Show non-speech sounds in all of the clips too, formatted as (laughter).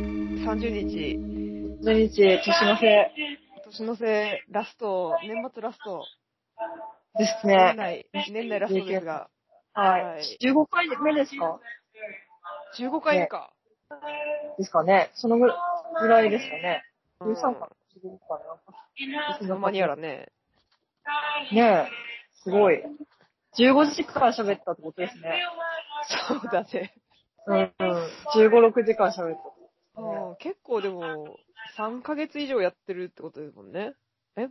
30日、土日、年の瀬年の瀬ラスト、年末ラスト、です年ね。内、年内ラストですが、ははいい。15回目ですか15回目か。ですかね。そのぐぐらいですかね。うん13かな ?15 かいつの間にやらね。なねえ。すごい。15時間喋ったってことですね。そうだね。うん、うん。15、6時間喋った。うん結構でも、3ヶ月以上やってるってことですもんね。え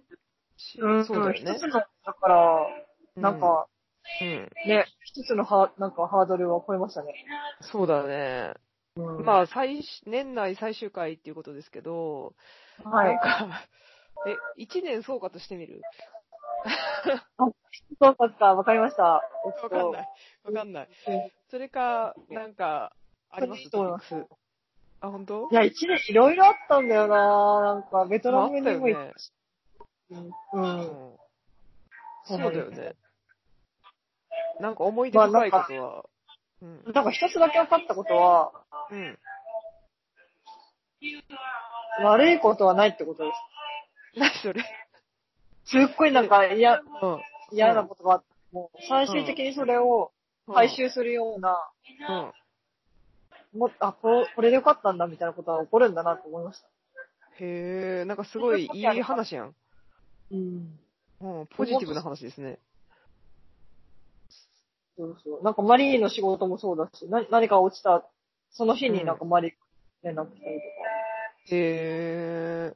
しうん、そうだよね一つ。の、だから、なんか、うん、うん。ね、一つのハなんかハードルは超えましたね。そうだね。うん、まあ、最、年内最終回っていうことですけど、あ、はないん。か、え、一年総括してみるそうか、そうか、わかりました。え (laughs) っわとかんない。わかんない。それか、なんか、ありますいいと思いますトピックスあ、本当いや、一年いろいろあったんだよななんか、ベトナムにも行まああっったたし。う。うんんそうだよね。なんか思い出深いことは。うん。なんか一つだけ分かったことは、うん。悪いことはないってことで何それす。すっごいなんか嫌、うん。嫌なことがあって、もう最終的にそれを回収するような、うん。もあこ、これでよかったんだみたいなことは起こるんだなと思いました。へえ、なんかすごいいい話やん。うん。うん、ポジティブな話ですね。そうそう。なんかマリーの仕事もそうだし、な何か落ちた、その日になんかマリー連絡したりとか。へえ、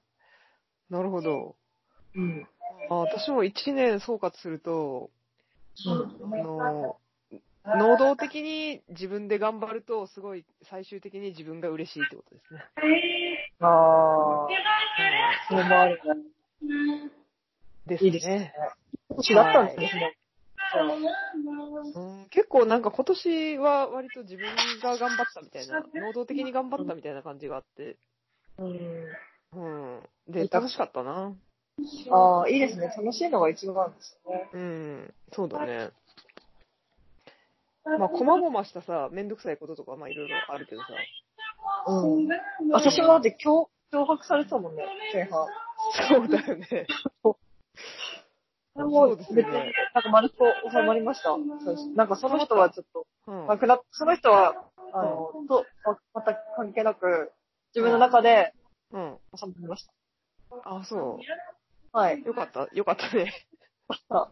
なるほど。うん。あ私も一年総括すると、うんあの、能動的に自分で頑張ると、すごい最終的に自分が嬉しいってことですね。ああ、それもあるね。ですいいですねね。。年だったんですね。うん結構なんか今年は割と自分が頑張ったみたいな、能動的に頑張ったみたいな感じがあって、うん。うん。で、楽しかったな。ああ、いいですね。楽しいのが一番ですね。うん、そうだね。まあ、こまごましたさ、めんどくさいこととか、まあ、いろいろあるけどさ。うん。私もだって脅脅迫されてたもんね、前半。そうだよね。でそもうです別ねに、なんか丸く収まりました。最初なんかその人はちょっと、うん。なくなその人は、あの、と、また関係なく、自分の中でうん。収まりましあ、そ。。た。はいうよかった。よかったね。ま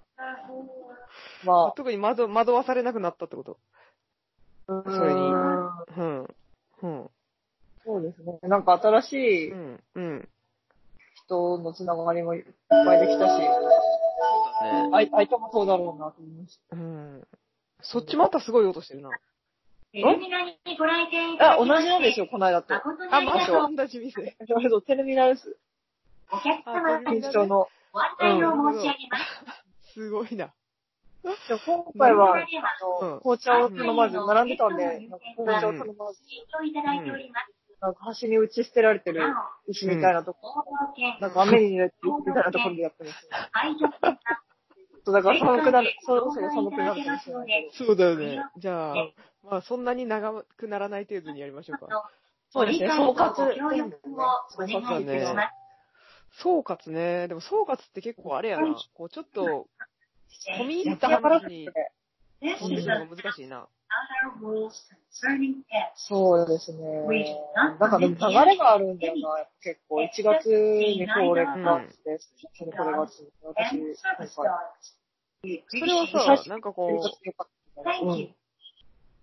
あ、特に惑惑わされなくなったってこと。それにうん。うん。、そうですね。なんか新しいうん。うん。人のつながりもいっぱいできたし、そうだね。あい相手もそうだろうなと思いましうん。そっちまたすごい音してるな。テルミナルにご来店いた。あ、同ただきまじなんですよ、この間と。誠にああ、りまがとたう。同じ店。そうテルミナルス、お客様あ様テルミナル緊張の。ご案内を申し上げます。すごいな。でも今回は、テルミナルではあうんの、紅茶を頼まず、並んでたんで、なんか紅茶を頼まず、ご視聴いただいております。なんか端に打ち捨てられてるな石みたいなとこ、お、報道券、なんか雨に濡れてる石みたいなところでやってるんですよ。配属券そう、だからが寒くなる、そごろそろ寒覧いくたなだるけかもましすれなのいで、けど。そうだよね。じゃあ、まあ、そんなに長くならない程度にやりましょうか。そうですね、総括。ご協力をお願いいたします。総括ね。でも総括って結構あれやな。こう、ちょっと、込み入焼ったき上がら話せにて、 This 飛んでく is the のが難しいな。 outer rules concerning pets. そうですね。なんかでも流れがあるんだよな、結構。1月にこれがあって、それこれがあって、私、 And なん service か、 dogs. We それは appreciate さ、なんかこう、 Thank you.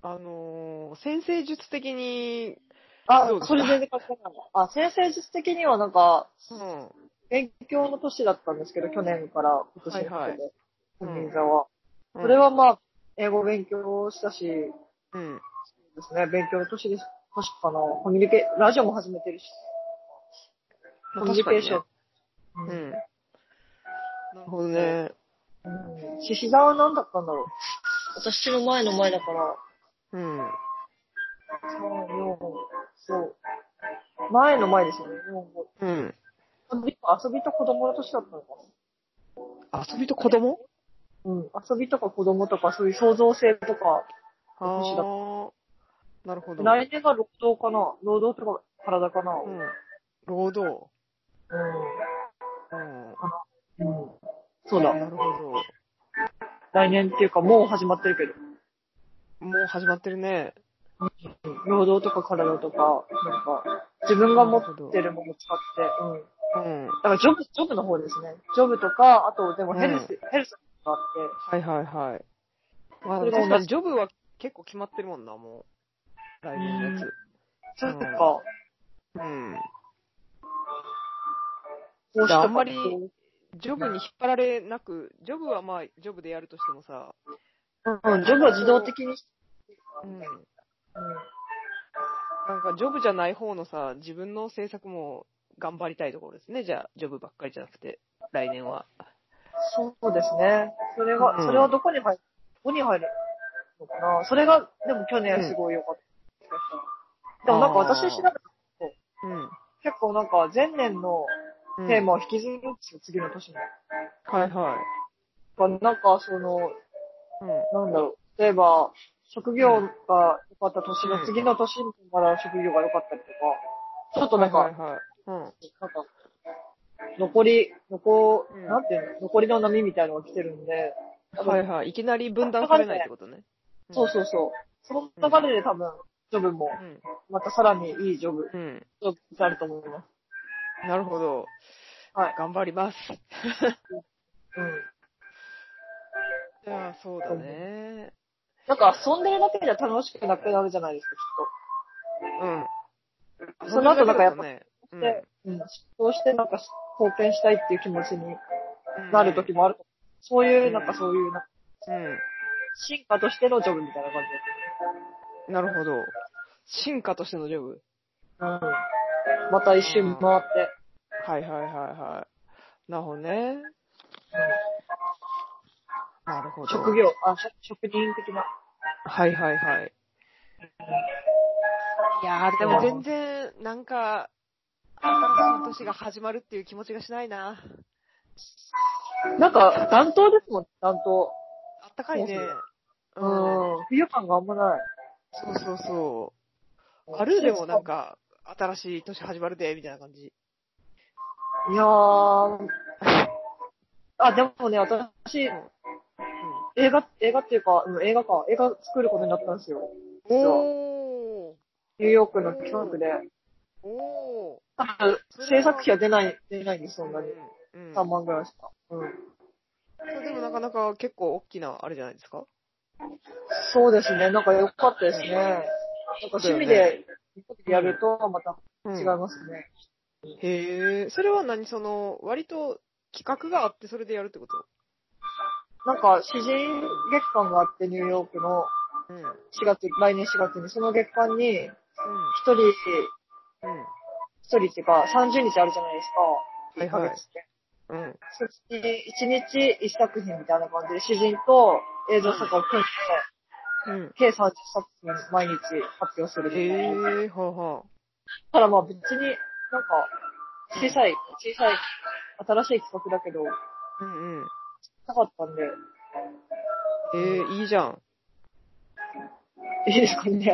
あのー、先生術的に、あ、それ全然関係ないな。あ、先生術的にはなんか、うん、は勉強の年だったんですけど、去年から今年にはかいはいけて、うん銀座は。うんそれはまあ、英語勉強したし、でうん。すね、勉強の年です。確かな、コミュニケ、ラジオも始めてるし、コミュニケーション。うん。なるほどね。うん獅子座は何だったんだろう私の前の前だから、うん。 3、4、そう。前の前ですよね、うん。 4、5。遊びと子供の年だったのか遊びと子供なうん。遊びとか子供とか、そういう創造性とか、ああ。なるほど。来年が労働かな労働とか、体かな。ううんん。。労働。うん。うん。そうだ。なるほど。来年っていうか、もう始まってるけど。もう始まってるね。労働とか体とか、なんか、自分が持ってるものを使って、うん。うん。だからジョブ、ジョブの方ですね。ジョブとか、あと、でもヘルス、ヘルスがあっはいはいはい。まあ、それ確が同じかにジョブは結構決まってるもんな、もう。来年のやつ。て、そうか、うん。講師とあかんまりジョブに引っ張られなく、ジョブはまあ、ジョブでやるとしてもさ、うん、ジョブは自動的に、うん。うん、なんか、ジョブじゃない方のさ、自分の制作も頑張りたいところですね。じゃあ、ジョブばっかりじゃなくて、来年は。そうですね。それは、うんそれはどこに入る、どこに入るのかなそれが、でも去年すごい良かった。でもなんか私調べたうん。結構なんか前年のうんテーマを引きずるんですよ、次の年に。はいはなんかその、い。うん。なんだろう、例えば、職業が良かった年の次の年まだ職業が良かったりとか、ちょっとなんか、はいはいはい。うん。なんか、残り、残、うんなんていうの、残りの波みたいなのが来てるんで、多分はいはい。いきなり分断されないってことね。そうそうそう。その流れで多分、ジョブも、うん。またさらにいいジョブ、うん。ジョブになると思います。なるほど。はい。頑張ります。うん。じゃあ、そうだね。なんか遊んでるだけじゃ楽しくなくなるじゃないですか、うん。きっと。その後なんかやっぱ、ね、うんでうん、そうしてなんか貢献したいっていう気持ちになる時もあると思う。そういう、なんかそういう、なんかうん。進化としてのジョブみたいな感じなるほど。進化としてのジョブ。だと思う。うん。また一周回って。はいはいはいはい。なるほどね。なるほど。職。業、あ、職職人的な。はいはいはい。いやー、でも全然、なんか、新しい年が始まるっていう気持ちがしないな。なんか、暖冬ですもん、暖冬。あったかいね。うん。うん。冬感があんまない。そうそうそう。あるでもなんか、新しい年始まるで、みたいな感じ。いやー。あ、でもね、私、映画、映画っていうか、うん映画か、映画作ることになったんですよ。うん。実はおー。ニューヨークの企画で。お多分制作費は出ない、出ないんです、そんなに。ー。うん。 3万ぐらいしか。うん。それでもなかなか結構大きな、あれじゃないですか。そうですね、なんか良かったですね。なんか趣味でやると、また違いうん。ますね。へえ。それは何その、割と企画があってそれでやるってことなんか、詩人月間があって、ニューヨークのうん。うん。 4月、来年4月に、その月間に、一人、一人っていうか、30日あるじゃないですか。はいはい1ヶ月って。うん。うん。そっちに一日一作品みたいな感じで、詩人と映像作家を組んで、うん。計30作品毎日発表するみたいな。へえ、はあはただまあ別に、なんか、小さい、小さい、新しい企画だけど、あ。うんうん。なかったんで、ええ、いいじゃん。いいですかね。 (laughs)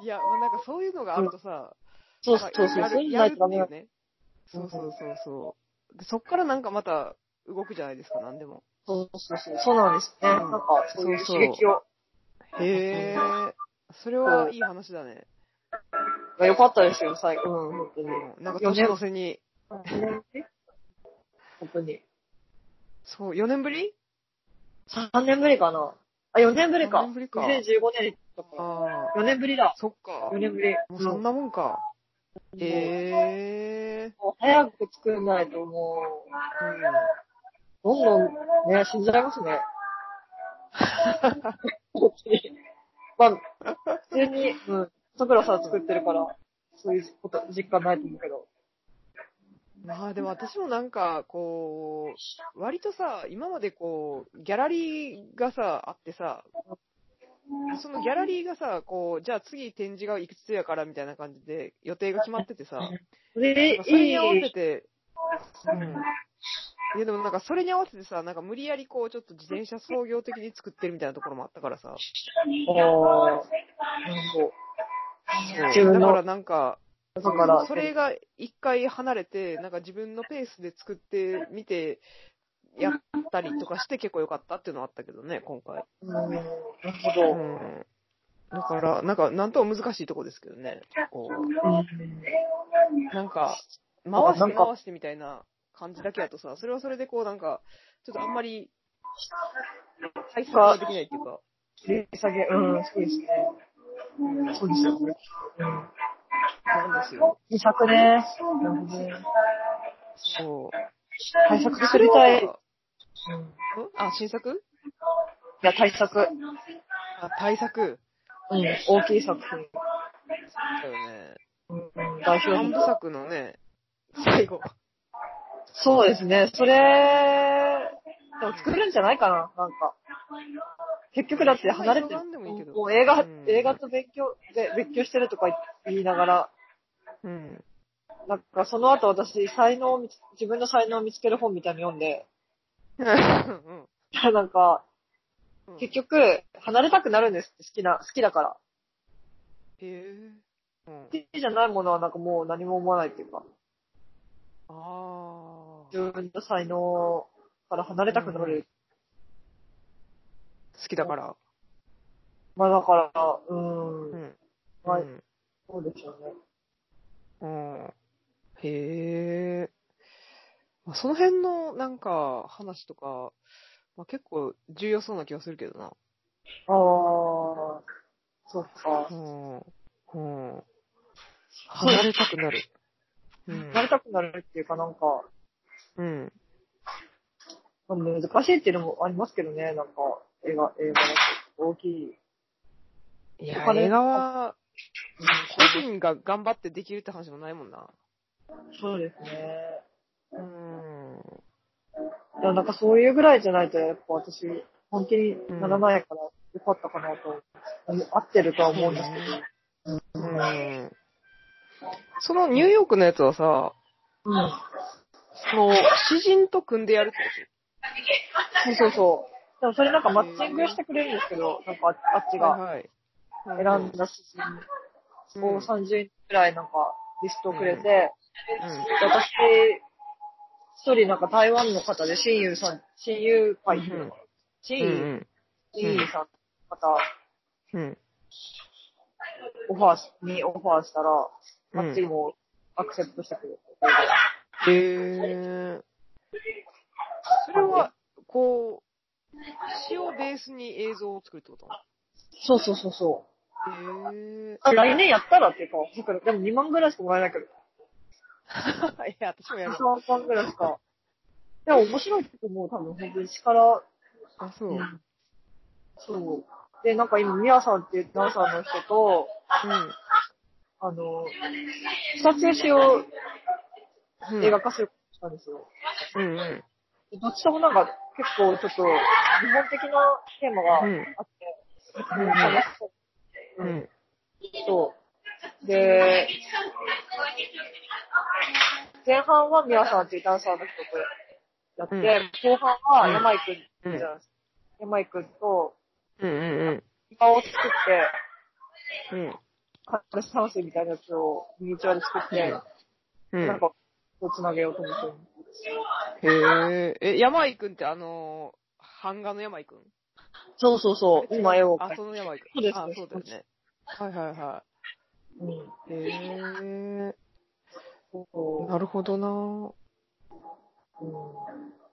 いや、まあ、なんかそういうのがあるとさ、そうなそんかうそう、そういうのやなるいとダメやるっなていんでうね。そうそうそうそう。でそっからなんかまた動くじゃないですか、なんでも。そうそうそう、そうなんですね。うなんんか、そういうそうそう刺激を。へえ、それはいい話だね。よかったですよ、最後。うん、本当に。うんなんか年の瀬に。本当に。そう、4年ぶり3年ぶりかな。あ、4年ぶり4か。年ぶりか2015年とか。ああ、 4年ぶりだ。そっか4。年ぶり。もうそんな。なもんか。へえ、もう早く作んないともうう、どんどんね、死んじゃいます (laughs) ね。本当にまあ、普通に、うん、桜さん作ってるから、そういうこと、実感ないと思うけど。ん。まあでも私もなんか、こう、割とさ、今までこう、ギャラリーがさ、あってさ、そのギャラリーがさ、こう、じゃあ次展示がいくつやからみたいな感じで予定が決まっててさ、それそれいいに合わせて、うん。いやでもなんかそれに合わせてさ、なんか無理やりこうちょっと自転車創業的に作ってるみたいなところもあったからさ。ああ、なんか、自そうだ分のからなんか、だから、それが一回離れて、なんか自分のペースで作ってみて、やったりとかして結構良かったっていうのはあったけどね、今回。うん、なるほうど。ん。だから、なんか、なんとも難しいとこですけどね。こう、なんか、回して回してみたいな感じだけやとさ、それはそれでこうなんか、ちょっとあんまり、対策ができないっていうか。値下げ、うん、そうですね。うんそうですよ、これ。なんですよ。いい策ね。なるほど。そう。対策作りたい。それうんはあ、新作いや、対策。あ、対策。うん、大きい作品。だよね。うん、代表三品部。作のね、最後。そうですね、それ、でも作るんじゃないかな、なんか。結局だって離れてまあ急がんでもいいけどもう映画うん、映画と勉強、で、別居してるとか言いながら、うん。なんかその後私、才能を見つ、自分の才能を見つける本みたいなの読んで、うんなんか、うん結局、離れたくなるんですって、好きな、好きだから。ええうん好。きじゃないものはなんかもう何も思わないっていうか、ああ。自分の才能から離れたくなる。好きだから。まあだから、う、うんん。、はいうんそうでしょうね。うん。へえ。まあ、その辺のなんか話とか、まあ、結構重要そうな気がするけどな。ああ、そっかう。ん。うん。離れたくなる。うんな。りたくなるっていうかなんか、うん。まあ難しいっていうのもありますけどね、なんか、映画、映画だと大きい。いおや、金映画は、個人が頑張ってできるって話もないもんな。そうですね。うん。いや、なんかそういうぐらいじゃないと、やっぱ私、本気にならないから、よかったかなと、合ってるとは思うんですけうん。そのニューヨークのやつはさ、ど。うん。その、詩人と組んでやるってこそうそうそう。でもそれなんかマッチングしてくれるんですけど、なんかああっちとがはいはい。選んだ写真うをん30人ぐらいなんかリストをくれて、うんで私、一人なんか台湾の方で、親友さん、親友会っていうのかな親うん友、親友さんの方、うん。うん。オファーし、にオファーしたら、うんあっちもアクセプトしてくれて。へえ。それは、こう、詩をベースに映像を作るってことそうそうそうそう。へえ。あ来年やったらっていうか、だからでも2万ぐらいしかもらえないけど、いや、私もやる。 3万ぐらいしか。でも面白いと思う、多分本当に力あ、そう。うん。そう。で、なんか今、ミヤさんっていうダンサーの人と、あの、二つ詩をうん映画化することなんですよ。うんうん。でどっちともなんか結構ちょっと日本的なテーマがあっうて、ん楽しそうう。ん。そう。で、前半はミヤさんっていうダンサーの人とやって、後半は山井くんじゃないですか。山井くんとうんうん顔を作って、うん。うん。カラスハウスみたいなやつをミニチュアで作って、うん。なんか、こう繋げようと思ってる。へえ。え、山井くんってあのー、版画の山井くんそうそうそう、今絵を描あ、いて。その山井くん。そうですあ、そうだよね。はいはいはうんい。へえ。そなるほどなううん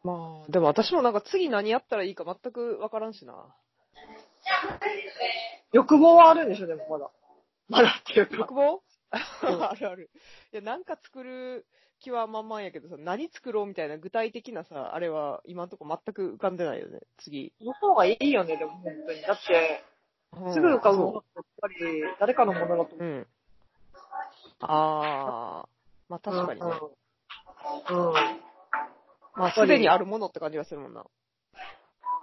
まあ、でも私もなんか次何やったらいいか全くわからんしな。欲望はあるんでしょ、でもまだ。まだっていうか。欲望 (laughs) あるある。いや、なんか作る気はまんまんやけどさ、何作ろうみたいな具体的なさ、あれは今んとこ全く浮かんでないよね、次。その方がいいよね、でも本当に。だって、うんすぐ浮かぶものそってやっぱり誰かのものだとう。う思う。ん。ああ。まあ確かにね。うん。まあすでにあるものって感じがするもんな。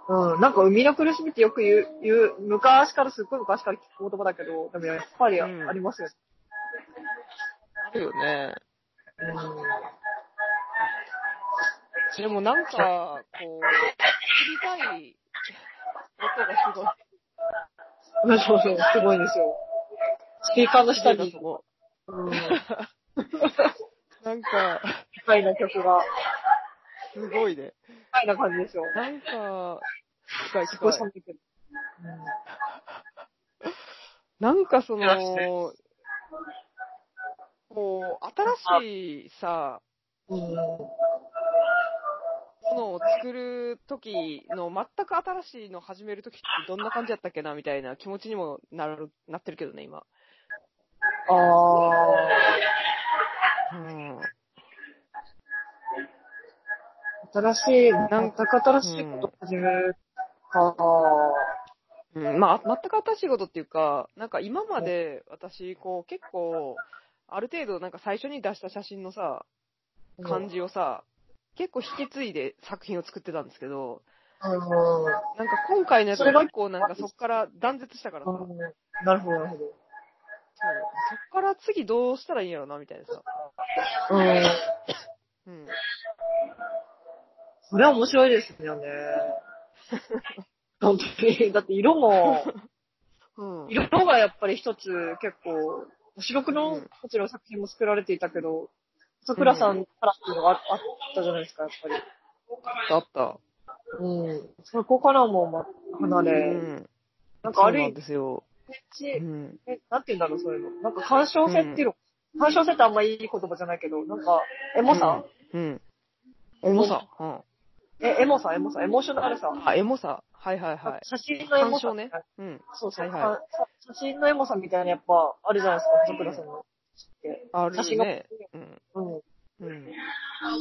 うん。うん。なんか、生みの苦しみってよく言う、言う、昔から、すっごい昔から聞く言葉だけど、でもやっぱりあうんありますよね。あるよね。うん。でもなんか、こう、作りたい音がすごい。そうそう、すごいんですよ。スピーカーの下なんかに、そのうん、機なんか、械な曲が、すごいね。機械な感じですよ。なんか、近いすご近いい寒いけど。なんかそよろしくでの、こう、新しいさ、うん。ものを作るときの、全く新しいの始めるときってどんな感じだったっけな、みたいな気持ちにもなる、なってるけどね、今。あうん。ー、新しい、んなんか新しいことを始めるか、うん、まあ、全く新しいことっていうか、なんか今まで私、こう、結構、ある程度なんか最初に出した写真のさ、感じをさ、結構引き継いで作品を作ってたんですけど、うん。なんか今回のやつそれはが結構なんかそっから断絶したからさ、う。そうんなるほど、なるそっから次どうしたらいいんやろな、みたいなさ。ほど。うん。うん。それは面白いですよね。本当に。だって色も、うん。色がやっぱり一つ結構、白黒うのんこちらの作品も作られていたけど、桜さんからっていうのがああったじゃないですか、やっぱり。あった。うん。そこからもま離うれ、ん。なんかそあうるなん意ですよ。う味、ん。えなんて言うんだろう、そういうの。なんか干渉性っていうの、干渉性ってあんまいい言葉じゃないけど、なんか、エモさ、うん。エモさ。うえ、エモさ、エモさ、エモーショナルさ。ん。あ、エモさ。はいはいはい。写真のエモ干さ渉。ねうん。そうそう、はいはいか写真のエモさみたいなやっぱあるじゃないですか、徳田さんの。ある写真が、ね。うん。うん、うん。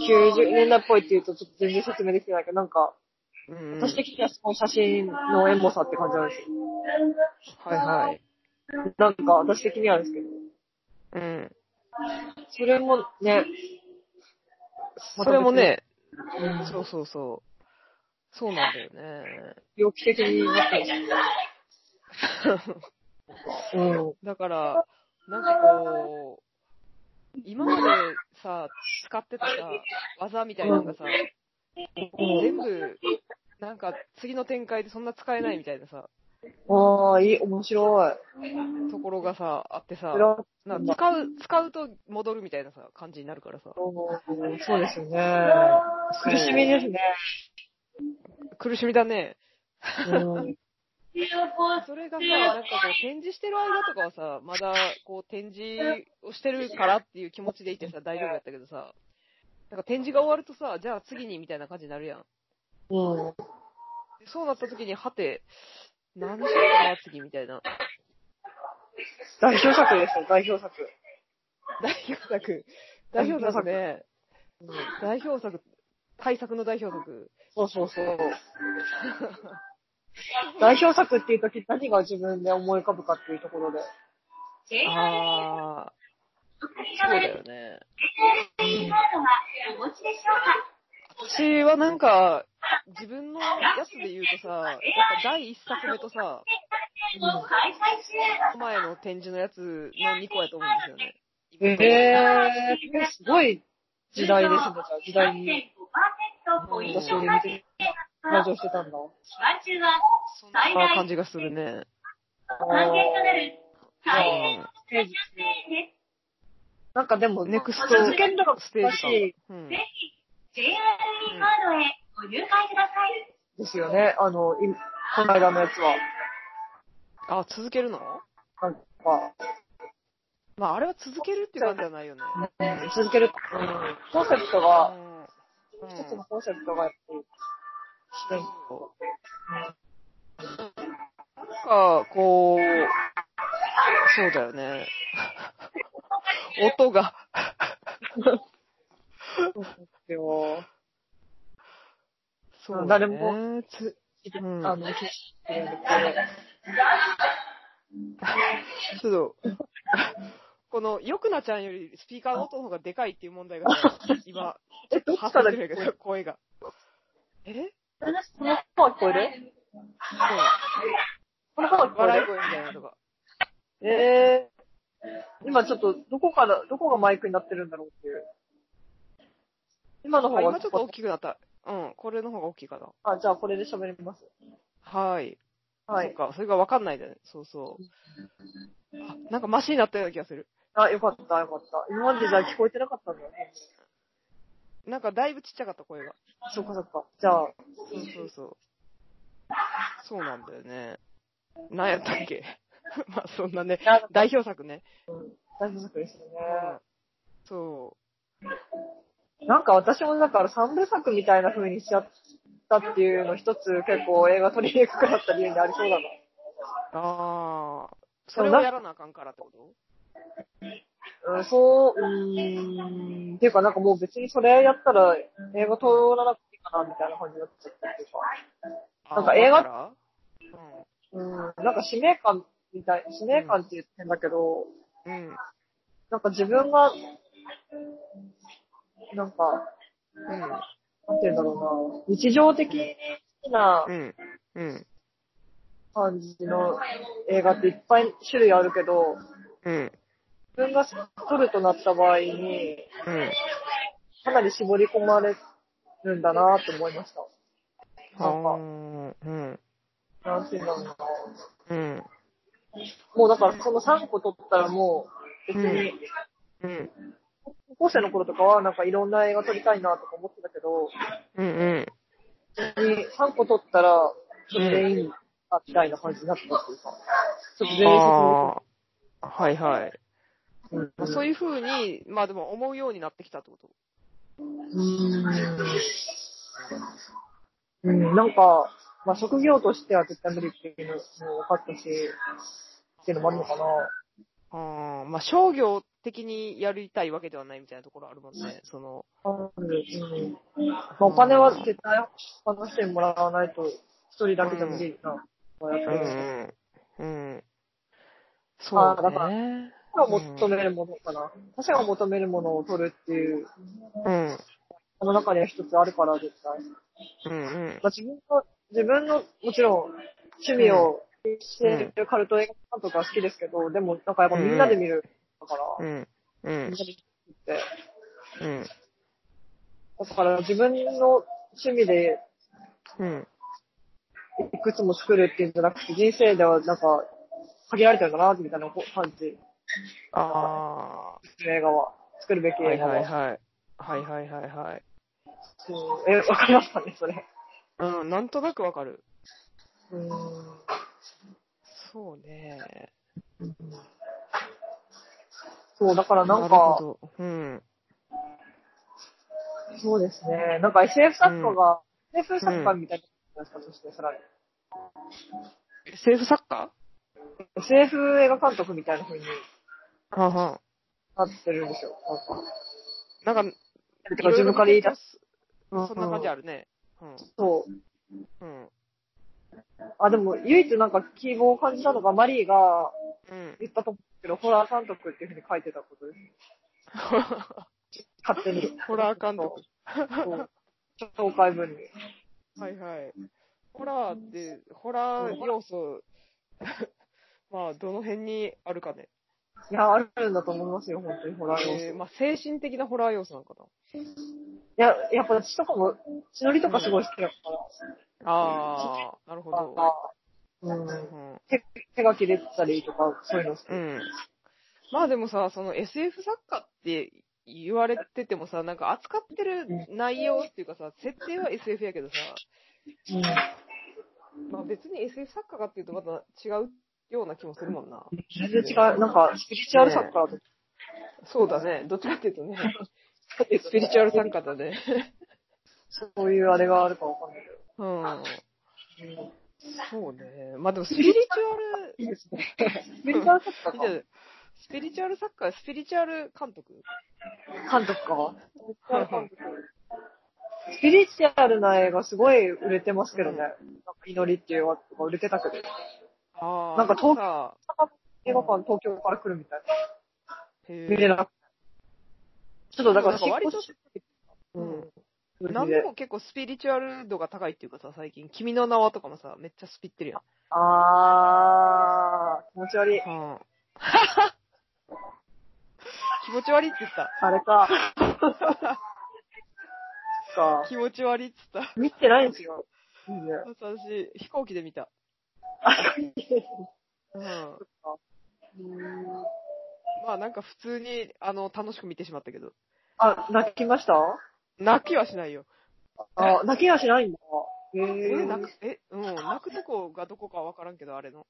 90年代っぽいって言うとちょっと全然説明できてないけど、なんか、うん。私的にはすごい写真のエモさって感じなんですよ。はいはい。なんか私的にはですけど。うん。それもね、そまた別にれもね、うんそうそうそう。そうなんだよね。猟奇的になってます。うん。だから、なんかこう、今までさ、使ってたさ、技みたいなのがさ、全部、なんか次の展開でそんな使えないみたいなさ、ああ、いい、面白い。ところがさ、あってさそれ、はなんか使う、使うと戻るみたいなさ、感じになるからさ、うんそうですよね。そう苦しみですね。苦しみだね。うんそれがさ、なんかこう展示してる間とかはさ、まだこう展示をしてるからっていう気持ちでいてさ、大丈夫やったけどさ、なんか展示が終わるとさ、じゃあ次にみたいな感じになるやん。うん。そうなった時に、はて、何しようかな、次みたいな。代表作ですよ、代表作。代表作。代表作ね。代表作。対策の代表作。そうそうそう。代表作っていう時何が自分で思い浮かぶかっていうところで。ああ、そうだよね。私はなんか、自分のやつで言うとさ、なんか第一作目とさ、前の展示のやつの2個やと思うんですよね。ええー、すごい時代ですね、じゃあ時代に。私を見て、ラジオしてたんだ。そんな感じがするね。うなんかでも、ん。ネクスト続けるのがステー難ジしかいうん。ですよね。あの、いこの間のやつは。あ、続けるのなんか、まあ、あれは続けるって感じじゃないよね。ね続ける。うんコンセプトが、うん一つのコンセプトがやっぱり、視点なんか、こう、そうだよ (laughs) ね。音が、ですよ。そうだね誰もつ、うんあの、消してるんでちょっ (laughs) と、この、よくなちゃんよりスピーカーの音の方がでかいっていう問題がさ、今、え、どっ発生ちかだしてるけんやけど、声が。えこの声聞こえるこの声聞こえ笑いる声みたいなのが。えー、今ちょっと、どこから、どこがマイクになってるんだろうっていう。今の方あが今ちょっと大きい。きくなった。うん、これの方が大きいかな。あ、じゃあこれで喋ります。はい。はそい。うか、それがわかんないんだよね。そうそう。あなんかマシになったような気がする。あ、よかった、よかった。今までじゃあ聞こえてなかったんだよね。なんかだいぶちっちゃかった声が。そっかそっか。じゃあ、そうそうそう。そうなんだよね。なんやったっけ (laughs) まあそんなね、代表作ね。大丈夫ですようんね。そなんか私もだから三部作みたいな風にしちゃったっていうの一つ結構映画取り入れかかった理由にありそうだな。う。ああ。それをやらなあかんからってことうん、そう、うーん、っていうかなんかもう別にそれやったら映画通らなくていいかなみたいな感じになっちゃったっていうか。なんかあー映画だらうん、なんか使命感みたい、使命感って言ってんだけど、うん。うん。なんか自分が、なんか、なんて言うんだろうな、日常的なうん。うん。うん。感じの映画っていっぱい種類あるけど、うん。自分が撮るとなった場合に、うん。かなり絞り込まれるんだなと思いました。あなんか、ーうん。なんて言うんだろうな。うん。もうだからその3個撮ったらもう、別に、うん。高校生の頃とかはなんかいろんな映画撮りたいなとか思ってたけど、うん。うん。に3個撮ったら、それでいいんだ、みたいな感じになったっていうか、ちょっと全員ああ。はいはい。説明うんまあそういう風に、まあでも思うようになってきたってこと。うん。うん、なんか、まあ、職業としては絶対無理っていうのも分かったし、っていうのもあるのかな。ああ、まあ商業的にやりたいわけではないみたいなところあるもんね。その、うん。まあ、お金は絶対他の人にもらわないと、一人だけじゃ無理な。やっうぱん。うり、ん。そうあーだだかね。他が求めるものかな。他者が求めるものを取るっていう、うん。この中には一つあるから、絶対。うんまあ、自分の、自分の、もちろん、趣味をしてるカルト映画とか好きですけど、でも、なんかやっぱみんなで見るだから、うん。うん。うんみん。なで見るって。うん。だから自分の趣味でうん。いくつも作るっていうんじゃなくて、人生ではなんか、限られてるんだな、みたいな感じ。あ映画は。作るべきあ。は映い画は。はいはい。はいはいはいはい。うんえ、わかりますかね、それ。うん、なんとなくわかる。うん。そうね。そう、だからなんるほか、ど。うん。そうですね。なんか SF 作家が、SF 作家みたいな人として、さらに。政府作家 SF 映画監督みたいな風にはんはん。なってるんですよ。なんなかんか、てか自分から言い出す。す。そんな感じある。るね。うん。そう。うん。あ、でも唯一なんか希望を感じたのがマリーがうん。言ったと思うんですけど、ホラー監督っていう風に書いてたことです。勝手に。 (laughs) ホラー監督。そう。そう紹介文に。はいはい。ホラーって、ホラー要素、 (laughs) まあ、どの辺にあるかね。いや、あるんだと思いますよ、本当にホラー要素。えー、まあ、精神的なホラー要素なのかいや、やっぱ血とかも、血のりとかすごい好きだかな。ああ、なるほら、ど。なんか、う、うんん。手が切れてたりとか、そういうの好き。うん。まあでもさ、その SF 作家って言われててもさ、なんか扱ってる内容っていうかさ、設定は SF やけどさ、うんまあ別に SF 作家かっていうとまた違うような気もするもんな。全然違う。なんか、スピリチュアル作家だと思っそうだね。どっちかっていうと (laughs) ね、てスピリチュアル作家だね。そういうあれがあるかわかんないけうん。ど。そうね。まあでもスピリチいいですね。スピピリリチチュュアアルル作ュア家 (laughs) ル、じゃあスピリチュアル作家、スピリチュアル監督監督か。スピリチュアルな映画すごい売れてますけどね。なんか祈りっていう映画とか売れてたけど。ああ。なんか東さ映画館東京から来るみたいな。へ見れえ。なくて。ちょっとだからなんか割とうん。何でも結構スピリチュアル度が高いっていうかさ、最近、君の名はとかもさ、めっちゃスピってるやん。あー、気持ち悪い。うん。気持ち悪いって言った。あれか。か。気持ち悪いって言っ見てないんですよ。いいね。た。私、飛行機で見た。うん。まあなんか普通に、あの、楽しく見てしまったけど。 (laughs) あ、泣きました泣きはしないよ。あ、泣きはしないんだ。へええ泣く、え、うん、泣くとこがどこかわからんけど、あれの。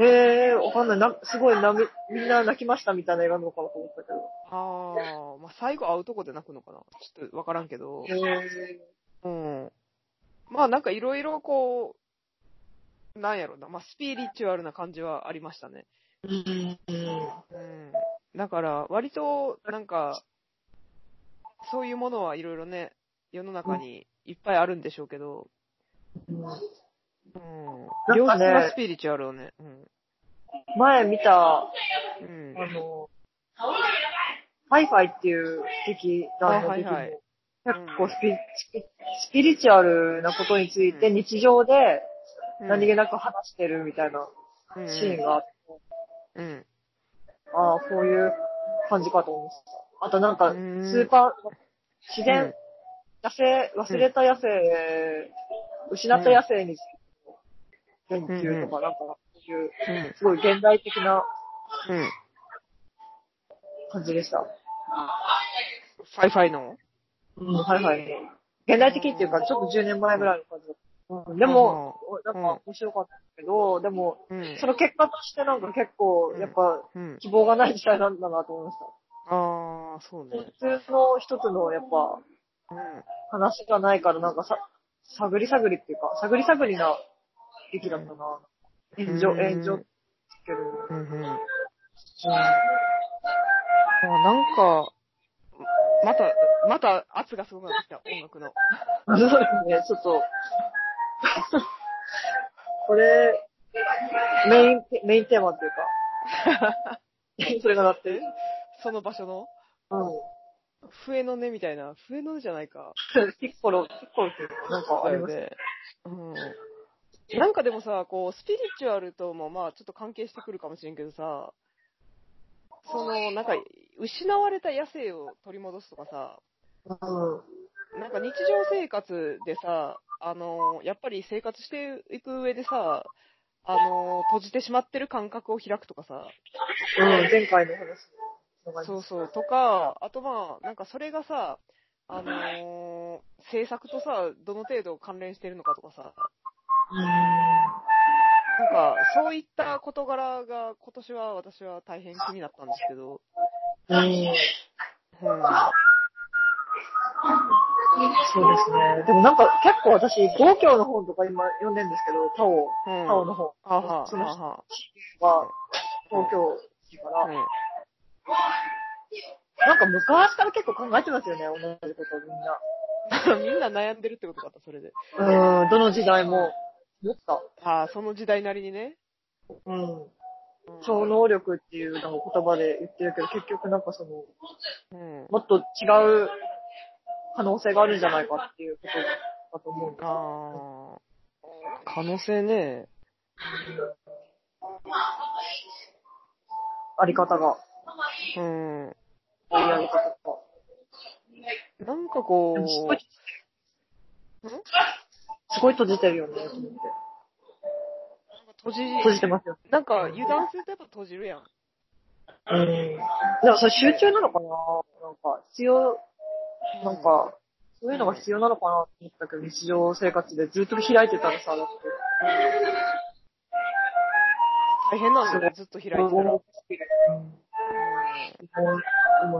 へえわかんない。な、すごいなみ、みんな泣きましたみたいな映画なのかなと思ったけど。ああ、まあ最後会うとこで泣くのかな。ちょっとわからんけど。へうん。まあなんかいろいろこう、なんやろな、まあスピリチュアルな感じはありましたね。えうん。だから割となんか、そういうものはいろいろね、世の中にいっぱいあるんでしょうけど、うん。良な質んかねなスピリチュアルをね、うん。前見た、あうん。の、ハイファイっていう劇団あのはい劇も、はい結構スピスピスピリチュアルなことについてうん日常でうん何気なく話してるみたいなシーンがあって、うん。ああ、こういう感じかと思いました。あとなんか、うスんーパー、自うん然、野生、忘れた野生、失った野生に、研究とか、なんか、そういう、うん。すごい現代的なうん。感じでした。ファイファイのうん、はいはい。現代的っていうか、ちょっと10年前ぐらいの感じだった。うん、でも、なんか面白かったけど、でも、うんそ。の結果としてなんか結構、やっぱ、うん。希望がない時代なんだなと思いましああ、そうね。た。普通の一つの、やっぱ、うん。話がないから、なんかさ、探り探りっていうか、探り探りな劇だったな。炎上、うん炎上けど、うんうん。まあ、なんか、また、また圧がすごくなってきた、音楽の。うん。そうですね、ちょっと、 (laughs) これ、メインテ、メインテーマって (laughs) いうか、それがなってる。その場所のうん。笛の音みたいな、笛の音じゃないか。ピッコロ、ピッコロっていうか、なんかありますね。ね。うん。なんかでもさ、こう、スピリチュアルともまあ、ちょっと関係してくるかもしれんけどさ、その、なんか、失われた野生を取り戻すとかさ、うん。なんか日常生活でさ、あのやっぱり生活していく上でさ、あの閉じてしまってる感覚を開くとかさ、うん、前回の話。そうそう、とか、あとまあ、なんかそれがさ、あの制作とさ、どの程度関連してるのかとかさ、なんか、そういった事柄が今年は私は大変気になったんですけど、うん。うん。うん、そうですね。でもなんか結構私、五教の本とか今読んでるんですけど、タオ、うん、タオの本あは、そのあは、は、五教だから、うんなんか昔から結構考えてますよね、同じことみんな。みんな悩んでるってことかった、それで。うん、どの時代も、持った。ああ、その時代なりにね。うん。うん超能力っていうのを言葉で言ってるけど、結局なんかその、うん。もっと違う可能性があるんじゃないかっていうことだと思うんですよああ。可能性ね。あり方が、うん。こういうやり方となんかか。でもすごこい、すごい閉じてるよね、と思って。う、閉じ、閉じてますよ。なんか油断するとやっぱ閉じるやん。うん。でもそれ集中なのかななんか、必要、なんか、そういうのが必要なのかなと思ったけど、日常生活でずっと開いてたらさ、だって。大変なんだね、ずっと開いてたら。うん思でいますよね。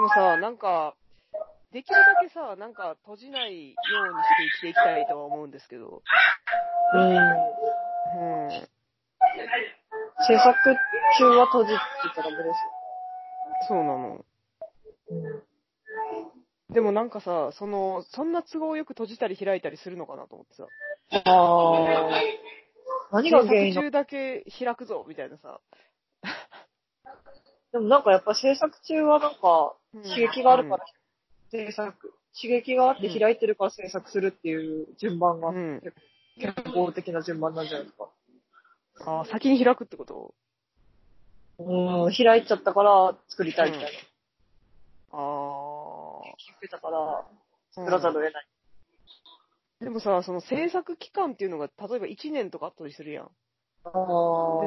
もさ、なんか、できるだけさ、なんか閉じないようにして生きていきたいとは思うんですけど。うん。うん。制作中は閉じてたら無理ですそうなの。よ。うん。でもなんかさ、その、そんな都合よく閉じたり開いたりするのかなと思ってさ。ああ。何が原因制な作の中だけ開くぞ、みたいなさ。でもなんかやっぱ制作中はなんかうん刺激があるから制作、刺激があって開いてるから制作するっていう順番うがん。健康的な順番なんじゃないですか。あー先に開くってことうん、開いちゃったから作りたいみたいな。うんああ。聞いてたからうん作らざるを得ない。でもさ、その制作期間っていうのが、例えば1年とかあったりするやん。ああ。で、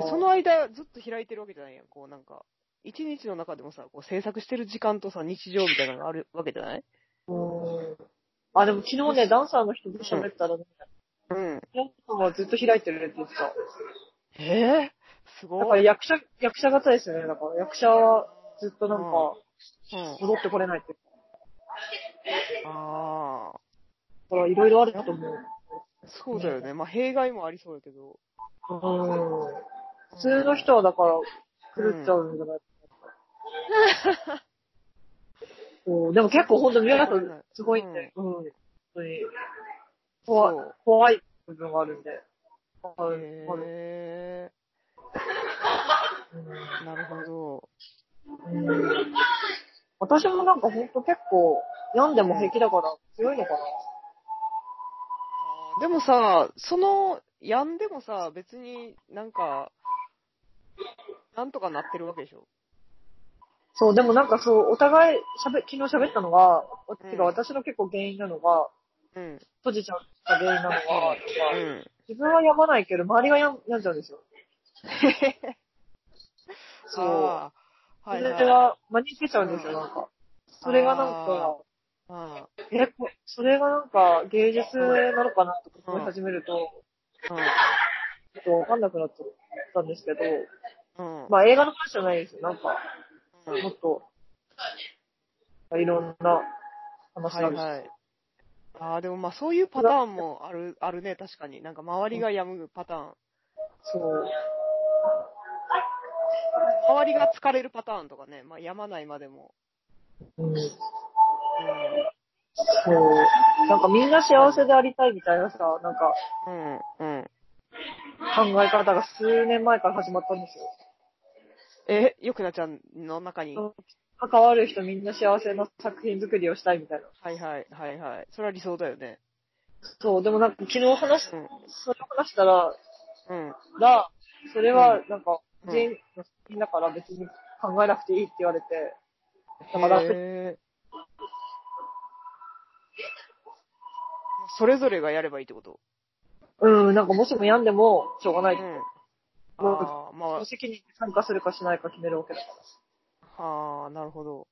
そその間ずっと開いてるわけじゃないやん。こうなんか、一日の中でもさ、こう制作してる時間とさ、日常みたいなのがあるわけじゃないの、あ、でも昨日ね、ダンサーの人と喋ったらね、うん。ヤンさんはずっと開いてるねって言ってた。ええすだごからい。役者、役者型ですよね。だから役者はずっとなんか、うん、戻ってこれないっていうか。ああ。だからいろいろあると思う。そうだよね。まあ、弊害もありそうだけど。うん。普通の人はだから、狂っちゃうんじゃない、うん、でも結構本当に皆さんすごいんで、うん、本当に。怖いそう、怖い部分があるんで。はい、はいへうんえ。なるほど。うん私もなんかほんと結構、病んでも平気だから強いのかでもさ、その、やんでもさ、別になんか、なんとかなってるわけでしょ。な。そう、でもなんかそう、お互い喋、昨日喋ったのが、うんてか私の結構原因なのが、うん。閉じちゃった原因なのが、なんかうん。自分は病まないけど、周りが病ん病んじゃうん (laughs) ですよ。そう。あーそはいれはが、真に受けちゃうんですよ、なんか。それがなんか、い。あえ、こそれがなんか芸術なのかなとか思い始めると、ーちょっとわかんなくなっちゃったんですけど、うん。うん。まあ映画の話じゃないですよ。なんか、うんもっと、いろんな話なんです、はいはい。ああ、でもまあそういうパターンもある、あるね、確かに。なんか周りが病むパターン。そう。周りが疲れるパターンとかね。まあ病まないまでも。うん、そうんう。なんかみんな幸せでありたいみたいなさ、なんかうん。うん。考え方が数年前から始まったんですよ。え、よくなちゃんの中に。は関わる人みんな幸せの作品作りをしたいみたいな。いはい、はいはい。それは理想だよね。そう、でもなんか昨日話しう、ん。それを話したら、うん。ら、それはなんか、うん人の作品だから別に考えなくていいって言われて、だからへーそれぞれがやればいいってことうん、なんかもしも病んでもしょうがなうい。ん。もうああ、まあ無責任で参加するかしないか決めるわけだから。、はあ、なるほど。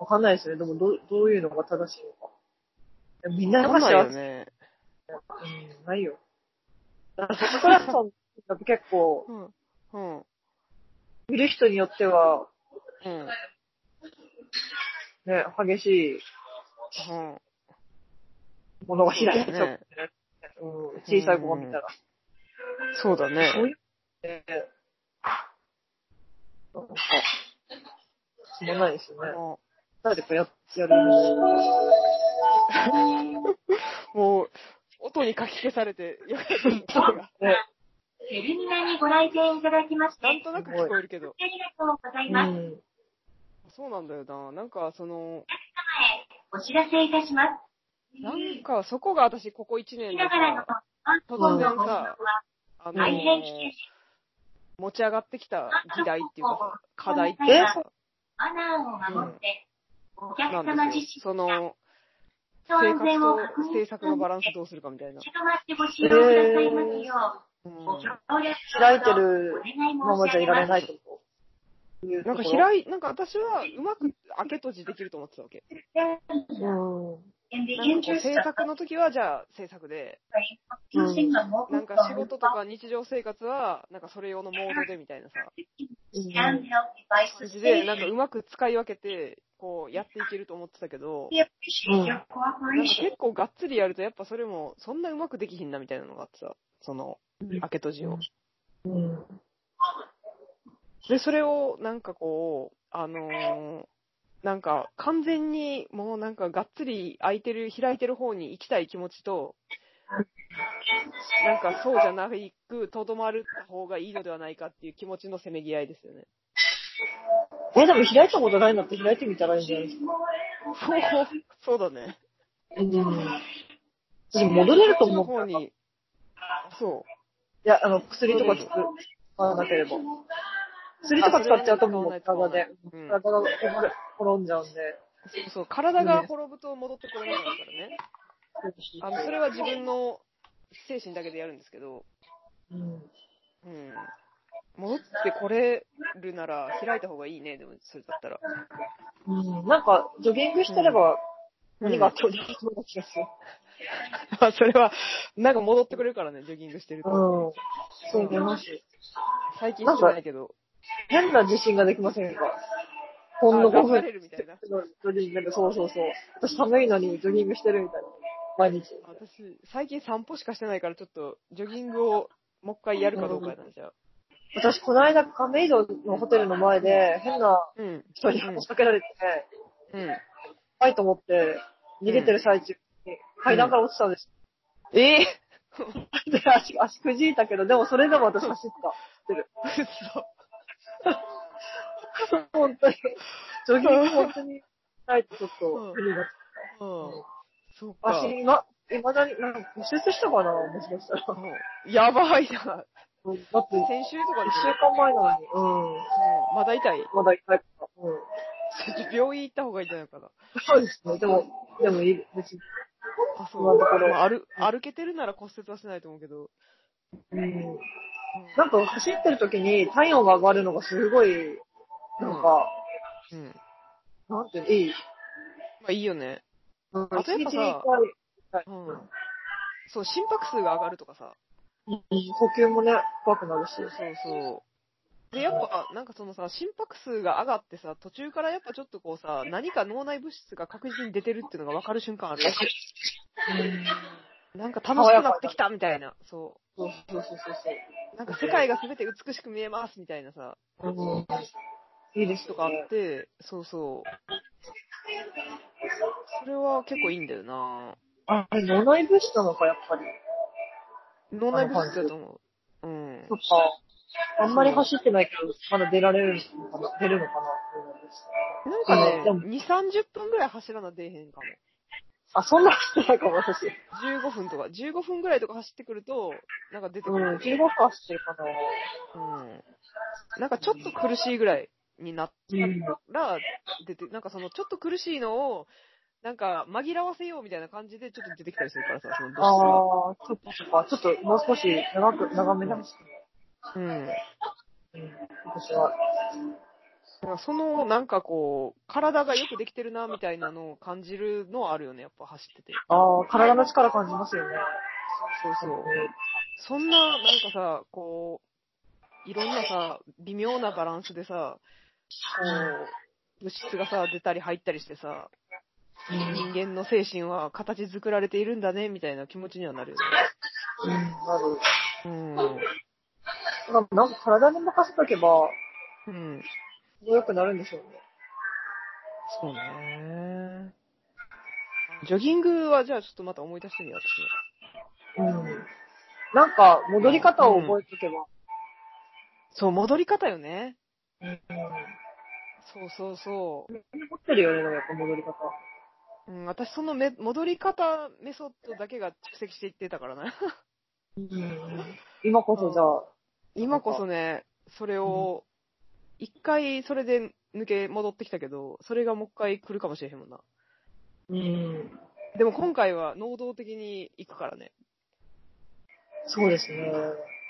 わかんないですね。でもどう、どういうのが正しいのか。でもみんなわかんないよね。ね。うん、ないよ。だから、そこらさんだって結構、うん。うん。うん。見る人によっては、ね、激しういん。ものが開いちゃう、そうだねねうん。小さい子が見たら。そうだね。そういうのって、なんか、つまんないですよね。も誰かや、やるのう、もう音にかき消されて、 (laughs) よかった声がね。セルミナにご来店いただきまして、なんとなく聞こえるけど。ありがとうございます。うん。そうなんだよな。なんか、その、お知らせいたします。なんか、そこが私、ここ1年しでながらのさ、、突然のさ、あの大変危険ー、持ち上がってきた議題っていうかさ、課題ってえいうかマナーを守って、お客さ、な様ん自で身すよ。その、の生安活全をと確認制作のバランスをどうするかみたいな。まってご使用くださいますようんう、ご協力開いてるまままじゃいられないと思う。なんかい開い、なんか私はうまく開け閉じできると思ってたわけ。うなん。んかこう制作の時はじゃあ制作で、なんか仕事とか日常生活は、なんかそれ用のモードでみたいなさ、うん感じで、なんかうまく使い分けて、こうやっていけると思ってたけど、なんか結構がっつりやると、やっぱそれも、そんなうまくできひんなみたいなのがあってさ、その、開け閉じを。うん。で、それを、なんかこう、あのーなんか完全にもうなんかがっつり開いてる、開いてる方に行きたい気持ちと、なんかそうじゃなく、とどまる方がいいのではないかっていう気持ちのせめぎ合いですよね。え、でも開いたことないんだって開いてみたらいいんじゃないですか。そう、そうだね。うん。戻れるとそっち思のうから。方いに、そや、あの、薬とかつく、使わなければ。薬とか使っちゃうともう体で、う。うん、体が転んじゃうんで。そうそう、体が滅ぶと戻ってこれなくなるからね。あの、それは自分の精神だけでやるんですけど、うん。うん。戻ってこれるなら開いた方がいいね、でも、それだったら。 (laughs) うん、なんか、ジョギングしてれば、何があってもできそうな気がする。あそれは、なんか戻ってくれるからね、ジョギングしてるうと。ん。そう思います。最近してないけど。変な自信ができませんかほんの5頑張分れ。るみたいな。ジョギングで、そうそうそう。私寒いのにジョギングしてるみたいな。毎日。私、最近散歩しかしてないから、ちょっと、ジョギングをもう一回やるかどうかやな、じゃあ。私、この間、亀戸のホテルの前で、変なうん。人に話しかけられて、うん。怖いと思って、逃げてる最中に階段から落ちたんです。ええで、足、足くじいたけど、でもそれでも私走った。ー、嘘。本当に。ジョギング本当にないとちょっと無理だ。うん。そうか足、。今、未だに、なんか骨折したかなもしかしたら。だうんやばいな。っ先て、一週とかでしょ週間前なのに。ううんまだ痛い。ん。まだ痛いから。うん。ちょっと病院行った方がいいんじゃないかな。そうですね。でも、でもいい。別に。あ、そ今う。のところまあ歩歩けてるなら骨折はしないと思うけど。うん。なんか走ってる時に体温が上がるのがすごい、なんか、うん。まなんていうの、いい。あいいよね。うんあとやっぱさ一日に一回ううんん。そう、心拍数が上がるとかさ。呼吸もね、深くなるし。そうそうそう。で、やっぱ、なんかそのさ、心拍数が上がってさ、途中からやっぱちょっとこうさ、何か脳内物質が確実に出てるっていうのが分かる瞬間あ (laughs) る。なんか楽しくなってきたみたいな。そそうそうそうう。なんか世界が全て美しく見えますみたいなさ、そうそう。うん。いいですととかかあって、そうそう。それは結構いいんだよなあれ、脳内物質なのか、やっぱり。脳内物質だと思う。うん。そっか。あんまり走ってないけど、まだ出られるのかな出るのかななんかね、うん2、30分ぐらい走らな出えへんかも。あ、そんな走ってないかも、私。 15分とか、15分ぐらいとか走ってくると、なんか出てうくん、る。 15分走ってるかな。うん。なんかちょっと苦しいぐらいになっうん。たら、出て、なんかそのちょっと苦しいのを、なんか紛らわせようみたいな感じでちょっと出てきたりするからさ、そのああ物、そっかそっか。ちょっともう少し長く、長めに走って質が。うん。だる。うん。私は。からその、なんかこう、体がよくできてるな、みたいなのを感じるのはあるよね、やっぱ走ってて。ああ、体の力感じますよね。そうそう。そんな、なんかさ、こう、いろんなさ、微妙なバランスでさ、こう、物質がさ、出たり入ったりしてさ、人間の精神は形作られているんだね、みたいな気持ちにはなるよね。うん。なる。うん。まあ、なんか体に任せとけば、うん。どうよくなるんでしょうね。そうね。ジョギングはじゃあちょっとまた思い出してみよう、私も。うん。なんか、戻り方を覚えとけば。そう、戻り方よね。うん。そうそうそう。残ってるよね、でもやっぱ戻り方。うん、私そのめ戻り方メソッドだけが蓄積していってたから (laughs) な。うん。今こそじゃあ、今こそね、それを、一回それで抜け戻ってきたけど、それがもう一回来るかもしれへんもんな。うん。でも今回は能動的に行くからね。そうですね。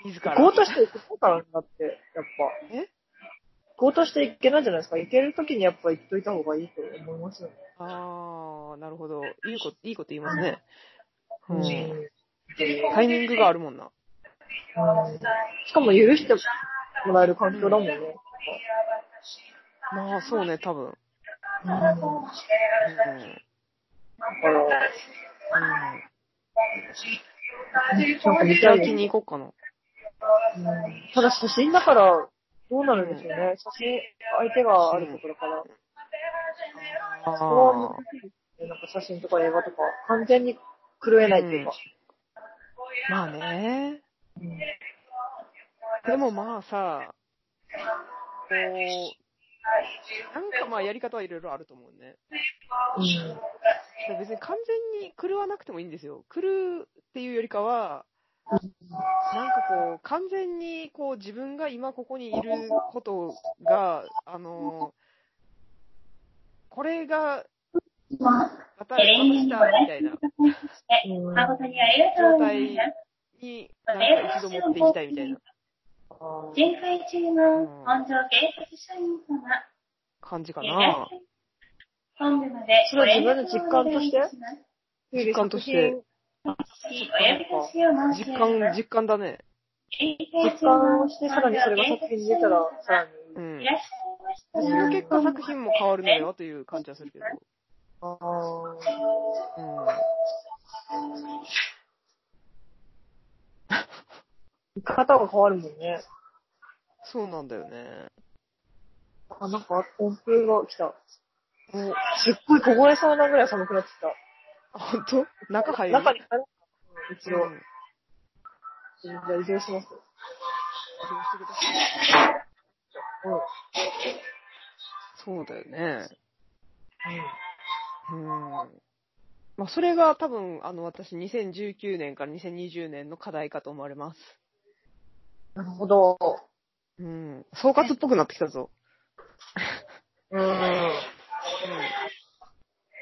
自ら。行こうとしていけないからなって、やっぱ。え行こうとしていけないじゃないですか。行けるときにやっぱ行っといた方がいいと思いますよね。あー、なるほど。いいこと、いいこと言いますね。う。うんタイミングがあるもんな。んしかも許してもらえる環境だもんね。まあ、そうね、多分。うん。うん。だから、うん。なんか見たい開できすに行こうかな。ただ写真だから、どうなるんでしょうね。写真、相手があるところから。そこはあ難しいですね。なんか写真とか映画とか、完全に狂えないっていうか。ー、まあね。うんでもまあさ、こう、なんかまあやり方はいろいろあると思うね。別に完全に狂わなくてもいいんですよ。狂うっていうよりかは、なんかこう、完全にこう自分が今ここにいることが、あの、これが、また、また来たみたいなうん誠にありがとうございます。になんか一度持っていきたいみたいなあー巡回中の本庄警察署員様、感じか警な。察本部までそれは自分の実感として実感として。お呼び出しを申し実上げ感ま、す。実感だね。実感をして、さらにそれが作品に出たら、さらに。うんい。らっしゃそいましたらの結果作品も変わるのよという感じはするけど。うあー見方が変わるもんね。ん。そうなんだよね。あ、なんか、温風が来た。もう、すっごい凍えそうなぐらい寒くなってきた。あほんと中入る中に入ろう一うん移動応。じゃあ移動しましす。てくださいうん。そうだよね。うん。まあ、それが多分、あの、私、2019年から2020年の課題かと思われます。なるほど。うん。総括っぽくなってきたぞ。うん。うん。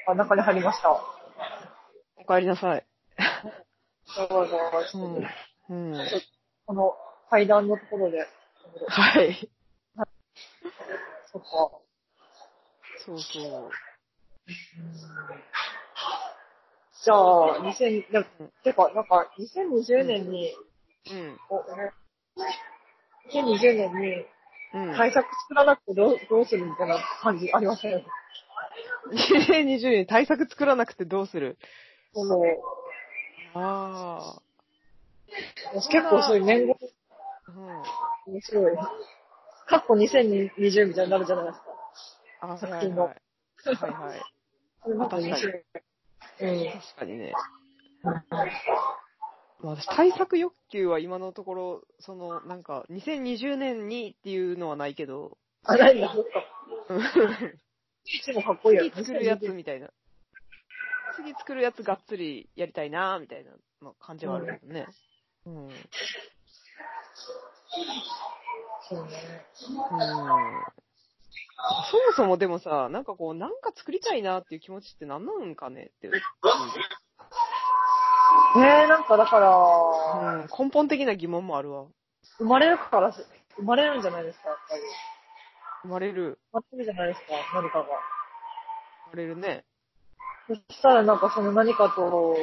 あ、中に入りました。お帰りなさい。どうぞ。うん。うん。この階段のところで。はい。そっか。そうそう。じゃあ、2000、でも、てか、なんか、2020年に、うん。お2020年にうん。対策作らなくてどうどうするみたいな感じありません2020年対策作らなくてどうするその、あ結構そういう年あ。号うん。面白い。かっこ2020みたいになるじゃないですか。あはい作はい品のはい。はいはい。それなんか面白い。うん。確かにね。まあ、私、対策欲求は今のところ、その、なんか、2020年にっていうのはないけど、あ、ないんだ、そっか。 (laughs) うんいつもかっこいいや次作るやつみたいな。次作るやつがっつりやりたいなみたいな、まあ、感じはあるけどね。うん。うん。そうね。そもそもでもさ、なんかこう、なんか作りたいなっていう気持ちって何なんかねっていう。えー、なんかだから、うん。根本的な疑問もあるわ。生まれるから、生まれるんじゃないですか、やっぱり。生まれる、生まれるじゃないですか、何かが。生まれるね。そしたらなんかその何かと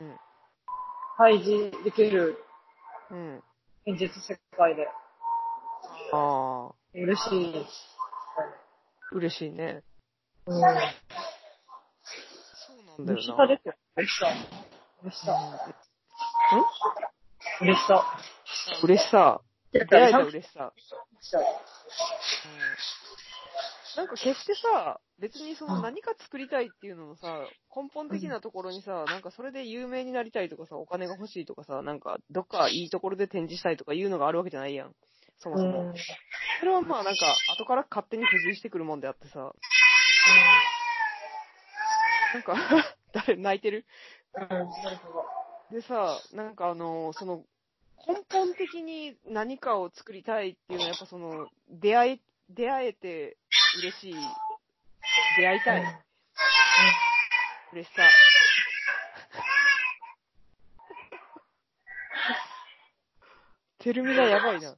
うん、対峙できるうん。現実世界でああ。嬉しい。嬉しいね。うん。そうなんだ嬉しよさな。ですよ。嬉しさ。嬉しさ。ん嬉しさ。嬉しさ。出出会えた嬉しさ。しさ。なんか決してさ、別にそのうん何か作りたいっていうのもさ、根本的なところにさ、なんかそれで有名になりたいとかさ、お金が欲しいとかさ、なんかどっかいいところで展示したいとかいうのがあるわけじゃないやん。そもうそん。も。それはまあなんか後から勝手に付随してくるもんであってさ、なんか (laughs) 誰泣いてるでさ、なんかあのーその、根本的に何かを作りたいっていうのは、やっぱその、出会い、出会えて嬉しい。出会いたい。嬉しさ。テルミナやばいな。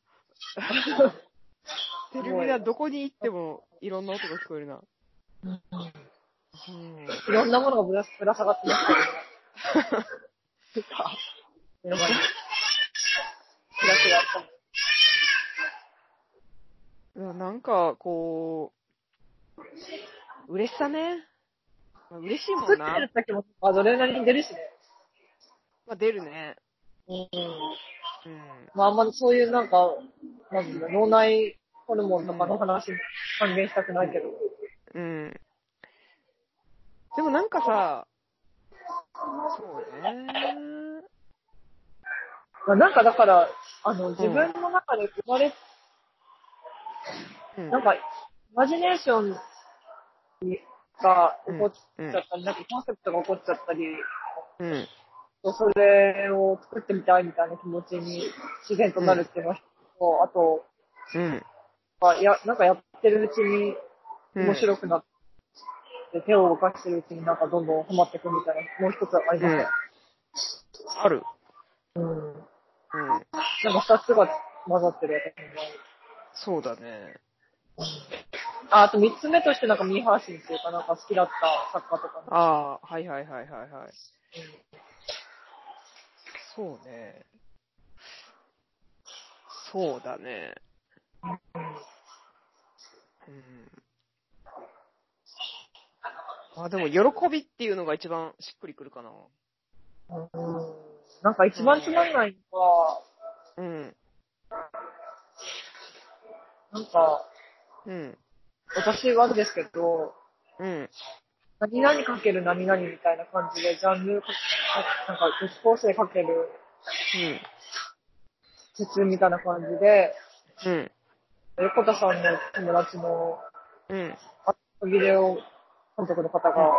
テルミナどこに行ってもいろんな音が聞こえるな。うんいろんなものがぶらぶら下がってます (laughs) けど。やばい。キラキラした。いや、なんか、こう、嬉しさね。まあ嬉しいも作んってなる。時もアドレナリン出るしね。まあ、出るね。うん。うん。まああんまりそういうなんか、なんていうの、脳内ホルモンとかの話も還元したくないけど。うん。でもなんかさ、そうね。まあなんかだから、あの、自分の中で生まれ、うん。なんか、イマジネーションが起こっちゃったり、なんかコンセプトが起こっちゃったり、うん。それを作ってみたいみたいな気持ちに自然となるっていうのと、あと、うん。まあや、なんかやってるうちにうん面白くなって、手を動かしてるうちになんかどんどんハマっていくみたいな、もう一つありまうんある。すね。うん。うん。なんか二つが混ざってる私の場合そうだね。あ、あと三つ目としてなんかミーハーシンっていうかなんか好きだった作家とか、ああ、はいはいはいはいはい。そうね。そうだね。うん。まあでも、喜びっていうのが一番しっくりくるかな。うん、なんか一番つまんないのは、うん。なんか、うん。私はですけど、うん。何々かける何々みたいな感じで、ジャンルか、なんか女子高生かける説みたいな感じで、うん。横田さんの友達のうん。ビデオ監督の方が、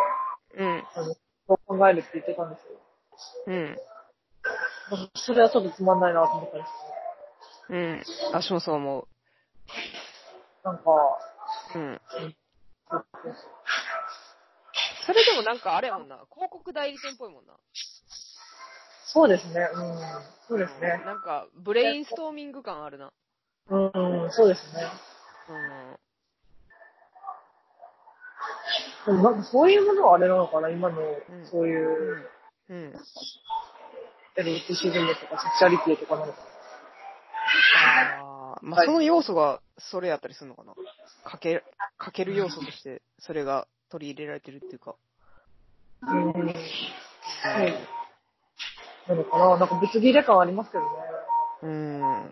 うん。あの、そう考えるって言ってたんですよ。うん。なんかそれはちょっとつまんないなと思ったんですうん。私もそう思けど、なんか、う。うん。そうそれでもなんかあれやもんな。広告代理店っぽいもんな。そうですね、うん、そうですね、なんか、ブレインストーミング感あるな。うん、そうですね。うん。でもなんかそういうものはあれなのかな、今のん、そういう、うん。うん。エリートシズムとかセクシャリティとかなのかあーまあ、はいその要素がそれやったりするのかな。かけ、かける要素として、それが取り入れられてるっていうか。な。うん。はい。なのかななんかぶつ切れ感ありますけどね。うん。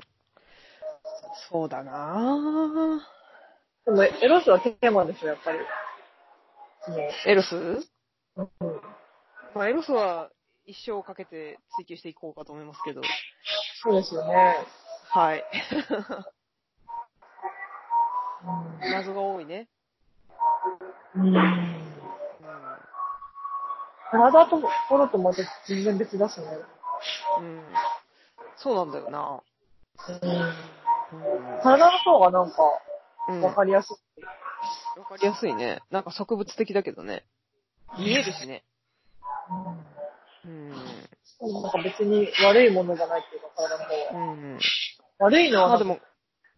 そうだなでも、エロスはテーマですよ、やっぱり。ね。ぁエロスうん。まあ、エロスは一生かけて追求していこうかと思いますけど。そうですよね。はい。う謎が多いね。ん。体と心とまた全然別だしね。うん。うん。そうなんだよなうん。ぁ体の方がなんか、うん。うん。わかりやすい。わかりやすいね。なんか植物的だけどね。見えるしね。うん。うん。なんか別に悪いものじゃないっていうか、体の方は。うん。悪いのはまあなんでか、も、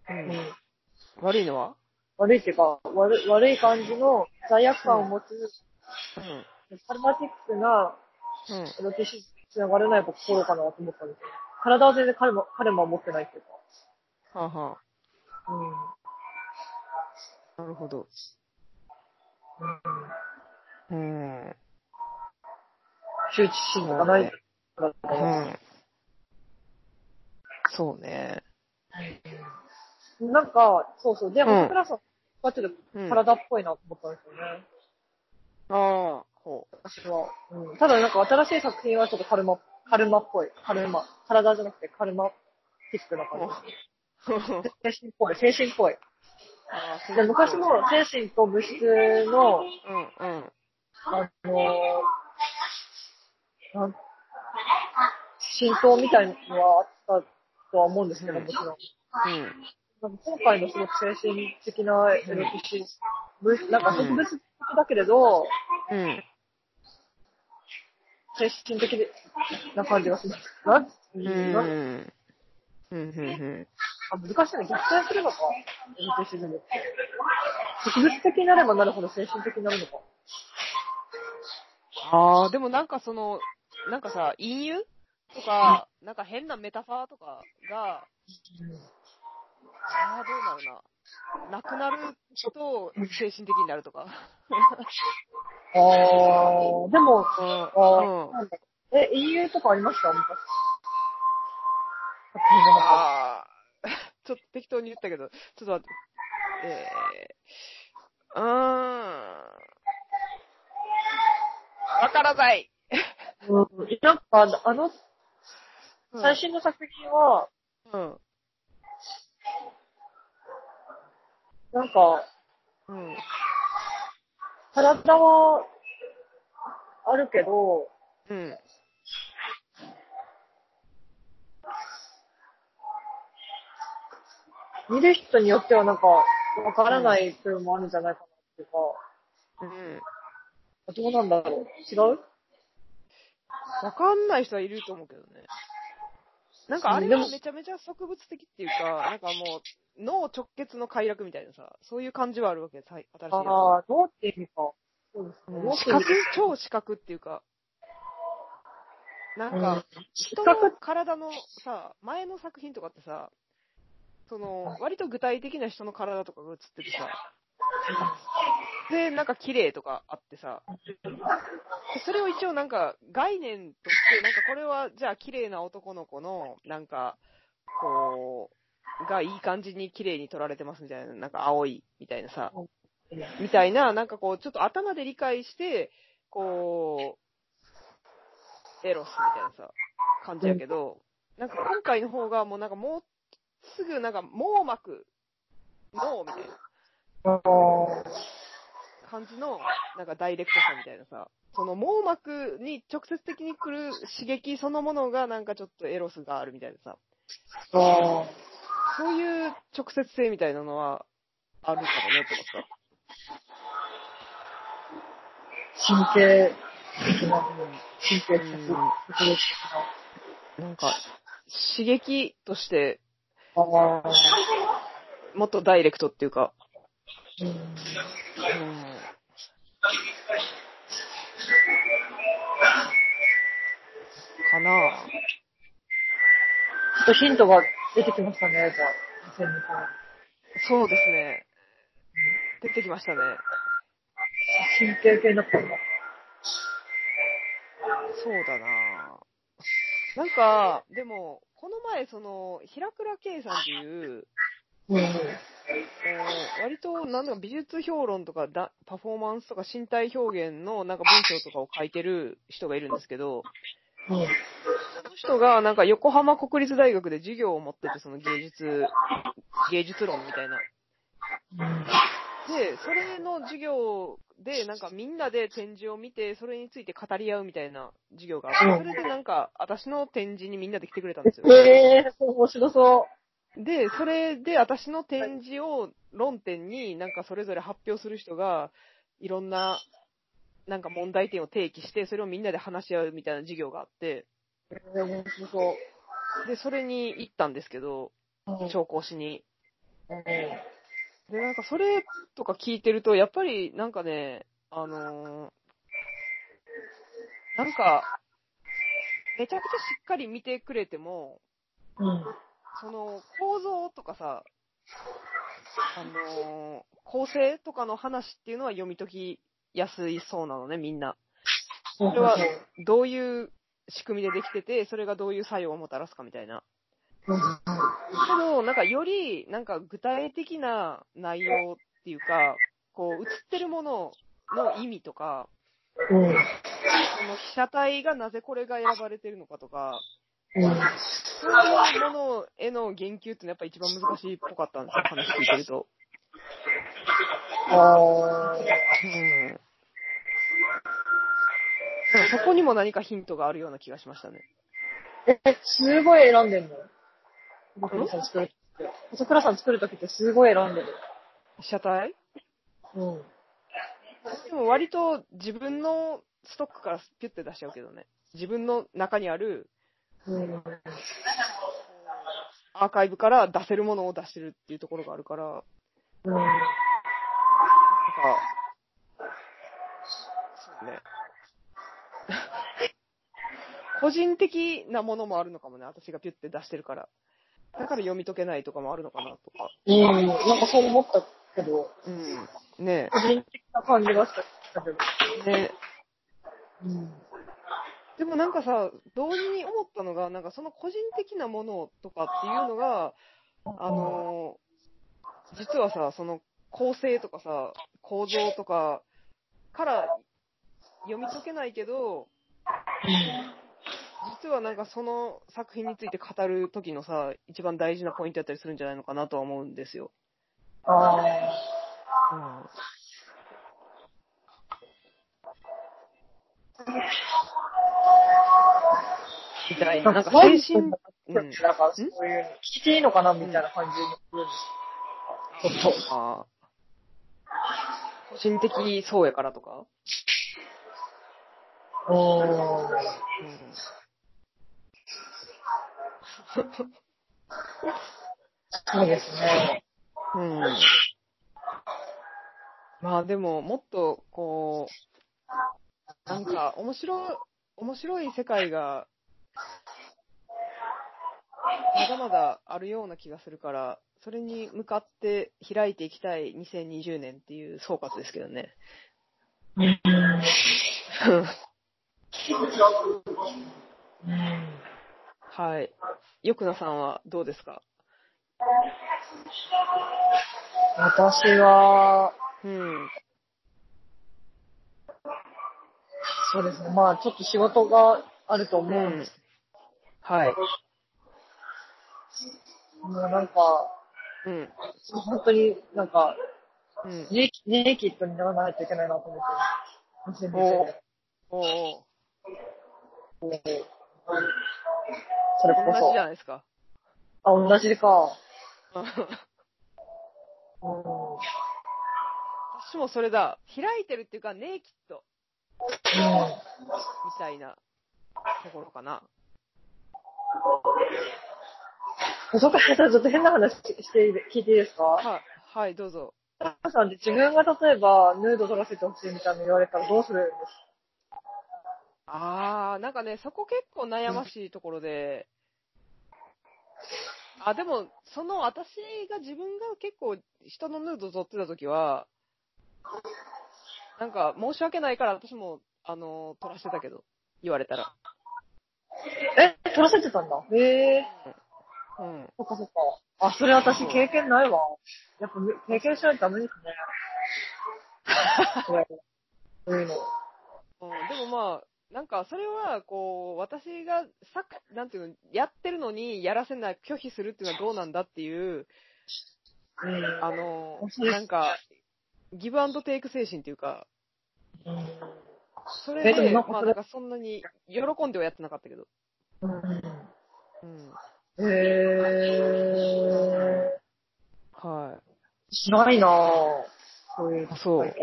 う、うんん。悪いのは悪いっていうか、悪い悪い感じの罪悪感を持つ、うん。カルマティックなうん。エロティシズムにつながれない心かなと思ったんですよ。体は全然カルマ、カルマを持ってないっていうはあ、はか。うん。うんあ、なるほど。うん。羞恥心とかないからだとう思う。ん。そうね。なんか、そうそう。でうんも、僕らさんはちょっうん。とあ体っぽいなと思ったんですよね。あ、ほう。私は。うん。ただなんか新しい作品はちょっとカルマ、カルマっぽい。カルマ。体じゃなくてカルマティックな感じ。精神っぽい。精神っぽい。ああ、で昔も精神と物質 (laughs) うの、ん、うん。あのー、なん浸透みたいのはあったとは思うんですけど、もちろうん。ん。なんか今回のすごく精神的なエロティシズム、なんか植物的だけれど、うん。精神的な感じがします。なんうん。うなんん。うん。あ難しいね。逆転すればか。エロティシズムって。植物的になればなるほど精神的になるのか。ああ、でもなんかその、なんかさ、隠喩とか、なんか変なメタファーとかが、ああ、どうなるな。なくなると、精神的になるとか。あー、でも、うん。あうんー、なんだえ、EU とかありました昔。あー (laughs) ちょっと適当に言ったけど、ちょっと待って。えー、うーん。わからない。うん、なんかあの、あの、うん最新の作品は、うん。なんか、うん。体は、あるけど、うん。見る人によってはなんか、わからない部分もあるんじゃないかなっていうか、うん。どうなんだろう違うわかんない人はいると思うけどね。なんかあれでもはめちゃめちゃ植物的っていうか、 (laughs) なんかもう、脳直結の快楽みたいなさ、そういう感じはあるわけです、はい新しいやつはああ、脳って意味か。そうですね。もう視覚超視覚っていうか、なんうかん、人の体のさ、前の作品とかってさ、その、割と具体的な人の体とかが映っててさ、で、なんか綺麗とかあってさ、でそれを一応なんか概念として、なんかこれはじゃあ綺麗な男の子の、なんか、こう、がいい感じに綺麗に撮られてますみたいな、なんか青いみたいなさ、みたいな、なんかこう、ちょっと頭で理解して、こう、エロスみたいなさ、感じやけど、なんか今回の方がもうなんかもう、すぐなんか網膜、脳みたいなああ感じの、なんかダイレクトさみたいなさ、その網膜に直接的に来る刺激そのものがなんかちょっとエロスがあるみたいなさ、ああ。そういう直接性みたいなのはあるかもねと思った。神経的な、神経質、うん特別的なんか、刺激として、な。ああ。もっとダイレクトっていうか、うんかなぁ。ちょっとヒントが出てきましたね、じゃあ。2002年そうですね。出てきましたね。神経系のことそうだなぁ。なんか、でも、この前、その、平倉圭さんっていう、うん。えー割と、なんだか美術評論とかだ、パフォーマンスとか身体表現のなんか文章とかを書いてる人がいるんですけど、うん。その人がなんか横浜国立大学で授業を持ってて、その芸術、芸術論みたいな。で、それの授業で、なんかみんなで展示を見て、それについて語り合うみたいな授業があって、それでなんか、私の展示にみんなで来てくれたんですよ。ええー、面白そで、それで私の展示を論点になんかそれぞれ発表する人が、いろんな、なんか問題点を提起して、それをみんなで話し合うみたいな授業があって、う。えー、面白そで、それに行ったんですけど、う。調講しに。うんで、なんかそれとか聞いてると、やっぱりなんかね、あのーなんか、めちゃくちゃしっかり見てくれても、うん。その構造とかさ、あのー構成とかの話っていうのは読み解きやすいそうなのね、みんな。それはどういう仕組みでできてて、それがどういう作用をもたらすかみたいな。うん。うんけど、なんかより、なんか具体的な内容っていうか、こう、映ってるものの意味とか、うん。その被写体がなぜこれが選ばれてるのかとか、うん。そういうものへの言及ってのはやっぱ一番難しいっぽかったんですよ、話聞いてると。あうん。でもそこにも何かヒントがあるような気がしましたね。ーえ、すごい選んでんの細倉さん作る時って。細倉さん作るときってすごい選んでる。被写体うん。でも割と自分のストックからピュッて出しちゃうけどね。自分の中にあるうん。アーカイブから出せるものを出してるっていうところがあるから、なんか、うん。そうね。 (laughs) 個人的なものもあるのかもね、私がピュッて出してるから。だから読み解けないとかもあるのかなとか。うん。なんかそう思ったけど、うん。ね個人的な感じがしたけど。え。ねえうん。でもなんかさ、同時に思ったのが、なんかその個人的なものとかっていうのが、あのー実はさ、その構成とかさ、構造とかから読み解けないけど、実はなんかその作品について語る時のさ、一番大事なポイントやったりするんじゃないのかなとは思うんですよ。ああ。みたいな。なんなんかか精神、精神、なんかそういう、聞いていいのかなみたいな感じに言うんですちょっと。あー個人的そうやからとかうーん。うんそうですね。うん。まあでも、もっと、こう、なんか、面白い、面白い世界が、まだまだあるような気がするから、それに向かって開いていきたい2020年っていう総括ですけどね。 (laughs) はい。よくなさんはどうですか私は、うん。そうですね。まあ、ちょっと仕事があると思ううんでんす。はい。もうなんか、うん。本当になんか、うん。ネイキネイキッドにならないといけないなと思ってる。2020お年。おおうこうそれ同こじじゃなそ。いです (laughs) か。あ、同じか。うん。私もそれだ。開いてるっていうか、ネイキッドうんみたいなところかな。そっか、ちょっと変な話していいで、聞いていいですかは、はい、どうぞ。タカさんって自分が例えば、ヌード撮らせてほしいみたいなの言われたらどうするんですあー、なんかね、そこ結構悩ましいところで、あ、でも、その私が自分が結構人のヌード撮ってた時は、なんか申し訳ないから私も、あの、撮らせてたけど、言われたら。かえ、撮らせてたんだ。へえ。うん。そっかそっか。あ、それ私経験ないわ。やっぱ経験しないとダメです (laughs) ね。これそういうの。うん、でもまあ、なんかそれは、こう、私がさなんていうの、やってるのにやらせない、拒否するっていうのはどうなんだっていう、あの面、白いなんか、ギブアンドテイク精神っていうか、うん。それえでで、もなんかまあそなれんかそんなに喜んではやってなかったけど。うん。うん。へえ。はしないなぁ。そういい。うあ、そう。うん。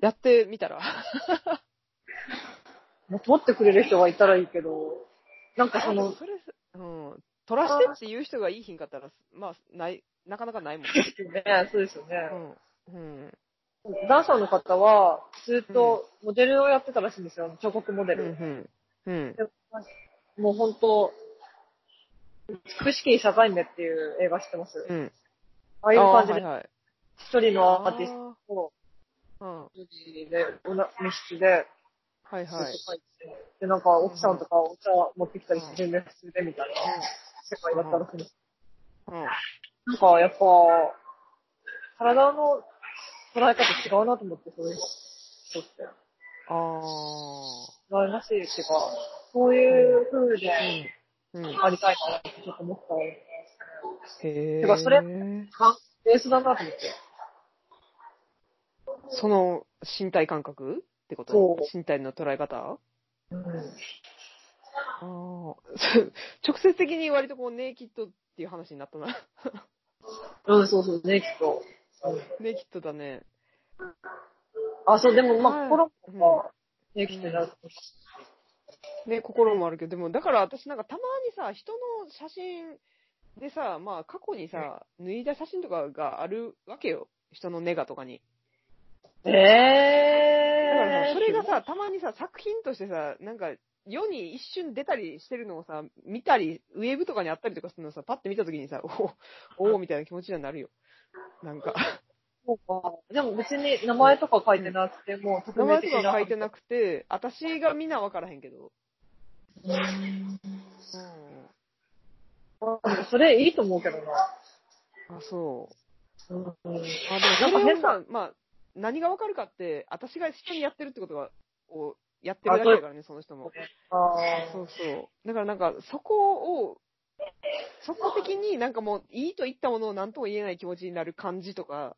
やってみたらもう撮ってくれる人がいたらいいけど、なんかそあでもの、 (laughs) それ、うん。取らしてって言う人がいいひんかったら、まあ、ない、なかなかないもん。ね、そうですよね。うん。うん。ダンサーの方は、ずっとモデルをやってたらしいんですよ、彫刻モデうル。ん。うん。でもう本当、美しき社会面っていう映画知ってますうん。あああいうあ感ー、じはいで、はい。一人のアーティストを、あーうん。で、おな密室で、はいずっとはい。描いて、で、なんか奥さんとかお茶持ってきたりして、準備するでみたいな世界だったらしいんです。うん。なんか、やっぱ、体の捉え方違うなと思って、そういう人って。あ羨ましいっていうか、そういう風で、ー。うん。うん。ありたいなってちょっと思ったので、へえ。てかそれかベースだなと思って。その身体感覚ってことそう身体の捉え方うん。ああ。直接的に割とこう、ネイキッドっていう話になったな。うん、そうそうね、きっと。ネイキッドだね。あ、そう、でも、まあ、はい心も、ね、きっとなって。ね、心もあるけど、でも、だから私なんかたまにさ、人の写真でさ、まあ過去にさ、脱いだ写真とかがあるわけよ。人のネガとかに。だからえさ、ー。それが、さ、たまにさ、作品としてさ、なんか、世に一瞬出たりしてるのをさ、見たり、ウェブとかにあったりとかするのをさ、パッて見たときにさ、おお、おおみたいな気持ちにはなるよ。なんか、そうか。でも別に名前とか書いて (laughs) なくても、特名前とか書いてななくて、私がみんなわからへんけど。くそれいいと思うけどな。あ、そう。うん。あ、でもそなれんをかさ、まあ、何がわかるかって、私が人にやってるってことが、をやってるだけだからね、その人も。あそうそう。だからなんか、そこを、そこ的になんかもう、いいと言ったものを何とも言えない気持ちになる感じとか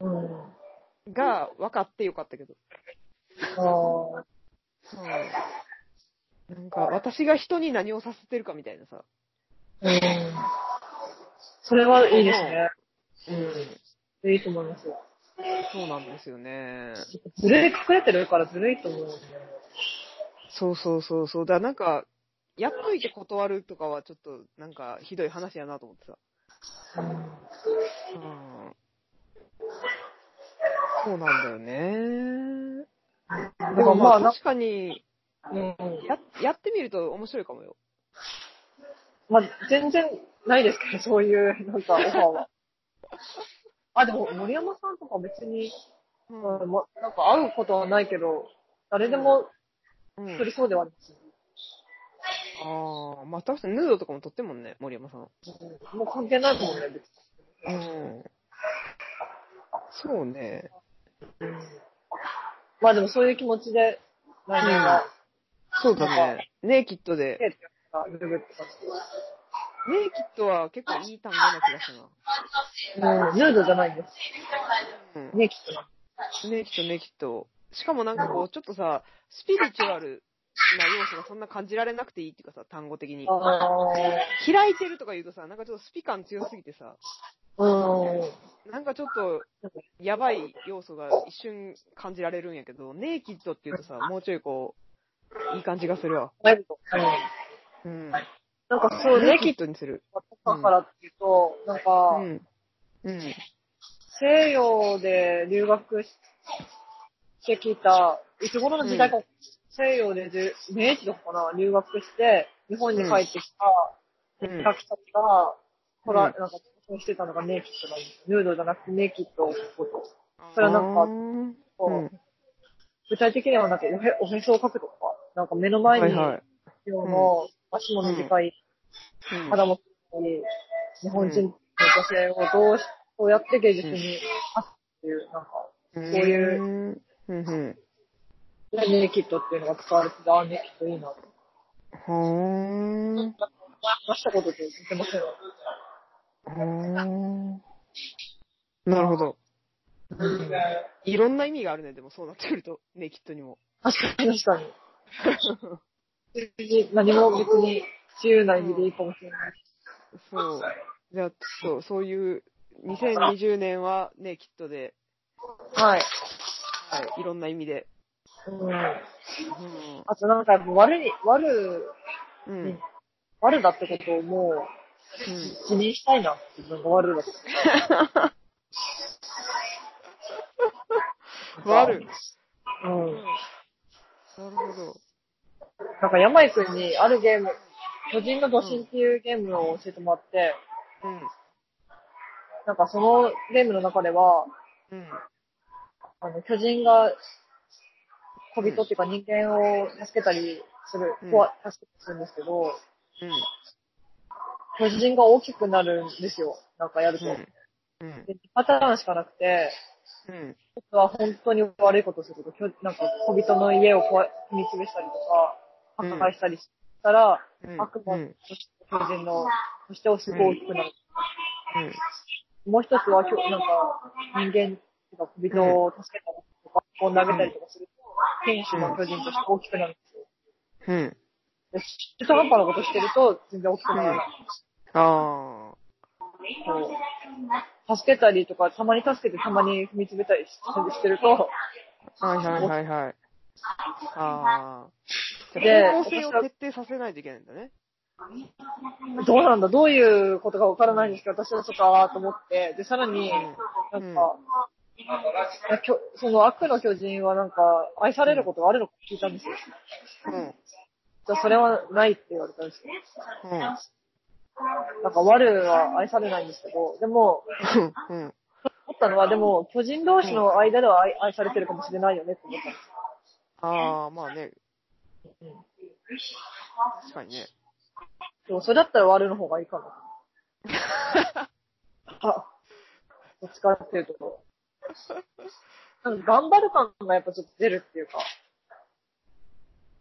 ーうん。が分かってよかったけど。あうん。なんか、私が人に何をさせてるかみたいなさ。ーうん。それはいいですね。うん。いいと思いますよ。そうなんですよね。ずるい、隠れてるからずるいと思う。そうそうそうそう。だからなんか、やっといて断るとかはちょっとなんかひどい話やなと思ってさ。うん。そうなんだよね。ででもまもまああ、なん確かに、うん。や、やってみると面白いかもよ。まあ、全然ないですけど、 (laughs) そういう、なんか、オファーは。あ、でも、森山さんとか別に、ううんま、なんか会うことはないけど、誰でもん。うん作りそうではあります。ああ、まあ確かにヌードとかも撮ってんもんね、森山さん。もう関係ないもんね、別に。うん。そうね。まあでも、そういう気持ちで、来年は、そうだね。ネイキッドで。ええってやったら、ググってネイキッドは結構いい単語な気がしたな。ます。うん、ヌードじゃないんです。うん。ね、きっとな。ネイキッド、ネイキッド。しかもなんかこう、ちょっとさ、スピリチュアルな要素がそんな感じられなくていいっていうかさ、単語的に。あ開いてるとか言うとさ、なんかちょっとスピ感強すぎてさ、あ、うん。なんかちょっと、やばい要素が一瞬感じられるんやけど、ネイキッドって言うとさ、もうちょいこう、いい感じがするわ。ワイルド。うん。なんかそう、ネネイキキッドにする。だからっていうと、なんうか、ん。うん。西洋で留学してきた、いつ頃の時代か、西洋でじゅ明治とかかな、留学して、日本に帰ってきうたん。学者たちが、ほら、うんなんか、してたのがネイキッドなんです。ヌードじゃなくてネイキッドを書くこと。そそれはなんかんこう具体的にはなんかおへ、おへそを書くとか、なんか目の前はいに、はい。今日の足も短い、うん肌も黒い、日本人の女性をどうし、こうやって芸術に出すっていう、なんか、こういうう。うんうん。ネイキッドっていうのが使われてて、あ、ネイキッドいいなと。ほーん。出したことって言ってませんよ。ほーん。なるほど。いろんな意味があるね、でもそうなってくると。ね、きっとにも。確かに確かに。別に何も別に自由な意味でいいかもしれない。そう。じゃあ、ちょっと、そういう、2020年はね、きっとで、はい。はい、いろんな意味で。うん。あとなんかやっぱ悪い、悪、うん。うん。うん。悪だってことをもう、辞任したいな。自分が悪だって。悪い。うん。なるほど。なんか山井くんにあるゲーム、巨人の土神っていうゲームを教えてもらって、うん。なんかそのゲームの中では、うん。あの、巨人が、小人っていうか人間を助けたりするうん、怖、助けたりするんですけど、うん。巨人が大きくなるんですよ。なんかやると。うん。うん。で、パターンしかなくて、うん。一つは本当に悪いことをすると、巨なんか小人の家を壊、踏み潰したりとうか、ん破壊したりしたら、うん。悪う魔ん。として巨人の、としてすごい大きくなる。うん。もう一つは、きょなんか、人間とか小人を助けたりとか、こう投げたりとかすると、天使の巨人として大きくなるんですよ。うん。で、中途半端なことしてると、全然大きくならない。あそう助けたりとか、たまに助けて、たまに踏みつぶたりしてると、あ。はいはいはいはい。ああ。でじゃあ方向性を徹底させないといけないんだね。どうなんだ、どういうことかわからないんですけど、私はそっかーと思って、で、さらに、なうんんか、きょその悪の巨人はなんか、愛されることがあるのか聞いたんですよ。うん。じゃあそれはないって言われたんですよ。うん。なんか、悪は愛されないんですけど、でも、うん。思ったのは、でも、巨人同士の間では愛愛されてるかもしれないよねって思ったんですああ、まあね。確かにね。でも、それだったら悪の方がいいかな。あ、どっちからっていうと。なんか頑張る感がやっぱちょっと出るっていうか、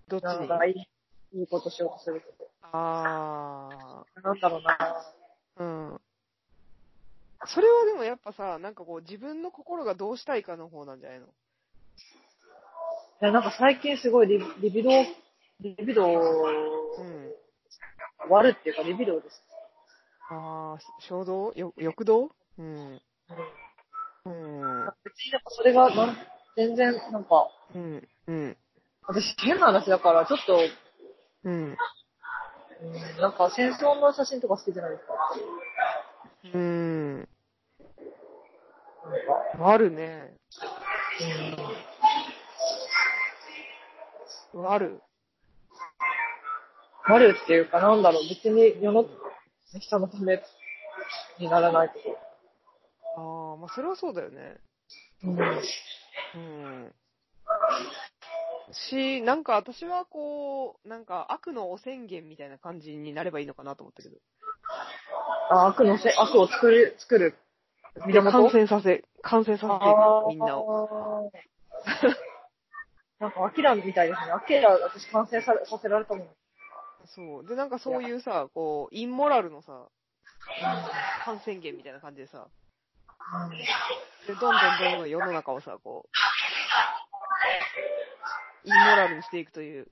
どっちなんにかいい、いいことしようとすること。あなんだろうなあ。うん。それはでもやっぱさ、なんかこう自分の心がどうしたいかの方なんじゃないのいや、なんか最近すごいリリビドー、リビドー、うん。悪っていうかリビドーです。ああ、衝動よ欲動うん。うん。別になんかそれがなん、全然なんか、うん。うん。私変な話だから、ちょっとうん。なんか戦争の写真とか好きじゃないですか。うん。なんかあるね。ある。あるっていうか、なんだろう、別に世の人のためにならないこああ、まあそれはそうだよね。と。うん。うん。し、なんか私はこう、なんか悪のお宣言みたいな感じになればいいのかなと思ったけど。あ悪のせ、悪を作る、作る。感染させ、感染させていあく、みんなを。を。 (laughs) なんか、アキラみたいですね。アキラ、私感染ささせられたもん。そう。で、なんかそういうさ、こう、インモラルのさ、感染源みたいな感じでさ、で、どんどんどんどん世の中をさ、こう、インモラルにしていくという。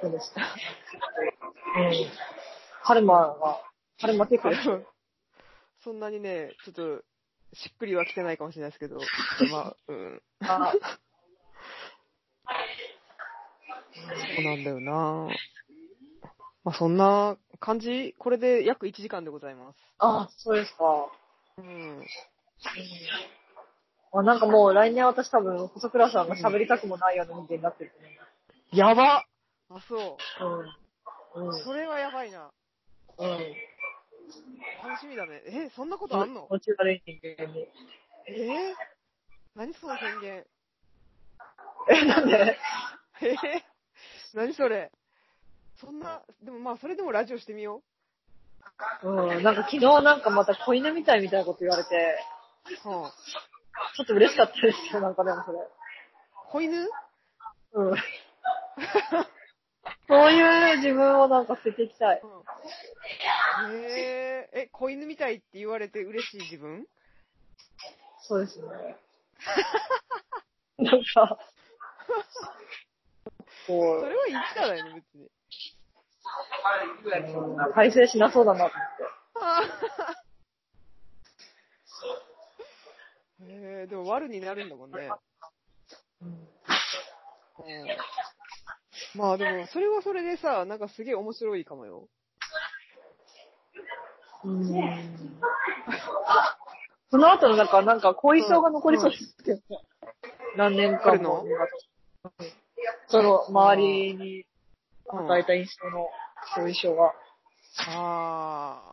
そうでした。うん。カルマは、カルマ (laughs) テクです。そんなにね、ちょっと、しっくりは来てないかもしれないですけど、まあ、うん。あそうなんだよなまあそんな感じこれで約1時間でございます。あ、そうですか。うん。あなんかもう来年私多分、細倉さんが喋りたくもないような人間になってるやばあ、そと思います。うん。うう。それはやばいな。ん。うん。楽しみだね。え、そんなことあんの気持ち悪い人間に。 (laughs) えー何その宣言。え、なんでえー何それ。そんな、でもまあそれでもラジオしてみようん。なんか昨日なんかまた子犬みたいみたいなこと言われて、う。はあ、ちょっと嬉しかったですよ、なんかでもそれ。子犬 (laughs) うん。そういう自分をなんか捨てていきたい。うんえー、え、子犬みたいって言われて嬉しい自分そう (laughs) ですね。なんか、そこれは言ったらよね、別に。う、うん改正しなそうだなと思って。あーえー、でも悪になるんだもんね。まあでも、それはそれでさ、なんかすげえ面白いかもよ。うんその後のなんか、なんか後遺症が残りそうですけど、何年間も来。その周りに与えた印象の後遺症が。ああ。あ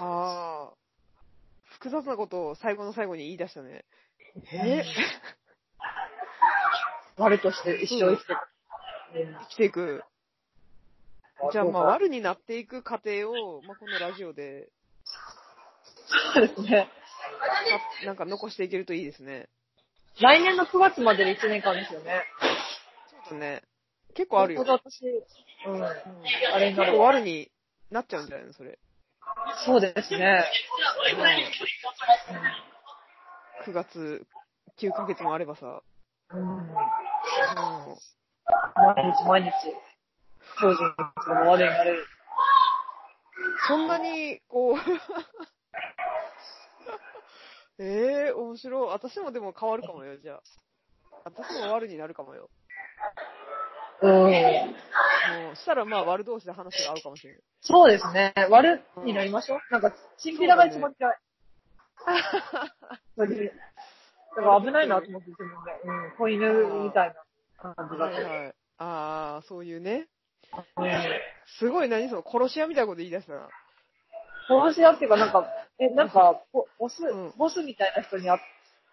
あ。複雑なことを最後の最後に言い出したね。え悪として一生生きてる。生きていく。じゃあまあ悪になっていく過程を、まあこのラジオで、そうですね。たなんか残していけるといいですね。来年の9月までで1年間ですよね。そうだね。結構あるよちょうど私、うね。うん、んあれにな結る構わ。悪になっちゃうんじゃないのそれ。そうですね。 9月、9ヶ月もあればさ。うん。うん毎日毎日、精進して (laughs) も悪いになれる。そんなに、こう。 (laughs) ええー、面白い。私もでも変わるかもよ、じゃあ。私も悪になるかもよ。うん。もう、したらまあ悪同士で話が合うかもしれない。そうですね。悪になりましょう。なんか、チンピラが一番嫌い。そうですね (laughs) だから危ないなと思って自分で。うん。子犬みたいな感じだはいはい。ああ、そういうね。と。すごい何その殺し屋みたいなこと言い出したな。うん。殺し屋っていうか、なんか、え、なんか、ボボスうん、ボスみたいな人にあ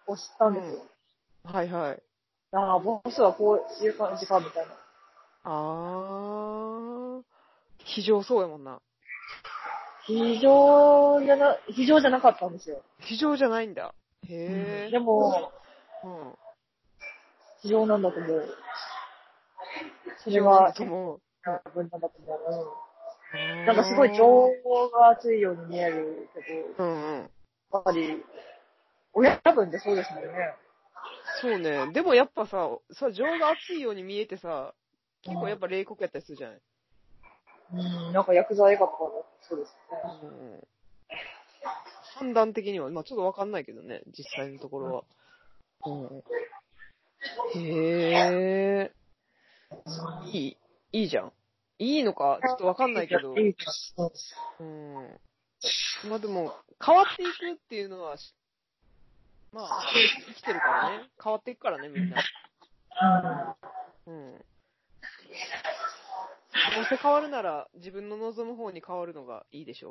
押したんですよ。はいはい。ああ、ボスはこういう感じか、みたいな。ああ、非常そうやもんな。非常じゃな、非常じゃなかったんですよ。非常じゃないんだ。へでえ。も、うん。非常なんだと思う。そ非れ常だは、と思う。自分なんだと思う。うんななんかすごい情報が熱いように見えるけうんうん。ど、やっぱり、親分ってそうですもんね。そうね。でもやっぱさ、さ、情が熱いように見えてさ、結構やっぱ冷酷やったりするじゃない、うん、なんか薬剤映画とかもそうですよね。うん、判断的には、まあちょっとわかんないけどね、実際のところは。うん。へえ。いい、いいじゃん。いいのか、ちょっとわかんないけど。いいですうんうん。まあでも、変わっていくっていうのはし、まあ、生きてるからね。変わっていくからね、みんな。うん。どうせ変わるなら、自分の望む方に変わるのがいいでしょ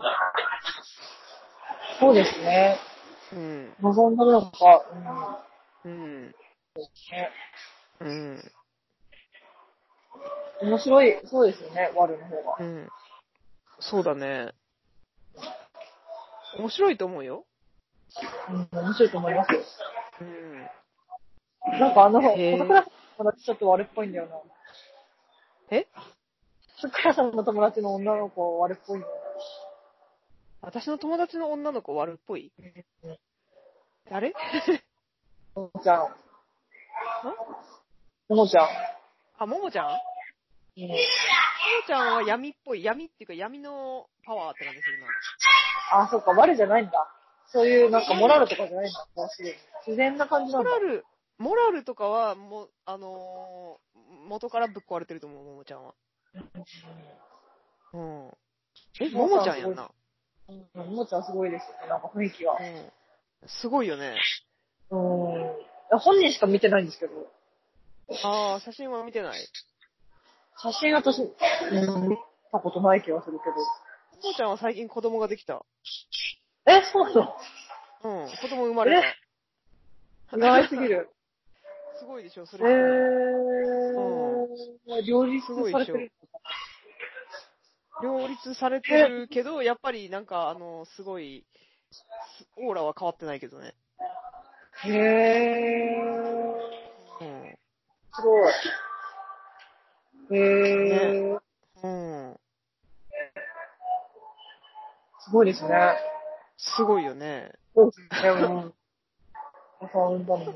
そうですね。う。うん。望んだのか、ううん。ん。ねうん。面白い、そうですよね、ワルの方が。うん。そうだね。面白いと思うよ。うん、面白いと思いますよ。うん。なんかあの、こへーのクラスの友達ちょっと悪っぽいんだよな。えそクラスの友達の女の子悪っぽいんだよ私の友達の女の子悪っぽい誰 (laughs) な。ももちゃん。ももちゃん。あ、ももちゃんももちゃんは闇っぽい。闇っていうか闇のパワーって感じするな。あ、そっか、悪じゃないんだ。そういうなんかモラルとかじゃないんだ。面白い自然な感じなんモだラ。ル、モラルとかは、もう、あのー元からぶっ壊れてると思う、ももちゃんは。うん。え、ももちゃんやんな。うんももちゃんすごいですよね、なんか雰囲気がう。ん。すごいよね。うん。本人しか見てないんですけど、ああ、写真は見てない。写真私、うん、見たことない気がするけど。ももちゃんは最近子供ができた。え、そうなのうん。子供生まれ意外すぎ (laughs) る。た。すごいでしょ、そえれ。ー、両立されてる。両立されてるけど、やっぱりなんか、あの、すごい、すオーラは変わってないけどね。へー、うん。すごい。へー、うん。すごいですね。すごいよね。そうですね、うん。そうなんだもん。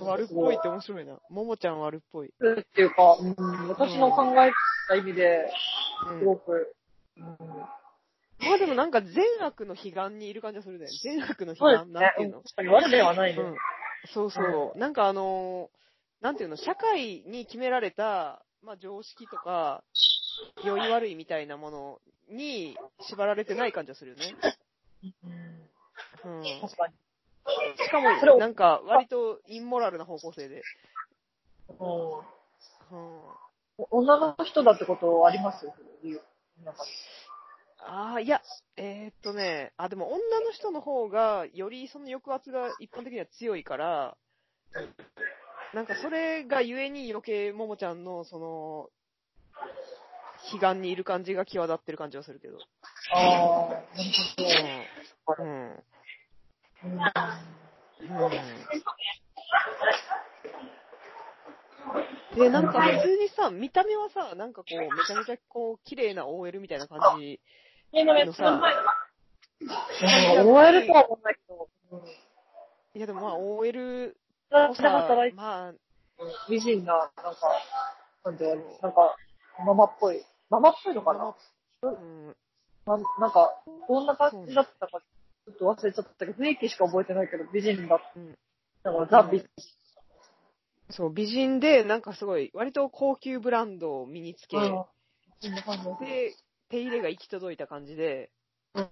悪っぽいって面白いな。ももちゃん悪っぽい。っていうか、うん、私の考えた意味で、うすんごく、うん、まあでもなんか善悪の彼岸にいる感じがするね。善悪のそう彼です岸、ねなん。ていううんの確かに悪ではないうね。ん。そうそう。なんかあのーなんていうの、社会に決められた、まあ常識とか、良い悪いみたいなものに縛られてない感じがするよね。ううんん。確かに。しかそれも、をなんか割とインモラルな方向性で。うんうん。女の人だってことありますよ、理由。なんかああ、いや、えーっとね、あ、でも女の人の方が、よりその抑圧が一般的には強いから、なんかそれがゆえに余計ももちゃんの、その、悲願にいる感じが際立ってる感じはするけど。ああ、なるほど。うん。うん。うんうん。で、なんか普通にさ、見た目はさ、なんかこう、めちゃめちゃこう、綺麗な OL みたいな感じのさ、うん思えるとは思わないけど、うんいやでもまあ OL たをださ働い、てまあ、美人な、なんか、なんて言われるなんか、ママっぽい。ママっぽいのかなうん、ななんか、どんな感じだったか、ちょっと忘れちゃったけど、雰囲気しか覚えてないけど、美人だっうんたから、ザ・美人。そう、美人で、なんかすごい、割と高級ブランドを身につけ、うんそんな感じ。で、手入れが行き届いた感じで、うん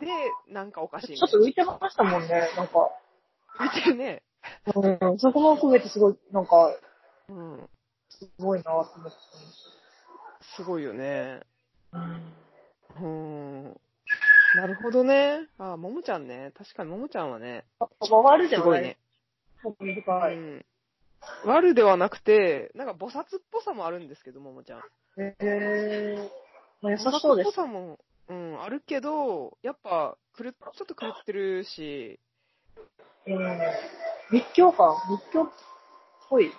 で、なんかおかしいみちたょいっと浮いてましたもんね、なんか。な。見てるね。うん、そこも含めてすごい、なんか、うん。すごいなと思って。すごいよね。うんうーん。なるほどね。あ、ももちゃんね。確かにももちゃんはね、回るじすゃごないいね。興味深うい。ん。悪ではなくて、なんか菩薩っぽさもあるんですけど、ももちゃん。へぇー。まあ、良さそうで菩薩っす。ぽさも、うん、あるけど、やっぱ、くる、ちょっと狂ってるし、うん密教感密教っぽい。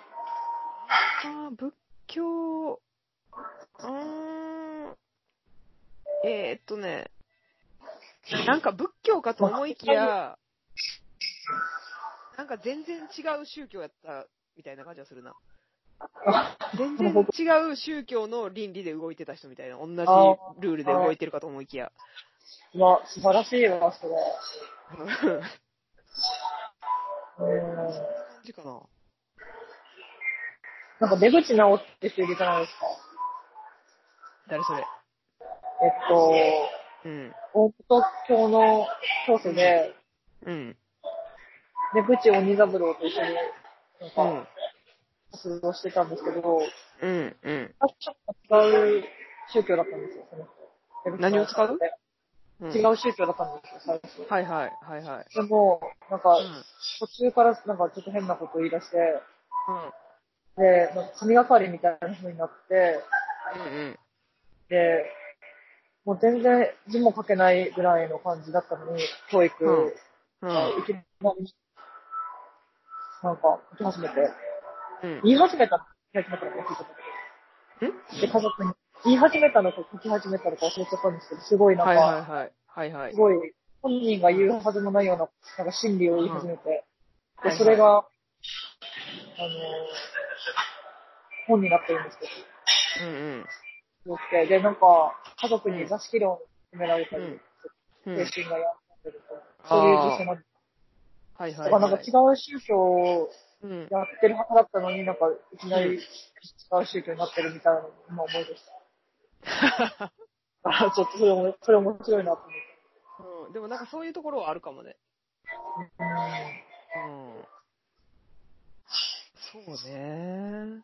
ああ、仏教、うーん、えー、っとね、なんか仏教かと思いきや、なんか全然違う宗教やったみたいな感じがするな。全然違う宗教の倫理で動いてた人みたいな、同じルールで動いてるかと思いきや。 (laughs) うわ、素晴らしいわ、それ。うんうん。感じかな。なんか出口直って人いるじゃないですか。誰それ。えっと、うん。大本教の教祖で、うん。出口鬼三郎と一緒に、なんうか、ん。活動してたんですけど、うん。うん。ちょっと違う宗教だったんですよ、その人何を使ううん違う宗教だったんですよ、最初。はいはい。はいはい。でも、なんか、うん。途中からなんかちょっと変なこと言い出して、うん。で、なんか神がかりみたいな風になって、うん。で、もう全然字も書けないぐらいの感じだったのに、教育、うんうん。いきなり、なんか書き始めて、うん。言い始めたの書き始めたのか忘れちゃった。で、家族に言い始めたのか書き始めたのか忘れちゃったんですけど、すごいなんか、はいはいはい。はいはいす。ごい、本人が言うはずもないような、なんか心理を言い始めて、うんで、それが、あの本になってるんですけうど、んうん。思って、で、なんか、家族に座敷論を決められたり、うん。精神がやってるとあーそういう女性も、はいだはかいらはなんかい違。う宗教をうん。やってる派だったのに、なんか、いきなうんり違う宗教になってるみたいなのを今思い出した。 (laughs) あーちょっとそれも、それ面白いなと思って。うんでもなんかそういうところはあるかもね。うん。そうね。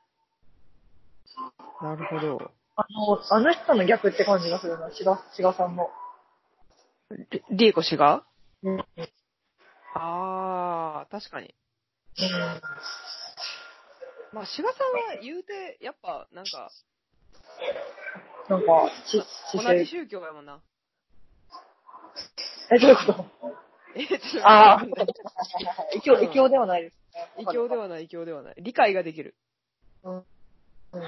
なるほど。あの、あの人の逆って感じがするな、志賀、志賀さんの。り、りえこ氏がうん。うん。あー、確かに。まあ、志賀さんは言うて、やっぱ、なんか、なんか、し、同姿じ勢。宗教やもんな。 (laughs) え、どういうことえ、ちょっと、ああ異教、異教ではないですね。異教ではない、異教ではない。理解ができる。うん。ううんん。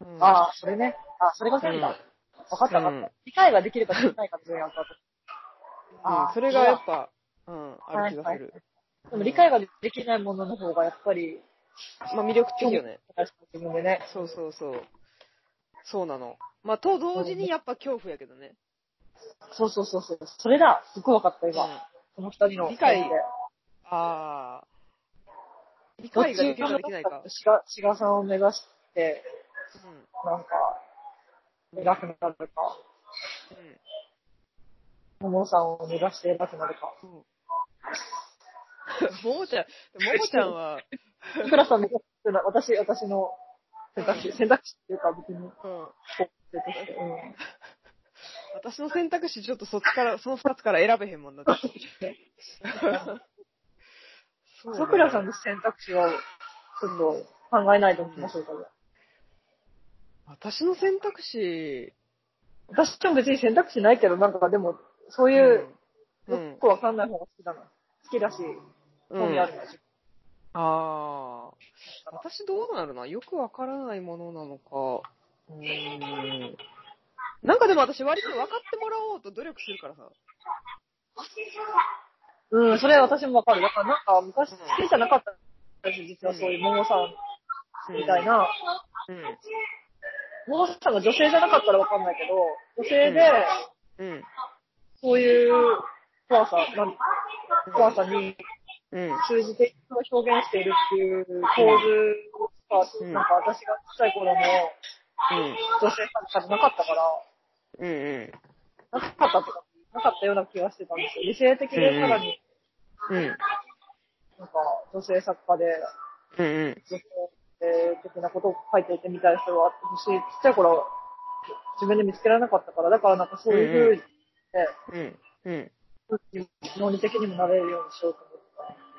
うん、ああ、それね。あそれが線うんだ。わかったわかうんった。理解ができるかできないかってやつだと。うん、それがやっぱ、うん、ある気がする。でも理解ができないものの方がやっぱり、まあ、魅力的よね。自分でね。そうそうそう。そうなの。まあ、と同時にやっぱ恐怖やけどね。そうそうそうそう。それだ。すっごいわかった、うん。今。この二人の。理解で。あー。理どっ解がでちきるかできないか。志賀、志賀さんを目指して、うなんか、偉くなるか、ん。うん。桃さんを目指して偉くなるか。ももちゃん、ももちゃんは、いくらさん目指してるのは私、私の選択肢、選択肢っていうか別に、うん、選択肢うん。私の選択肢ちょっとそっちから、その二つから選べへんもんなって。そうねさくらさんの選択肢を、ちょっと考えないときましょうか、私の選択肢、私でも別に選択肢ないけど、なんかでも、そうういう、うよん。くわかんない方が好きだな。好きだし、興味あるな。ああ。私どうなるなよくわからないものなのか。うーん。なんかでも私割と分かってもらおうと努力するからさ。うん、それ私もわかる。だからなんか昔好きじゃなかったです、実はそういう桃さんみたいな。うん。桃さんが女性じゃなかったらわかんないけど、女性で、うん。そういう怖さ、なん怖さにうん。通じてそれを表現しているっていう構図うが、んなんか私が小さい頃のうん。女性さんじゃなかったから、うん。うん。なかったとか、なかったような気がしてたんですよ。理性的でさらに、うん。なんか女性作家で、うん。うん。女性的なことを書いていてみたい人は私、ちっちゃい頃、自分で見つけられなかったから、だからなんかそういううん。うん。風に、論理的にもなれるようにしようと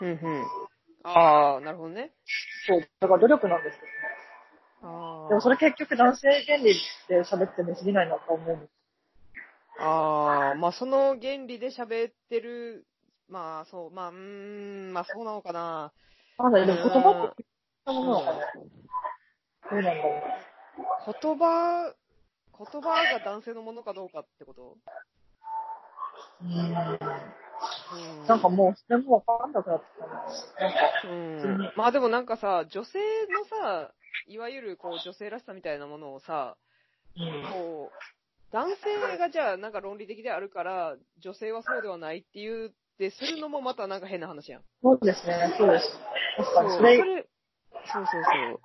思ってた。うん。うん。ああ、なるほどね。そう、だから努力なんですけどね。あでもそれ結局男性原理って喋っても過ぎないなと思うんですあ。ああ、まあその原理で喋ってる、まあそう、まあ、うーん、まあそうなのかな。まだでも言葉ってそういうものなのかね。どうなんだろ言葉、言葉が男性のものかどうかってことう。なんかもう、それもわかんなくなってきたな。なんか、うん。まあでもなんかさ、女性のさ、いわゆるこう女性らしさみたいなものをさ、こう、男性がじゃあなんか論理的であるから、女性はそうではないって言ってするのもまたなんか変な話やん。そうですね、そうです。確そかう、に、そそれ、れ、そうそうそう。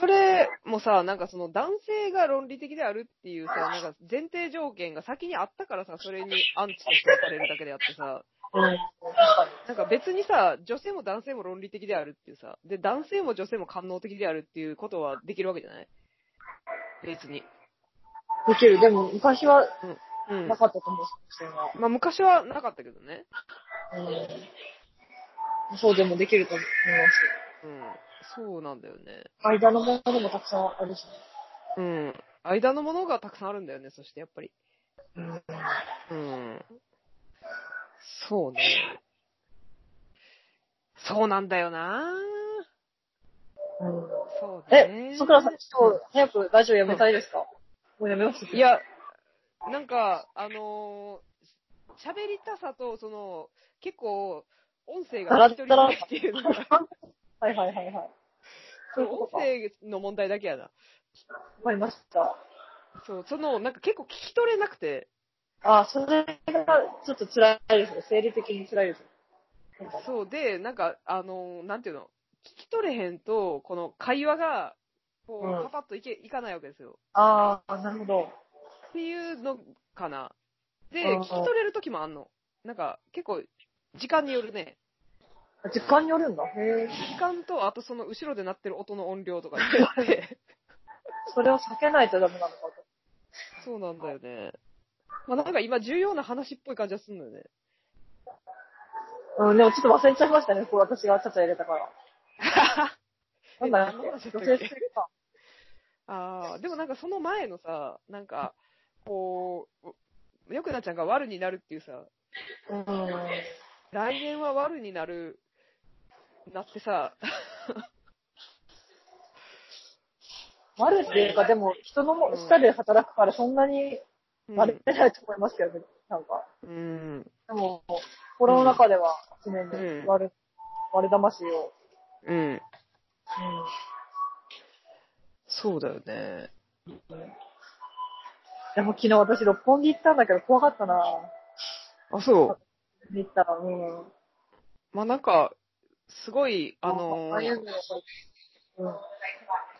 それもさ、なんかその男性が論理的であるっていうさ、なんか前提条件が先にあったからさ、それにアンチとして置かれるだけであってさ、うん、確かに。なんか別にさ、女性も男性も論理的であるっていうさ、で、男性も女性も官能的であるっていうことはできるわけじゃない別に。できる。でも、昔はうんな。かったと思う、それは。まあ昔はなかったけどね。うん。そうでもできると思います。うん。そうなんだよね。間のものもたくさんあるし。うん。間のものがたくさんあるんだよね、そしてやっぱり。うん。うん。そうね。そうなんだよなそうねえ、。そくらさん、ちょっと早くラジオやめたいですか、もうやめますい、や、なんか、あのー喋りたさと、その、結構、音声が一人だらだらっていうのが、 (laughs) はいはいはいはい。そういうこ音とか。声の問題だけやな。わかりました。そう、その、なんか結構聞き取れなくて、あ、それがちょっと辛いですね。生理的に辛いです。そうで、なんか、あのーなんていうの、聞き取れへんと、この会話が、こうう、んパパッといけ、いかないわけですよ。ああ、なるほど。っていうのかな。で、うん聞き取れる時もあんの。なんか、結構、時間によるね。時間によるんだ。へえ。時間と、あとその後ろで鳴ってる音の音量とかによって。 (laughs) それを避けないとダメなのかと。そうなんだよね。まあなんか今重要な話っぽい感じがするのよね。うん、でもちょっと忘れちゃいましたね。こう私がちゃちゃ入れたから。なんだえ何の話だったっ女け性性か。ああ、でもなんかその前のさ、なんか、こう、よくなっちゃんが悪になるっていうさ、うん。来年は悪になる、なってさ、悪っていうか、でも人のも下で働くからそんなにうん悪れないと思いますけどね。なんか。うん。でも、心の中では常に悪、悪魂を。うん。そうだよね。でも昨日私六本木行ったんだけど怖かったなあ、そう。行ったら、うん。まあ、なんか、すごい、あのああいーうのやっぱりうん。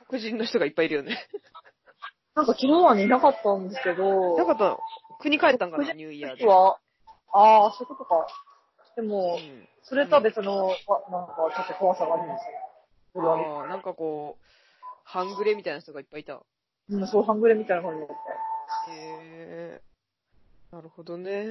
黒人の人がいっぱいいるよね。なんか昨日はね、いなかったんですけど、なかったの国帰ったんかな、ニューイヤーで。今日は、ああ、そういうことか。でうも、んそれとは別の、わなんかちょっと怖さがありましたね。これはねあーなんかこう、半グレみたいな人がいっぱいいた。うん、そう、半グレみたいな感じだった。へー。なるほどね。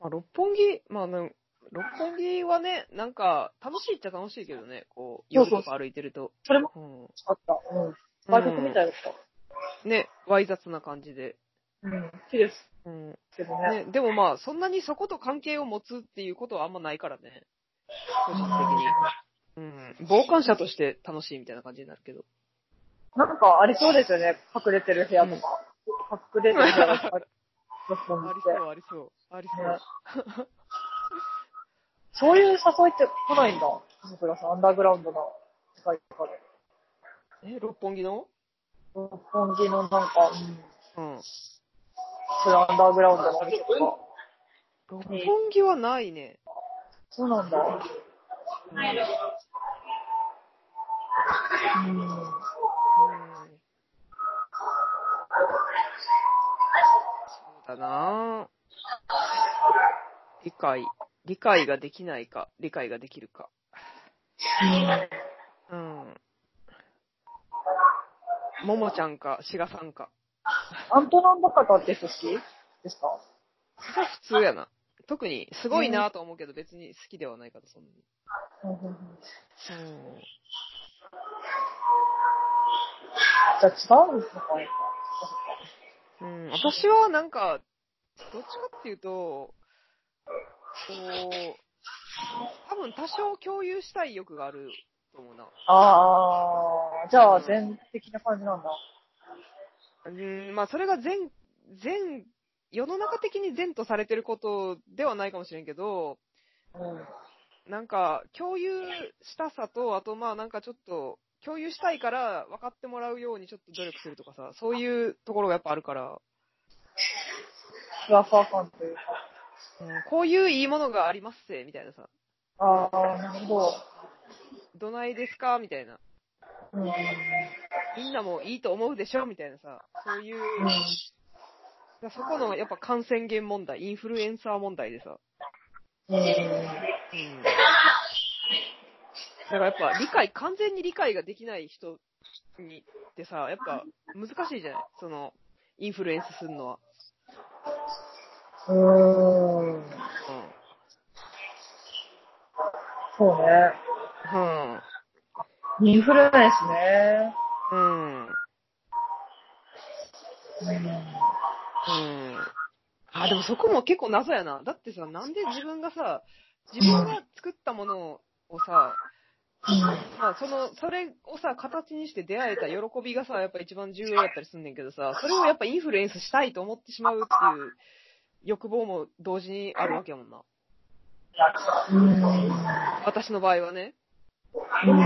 まあ、六本木、まあ、なん六本木はね、なんか、楽しいっちゃ楽しいけどね、こう、そう夜そうとか歩いてると。それもうんあった。うん。外国みたいだった。ね、わい雑な感じで。うん。好きですうん。けどね。ね、でもまあ、そんなにそこと関係を持つっていうことはあんまないからね。個人的に。うん。傍観者として楽しいみたいな感じになるけど。なんかありそうですよね。隠れてる部屋とか。隠れてる部屋がいっぱい。六あ本木りってそう、ありそう。ありそう。そういう誘いって来ないんだ。桜さん、アンダーグラウンドな世界とかで。え、六本木の六本木のなんか、うんうん。そういうアンダーグラウンドのお店とか。六本木はないね。そうなんだ。うん。うんうん。そうだなぁ理解。理解ができないか、理解ができるか。うん。ももちゃんか、しがさんか。アントランバカタって人好きですかそれは普通やな。特に、すごいなとは思うけど、別に好きではないから、そんなに。じうんゃあ違うんですかねうん、私はなんか、どっちかっていうと、こう、多分多少共有したい欲があると思うな。あー、じゃあ全的な感じなんだ。うん、まあそれが全、全、世の中的に善とされてることではないかもしれんけど、うん。なんか共有したさと、あとまあなんかちょっと、共有したいから分かってもらうようにちょっと努力するとかさ、そういうところがやっぱあるから、ふわふわ感といううか。んこういういいものがありますせ、みたいなさ。ああ、なるほど。どないですかみたいな。うん。うん。みんなもいいと思うでしょみたいなさ。そういう、そこのやっぱ感染源問題、インフルエンサー問題でさ。うん。うん。だからやっぱ理解、完全に理解ができない人にってさ、やっぱ難しいじゃないその、インフルエンスするのは。うーん。そうね。うん。インフルエンスね。うん。うん。うん。あ、でもそこも結構謎やな。だってさ、なんで自分がさ、自分が作ったものをさ、まあ、その、それをさ、形にして出会えた喜びがさ、やっぱ一番重要だったりすんねんけどさ、それをやっぱインフルエンスしたいと思ってしまうっていう欲望も同時にあるわけやもんな。うん。私の場合はね。うん。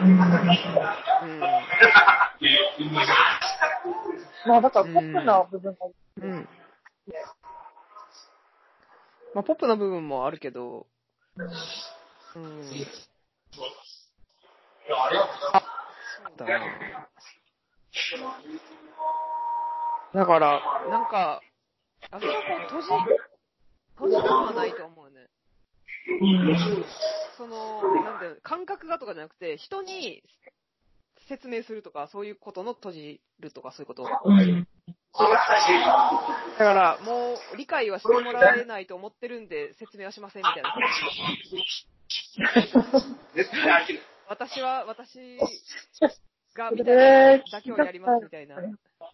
ううんまあだからポップな部分が、うんまあ、ポップな部分もあるけど、うん。そうだな。だから、なんか、あそこ閉じ、閉じるのはないと思うね。その、なんていうの感覚がとかじゃなくて、人に説明するとか、そういうことの閉じるとか、そういうこと。うん。だから、もう理解はしてもらえないと思ってるんで、説明はしませんみたいな。私は、私が、みたいな、だけをやりますみたいな。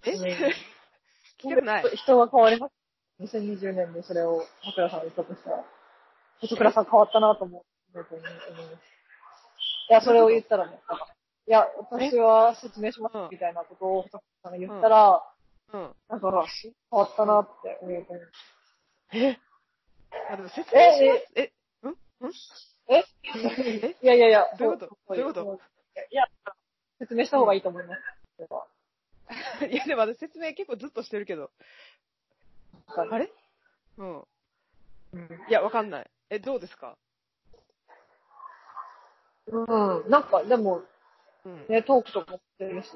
え聞きたくない。人は変わります。2020年でそれを桜さんが言ったとしたら、桜さん変わったなと思う。いや、それを言ったらね、いや、私は説明しますみたいなことを桜さんが言ったら、うん。なんか変わったなって思うと思う。えあ、でも説明します。え、んんええいやいやいや、どういうことどそういうこといや、説明した方がいいと思います。いや、でも私説明結構ずっとしてるけど。あれうん。いや、わかんない。え、どうですかうん。なんか、でも、うん。ね、トークとかもしてるし。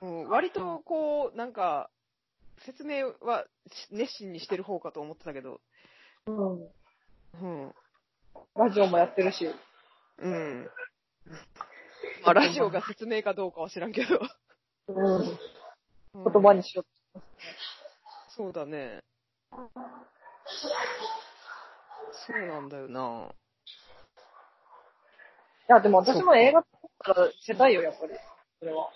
うん、割と、こう、なんか、説明はし熱心にしてる方かと思ってたけど。うん。うん。ラジオもやってるし。うん。まあ、ラジオが説明かどうかは知らんけど。うん。うん (laughs) 言葉にしよそうだね。そうなんだよな。う。いや、でも私も映画撮ったら世代よ、やっぱり。それは。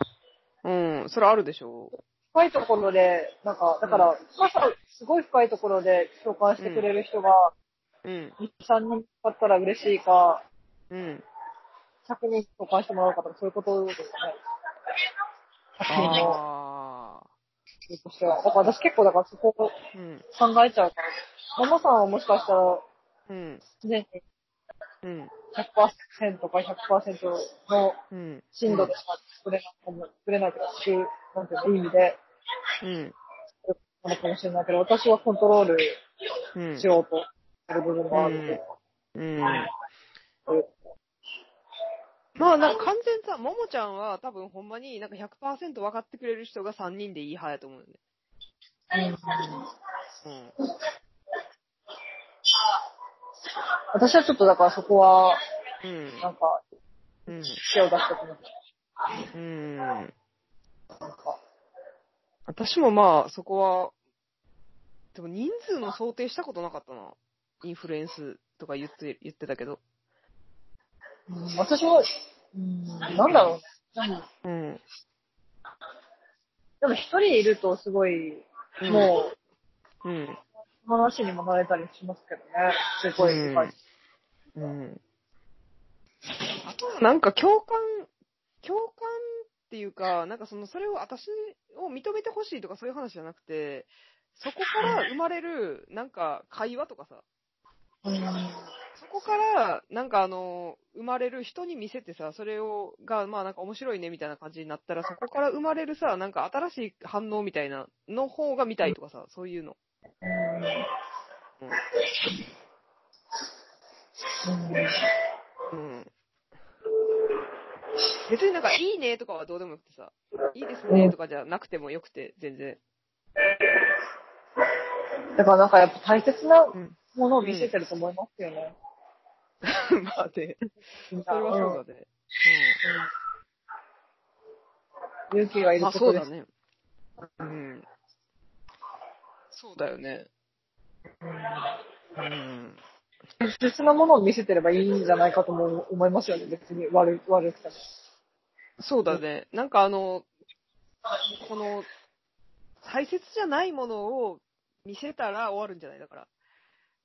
うん、それあるでしょ深いところで、なんか、だから、まさ、すごい深いところで共感してくれる人が、うん。 2、3人だったら嬉しいか、うん。 100人共感してもらうかとか、そういうことですね。作品のああ。理由としては。だから私結構、だからそこをうん。考えちゃうから。ママさんはもしかしたら、うん。ね、うん。 100%か100%のうん。深度でしか作れないかも、作れないとか、作る、なんていうの、いい意味で、うん。なのかもしれないけど、私はコントロールうん。しようと、する部分もあるので、うん。まあ、なんか完全さ、ももちゃんは多分ほんまになんか100%分かってくれる人が3人でいい派やと思うよね。うん。私はちょっとだからそこは、うん。なんか、うん。手を出してくる。うん。なんか、私もまあ、そこは、でも人数の想定したことなかったな。インフルエンスとか言って、言ってたけど。うん、私は、うん、なんだろうね。でも、うん。でも一人いるとすごい、もう、うん。話にもなれたりしますけどね。すごい深い。うん。あとはなんか共感、共感っていうか、なんかその、それを私を認めてほしいとかそういう話じゃなくて、そこから生まれる、なんか会話とかさ、そこから、なんかあの、生まれる人に見せてさ、それを、が、まあなんか面白いねみたいな感じになったら、そこから生まれるさ、なんか新しい反応みたいなの方が見たいとかさ、そういうの。うん。別になんか、いいねとかはどうでもよくてさ、いいですねとかじゃなくてもよくて、全然。だからなんかやっぱ大切なうん。ものを見せてると思いますよね。まあね、みんそなれはそうだね。うん勇気がういん。るまあこそとうでだす。ね。うん。そうだよね。うん。大切なものを見せてればいいんじゃないかとも思いますよね、別に悪い悪くても。そうだね。なんかあの、この、大切じゃないものを見せたら終わるんじゃないだから。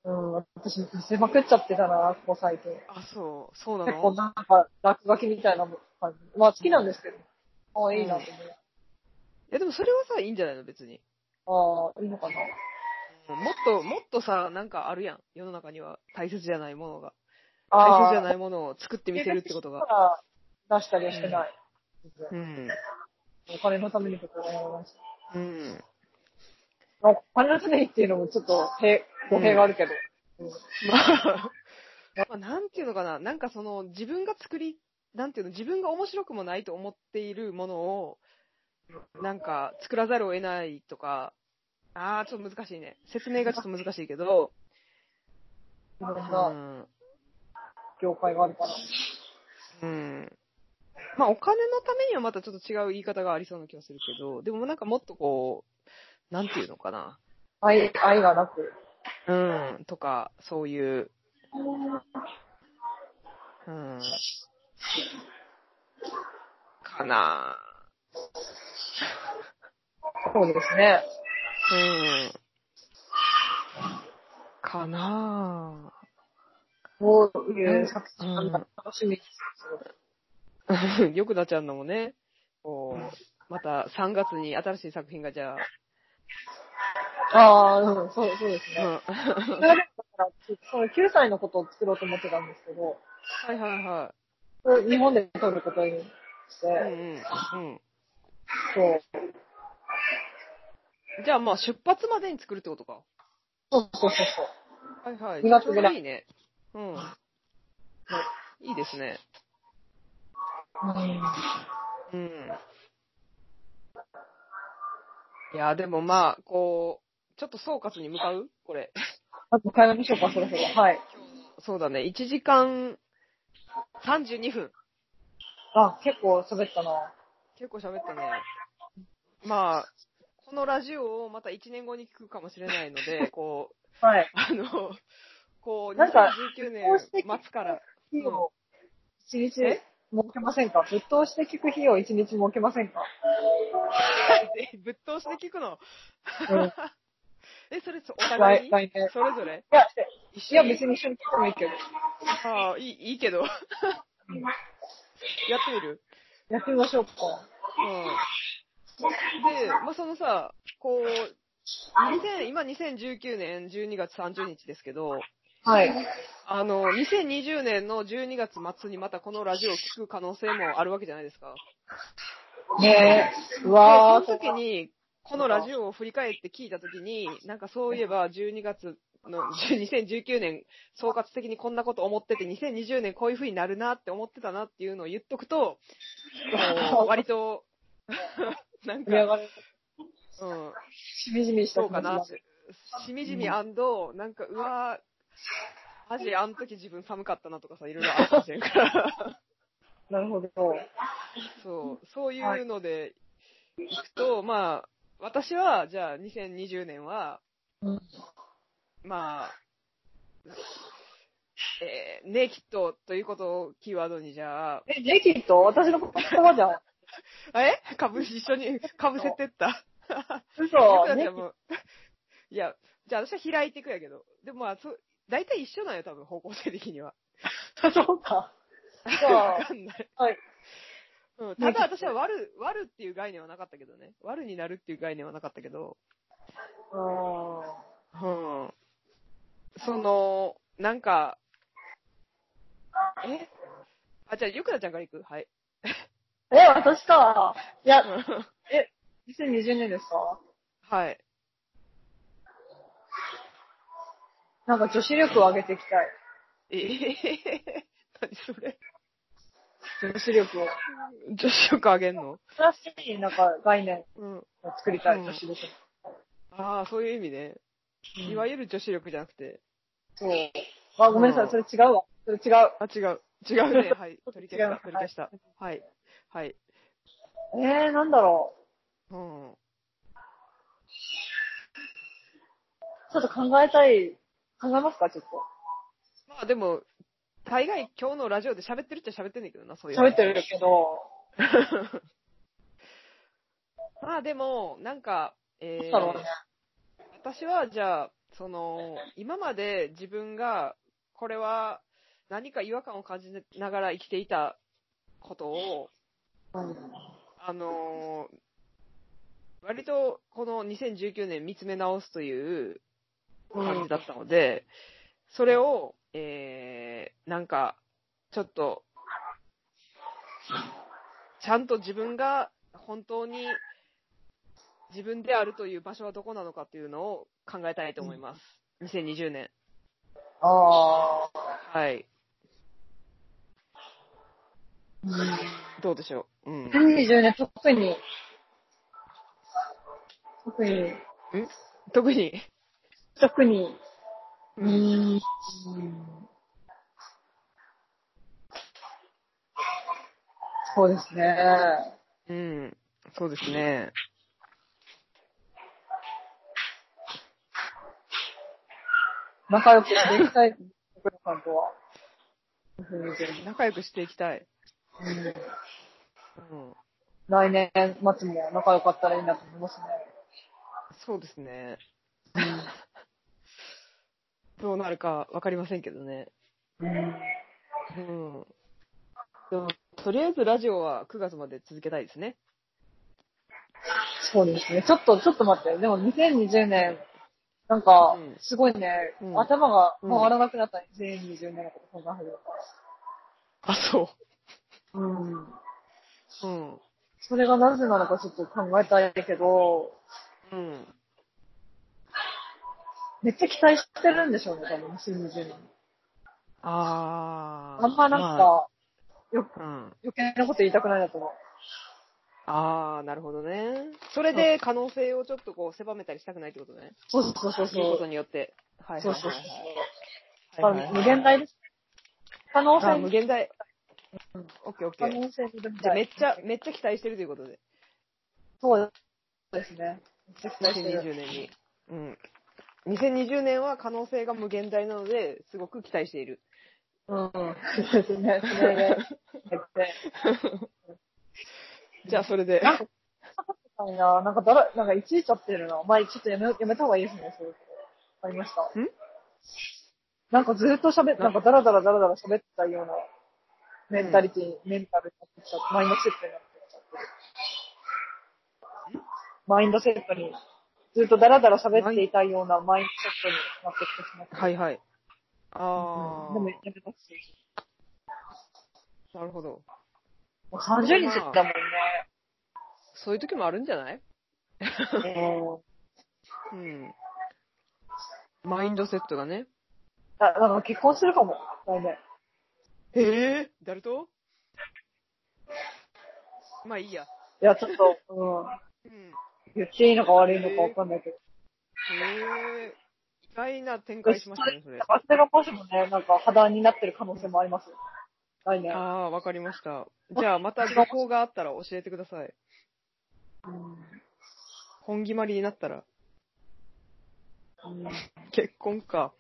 うん、私、見せまくっちゃってたな、ここ最近。あ、そう、そうな (laughs) 結構のなんか、落書きみたいなもん感じ。まあ、好きなんですけど。ああ、いいなといやでもそれはさ、いいんじゃないの別に。思う。ああ、いいのかな。うんもっと、もっとさ、なんかあるやん。世の中には大切じゃないものが。大あ切あ、。じゃないいものを作ってみせるってことが。出したりはしてない。うん。お金のためにとか思いました。うん。まあ、お金のためにっていうのもちょっと、へ語弊があるけど。まあ、まあ、なんていうのかな。なんかその、自分が作り、なんていうの、自分が面白くもないと思っているものを、なんか、作らざるを得ないとか、あー、ちょっと難しいね。説明がちょっと難しいけど、いろんう。なん業界があるから。うん。まあ、お金のためにはまたちょっと違う言い方がありそうな気がするけど、でもなんかもっとこう、なんていうのかな。愛、愛がなく。うん、とか、そういう、うん、かなそうですね。うん。かなこういう作品なんだうん楽しみです。ぁ。 (laughs) よくなちゃんのもね、こう、また3月に新しい作品がじゃあ、ああ、うん、そう、そうですうね。んそれはだから、その9歳のことを作ろうと思ってたんですけど、はいはいはそれを日本で撮ることにして、い。うんうん。うん。そう、じゃあまあ出発までに作るってことか。そうそうそうそはう。いはい。二月ぐらいちょうどいいね。うん。いいですね。うんうん。いや、でもまあ、こう、ちょっと総括に向かうこれ。あと変えましょうか、そろそろ。はい。そうだね。1時間32分。あ、結構喋ったな。結構喋ったね。まあ、このラジオをまた1年後に聞くかもしれないの (laughs) で、こう、はい。あの、こう、なんか2019こう年して末から。日を一日設えけませんかぶっ通して聞く日を一日設けませんかでぶっ通して聞くの。うん。 (laughs) え、それ、そお互いに来来年。それぞれいや、一緒いやに別に一緒に聞いてもいいけど。ああ、いい、いいけど。や (laughs) ってみるやってみましょうか。うん。で、まあ、そのさ、こう、2000今2019年12月30日ですけど、はい。あの、2020年の12月末にまたこのラジオを聞く可能性もあるわけじゃないですか。ねえ。うで、わー。その時に、このラジオを振り返って聞いた時に、なんかそういえば12月の、2019年総括的にこんなこと思ってて、2020年こういう風になるなって思ってたなっていうのを言っとくと、こう割と、 (laughs) なん盛り上か、がる。うん、しみじみしたそう気か持ちがな。しみじみなんか、うわー、マジあの時自分寒かったなとかさ、いろいろあるかもしれんから。なるほど。そう、そういうのでいくと、まあ、私は、じゃあ2020年は、うんまあ、えー、ネイキッドということをキーワードに、じゃあ、え、ネイキッド私の言葉じゃん。あえ株、一緒に被せてった。嘘。いネイやキッもういや、じゃあ私は開いていくやけど。でもまあ、そう大体一緒なんよ、多分、方向性的には。ドそうか。じゃあわかんない。はい。うん、ただ私は悪、悪っていう概念はなかったけどね。悪になるっていう概念はなかったけど。うーん。うん。その、なんか、えあ、じゃあ、ゆくなちゃんから行くはい。 (laughs) え、私か。いや、うん2020年ですかはい。なんか女子力を上げていきたい。え (laughs) へへへ何それ。女子力を。女子力上げんの新しい、なんか概念うん。を作りたい、うん女子力。ああ、そういう意味ね。いわゆる女子力じゃなくて。そう。あ、ごめんなさい、それ違うわ。それ違う。あ、違う。違う (laughs) ね。はい。取り消した。違取りう消した。はい。はい。えー、なんだろうん。う。ちょっと考えたい。考えますか、ちょっと。まあでも、大概今日のラジオで喋ってるっちゃ喋ってんねんけどな、そういう。喋ってるけど、まあでも、なんか、なえんだろうねー、。私はじゃあ、その、今まで自分が、これは何か違和感を感じながら生きていたことを、あのー割とこの2019年見つめ直すという感じだったので、それを、えー、なんか、ちょっと、ちゃんと自分が本当に自分であるという場所はどこなのかっていうのを考えたいと思います。2020年。あー。はい。どうでしょう。うん。 2020年、特に、特に、特に、特に、ううんーん。そうですね。うん。そうですね。仲良くしていき (laughs) たい、僕らさんとは。2020仲良くしていきたい。年。うん。来年末も仲良かったらいいなと思いますね。そうですね。 (laughs) どうなるかわかりませんけどね。うん。でも、とりあえずラジオは9月まで続けたいですね。そうですね。ちょっと、ちょっと待って。でも2020年、なんかうん、すごいね、うん頭が回らなくなった、2020年のこと考え始めたかあ、そら。うん。う。うん。それがなぜなのかちょっと考えたいけど、うん。めっちゃ期待してるんでしょうね、多分、2020年。あー。あんまなんか、まあうん。余計なこと言いたくないなと思う。あー、なるほどね。それで可能性をちょっとこう狭めたりしたくないってことね。そうそうそうそういうそことう。によって。はいそはういそうそう。は多いはい。分無限大です。可能あ、性無も、限大。オッケーオッケ可ー。能性も無限じゃあ大。めっちゃ、めっちゃ期待してるということで。そうですね。めっちゃ期待してる。 2020年に。うん。2020年は可能性が無限大なので、すごく期待している。 (laughs) うん。そうですね。それで、めっちゃ。じゃあそれで。なんか、高いな。なんかだら、なんかいちいちゃってるな。まあ、ちょっとやめ、やめた方がいいですね、そういうこと。ありました。んなんかずっと喋っ、なんかダラダラダラダラ喋ってたような、メンタリティ、メンタルになってきちゃって、マインドセットになってきちゃって。マインドセットに、ずっとダラダラ喋っていたようなマインドセットになってきてしまった。はいはい。うあんでもやー、めたし。なるほど。もう30日だもんね。そういう時もあるんじゃないうんうん。マインドセットがね。あ、なんか結婚するかも、来年。ええー、誰とまあいいや。いや、ちょっと、うん。うん。言っていいのか悪いのかわかんないけど。へえー、意外な展開しましたね、それ。なんか、それがもしもね、なんか、破談になってる可能性もあります。来年。ああー、わかりました。じゃあ、また情報があったら教えてください。本決まりになったら。 (laughs) 結婚か。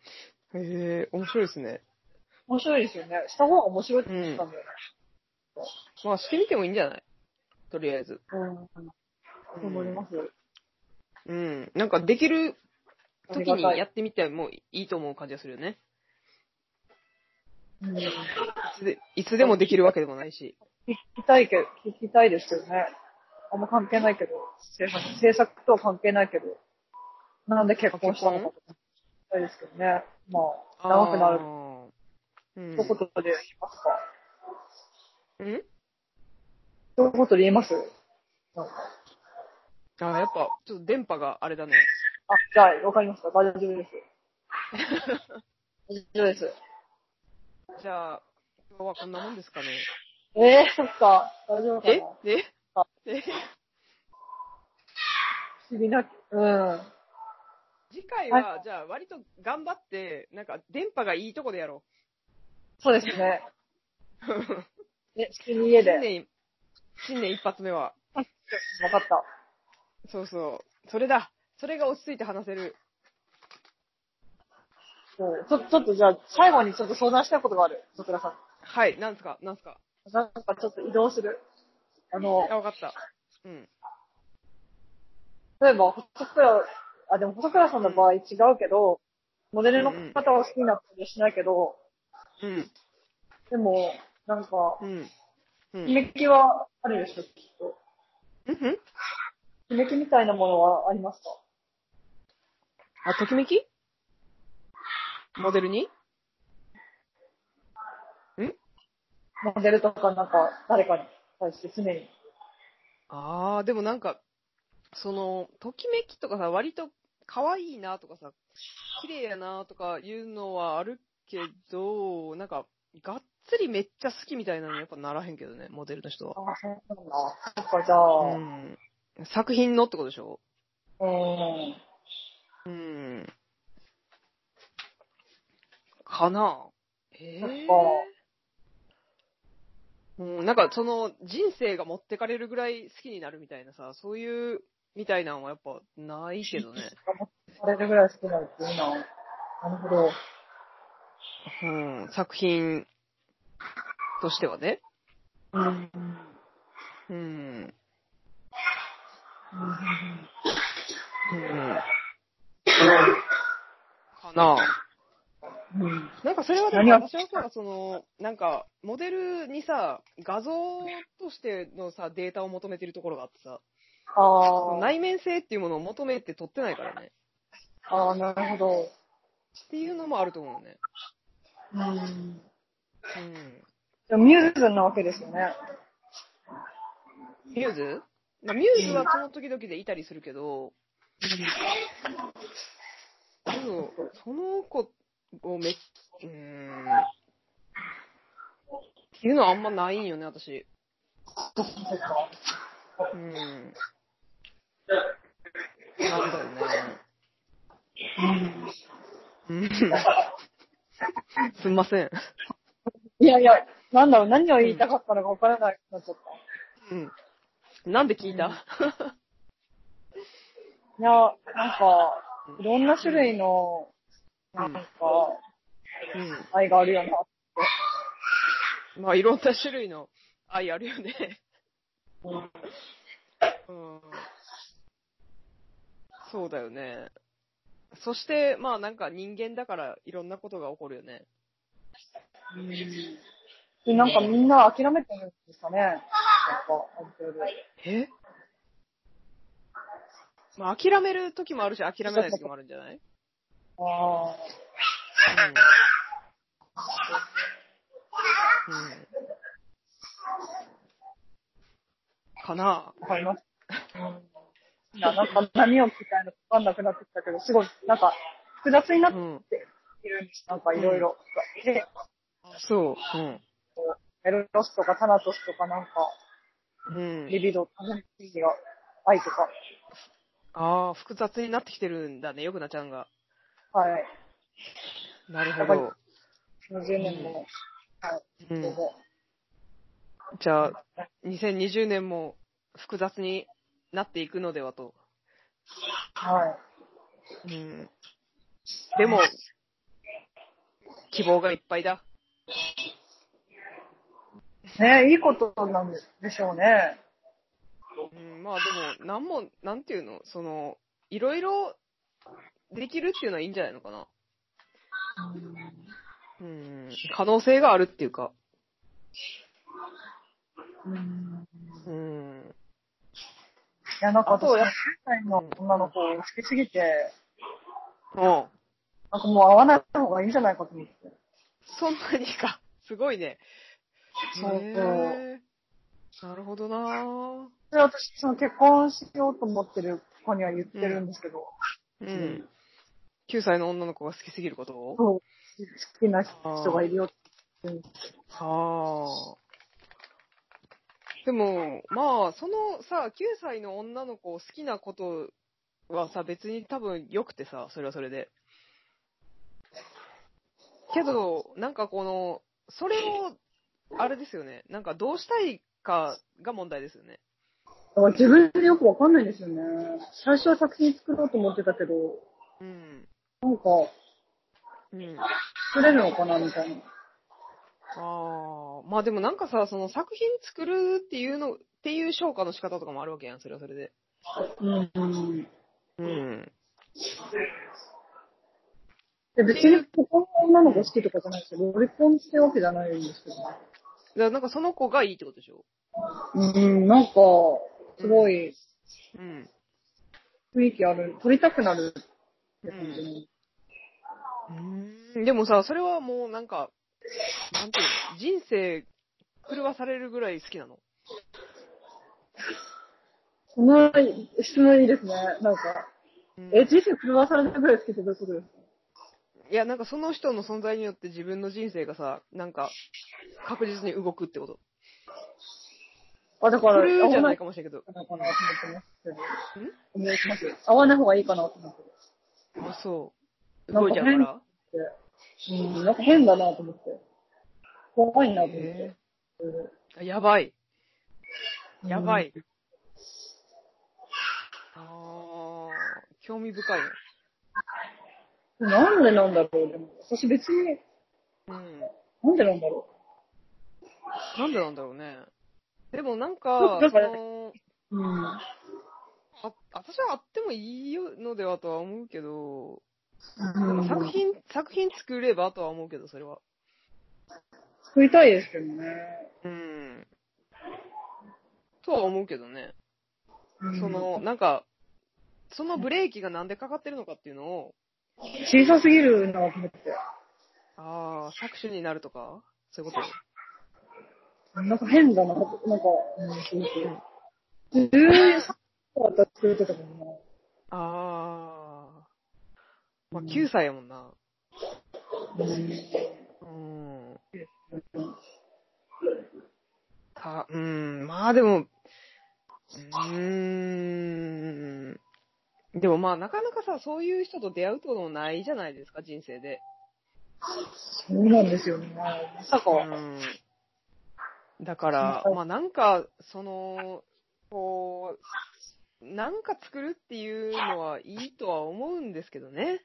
へえー、面白いですね。面白いですよね。した方が面白いって言ってたんだよまあ、してみてもいいんじゃないとりあえず。ね。うん。思います。うん。なんか、できるあり時がにたいやってみてもいいと思う感じがするよね。うん。聞いつでいつでもできるわけでもないし。きたいけど、聞きたいですよね。あんま関係ないけど、制作制作とは関係ないけど、なんで結婚したのかとか聞きたいですけどね。まあ、長くなるあー。うん一言で言いますか。ん一言で言えますなんかあ、やっぱ、ちょっと電波があれだね。あ、じゃあ、わかりました。大丈夫です。大丈夫です。じゃあ、今日はこんなもんですかね。えー、そっか。大丈夫かなええあえ不思議な、うん。次回は、じゃあ、割と頑張って、なんか、電波がいいとこでやろそうですね。う。え、普通に家で。新年、新年一発目は。わかった。そうそう。それだ。それが落ち着いて話せる。そうちょちょっとじゃあ、最後にちょっと相談したいことがある。そちらさん。はい、なんすか、なんすか。なんかちょっと移動する。あの、あ、わかった。うん。例えば、細倉、あ、でも細倉さんの場合違うけど、モデルの方は好きなことしないけど、うん。でも、なんかう、ん。うん。決めきはあるでしょ、きっと。うん決めきみたいなものはありますかあ、ときめきモデルにモデルとかなんか、誰かに対して常に。ああ、でもなんか、その、ときめきとかさ、割と可愛いなとかさ、綺麗やなとかいうのはあるけど、なんか、がっつりめっちゃ好きみたいなのやっぱならへんけどね、モデルの人あは。あ、そうなんだ。そっか、じゃあ、う。うん作品のってことでしょん。うん。かなええそっか。うん、なんかその人生が持ってかれるぐらい好きになるみたいなさ、そういう、みたいなのはやっぱないけどね。あれぐらい好きなのっていいな。なるほど。うん、作品としてはね。うん。うん。ううんん。かなうん。なんかそれはで何もが私はさ、その、なんか、モデルにさ、画像としてのさ、データを求めてるところがあってさ、ああ。内面性っていうものを求めて取ってないからね。ああ、なるほど。っていうのもあると思うね。うん。うん。でもミューズなわけですよね。ミューズまあミューズはその時々でいたりするけど、でも、その子をめっ、うーん。っていうのはあんまないんよね、私。そっかそっか。うん。なんだよね。うん。すんません。いやいや、なんだろう、何を言いたかったのか分からなくなっちゃった。うん。なんで聞いた、いや、なんか、いろんな種類の、なんか、うん愛があるよな。まあ、いろんな種類の愛あるよね。うんうん。そうだよね。そして、まあなんか人間だからいろんなことが起こるよね。で、なんかみんな諦めてるんですかね。なんか、ある程度。えまあ諦める時もあるし、諦めない時もあるんじゃないあうん。うん。かなあ、わかります。うん、いや、なんか何を聞きたいのか分かんなくなってきたけど、すごい、なんか、複雑になっうん。ているんです。なんかいろいろ。で、そう。うん。エロスとかタナトスとかなんか、うん。リビド、タナトスが、愛とか。ああ、複雑になってきてるんだね、よくなちゃんが。はい。なるほやっど。 20年も、はい、うんどう。ぞじゃあ、2020年も複雑になっていくのではと。はい。うん。でも、希望がいっぱいだ。ねいいことなんでしょうね。うん、まあでも、なんも、なんていうの、その、いろいろできるっていうのはいいんじゃないのかな。うん。可能性があるっていうか。うん。うん。いや、なんかあと私、ややっぱりの女の子を好きすぎて、うん。なんかもう会わない方がいいんじゃないかと思って。そんなにか。すごいね。そうそうへーなるほどなぁ。で、私、その結婚しようと思ってる子には言ってるんですけど、うん。9歳の女の子が好きすぎることをそう、好きな人がいるよって言ってるんですよ。はあ。でも、まあ、そのさ、9歳の女の子を好きなことはさ、別に多分良くてさ、それはそれで。けど、なんかこの、それを、あれですよね、なんかどうしたいかが問題ですよね。だから自分でよくわかんないんですよね。最初は作品作ろうと思ってたけど、うん。なんか、うん。作れるのかなみたいな。ああ、まあでもなんかさ、その作品作るっていうの、っていう消化の仕方とかもあるわけやん、それはそれで。うんうん。うん。で別にここの女の子好きとかじゃないですけど、ロリコンってわけじゃないんですけど。だからなんかその子がいいってことでしょうん、なんか、すごいうん。雰囲気ある、撮りたくなるって感じに。うんでもさ、それはもうなんか、なんていうの人生狂わされるぐらい好きなの。その質問いいですね。なんか、うんえ、人生狂わされたぐらい好きってどういうことですかいや、なんかその人の存在によって自分の人生がさ、なんか、確実に動くってこと。あ、だかそら、れじゃ合わなないいかもしれんけど。かなと思ってますけど。お願いします。合わない方がいいかなと思ってあ、そう。なん動かいちゃうから。うん、なんか変だなと思って。怖いなと思ってへ。え。あやばい。うんやばい。。あー、興味深いね。なんでなんだろう、でも。私別に、うん。なんでなんだろなんでなんだろうね。でもなんか、だそからの、う。うん。あ私はあってもいいのではとは思うけど、うん作品、作品作ればとは思うけど、それは。作りたいですけどね。うん。とは思うけどね。うんそ、の、なんか、そのブレーキがなんでかかってるのかっていうのを、小さすぎるなと思って。ああ、作詞になるとかそういうこなんか変だな、なんか、うん、すごく。13だったら作れてたもんな。とああ。まあ、9歳やもんな。うん。た、うん、まあでも、うーん。でもまあなかなかさ、そういう人と出会うってこともないじゃないですか、人生で。そうなんですよね。まさか。うん。だから、まあなんか、その、こう、なんか作るっていうのはいいとは思うんですけどね。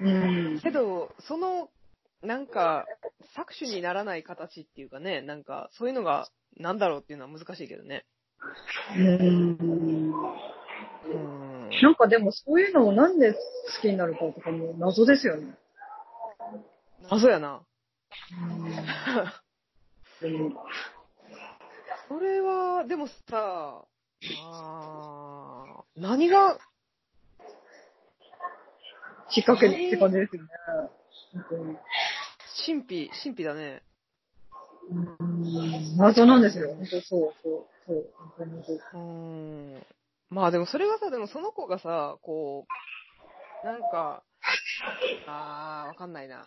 うん。けど、その、なんか、搾取にならない形っていうかね、なんか、そういうのが、なんだろうっていうのは難しいけどね。うん。うん。なんかでもそういうのをなんで好きになるかとかも謎ですよね。あ、そうやな。うん。それは、でもさ、あー何が、きっかけって感じですよね。本当に神秘、神秘だね。うん謎なんですよ。本当そう、そう、そう。本当にそううーん。まあでもそれがさ、でもその子がさ、こう、なんか、あー、わかんないな。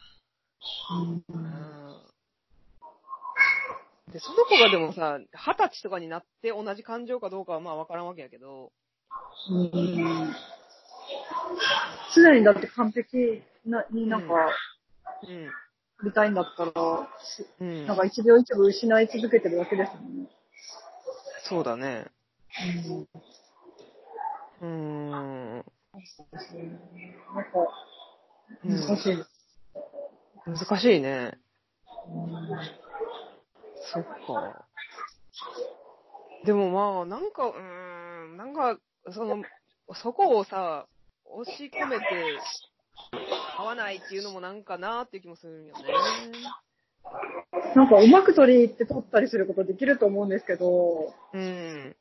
うん。で、その子がでもさ、二十歳とかになって同じ感情かどうかはまあわからんわけやけど、うん常にだって完璧なになんか、うん。見たいんだったら、しうん。なんか一秒一秒失い続けてるわけですもんね。そうだね。うーん。うなんか、難ん、しいです。難しいね。そっか。でもまあ、なんか、うーん、なんか、その、そこをさ、押し込めて、合わないっていうのもなんかなーっていう気もするよね。なんかうまく取り入って取ったりすることできると思うんですけど、うん。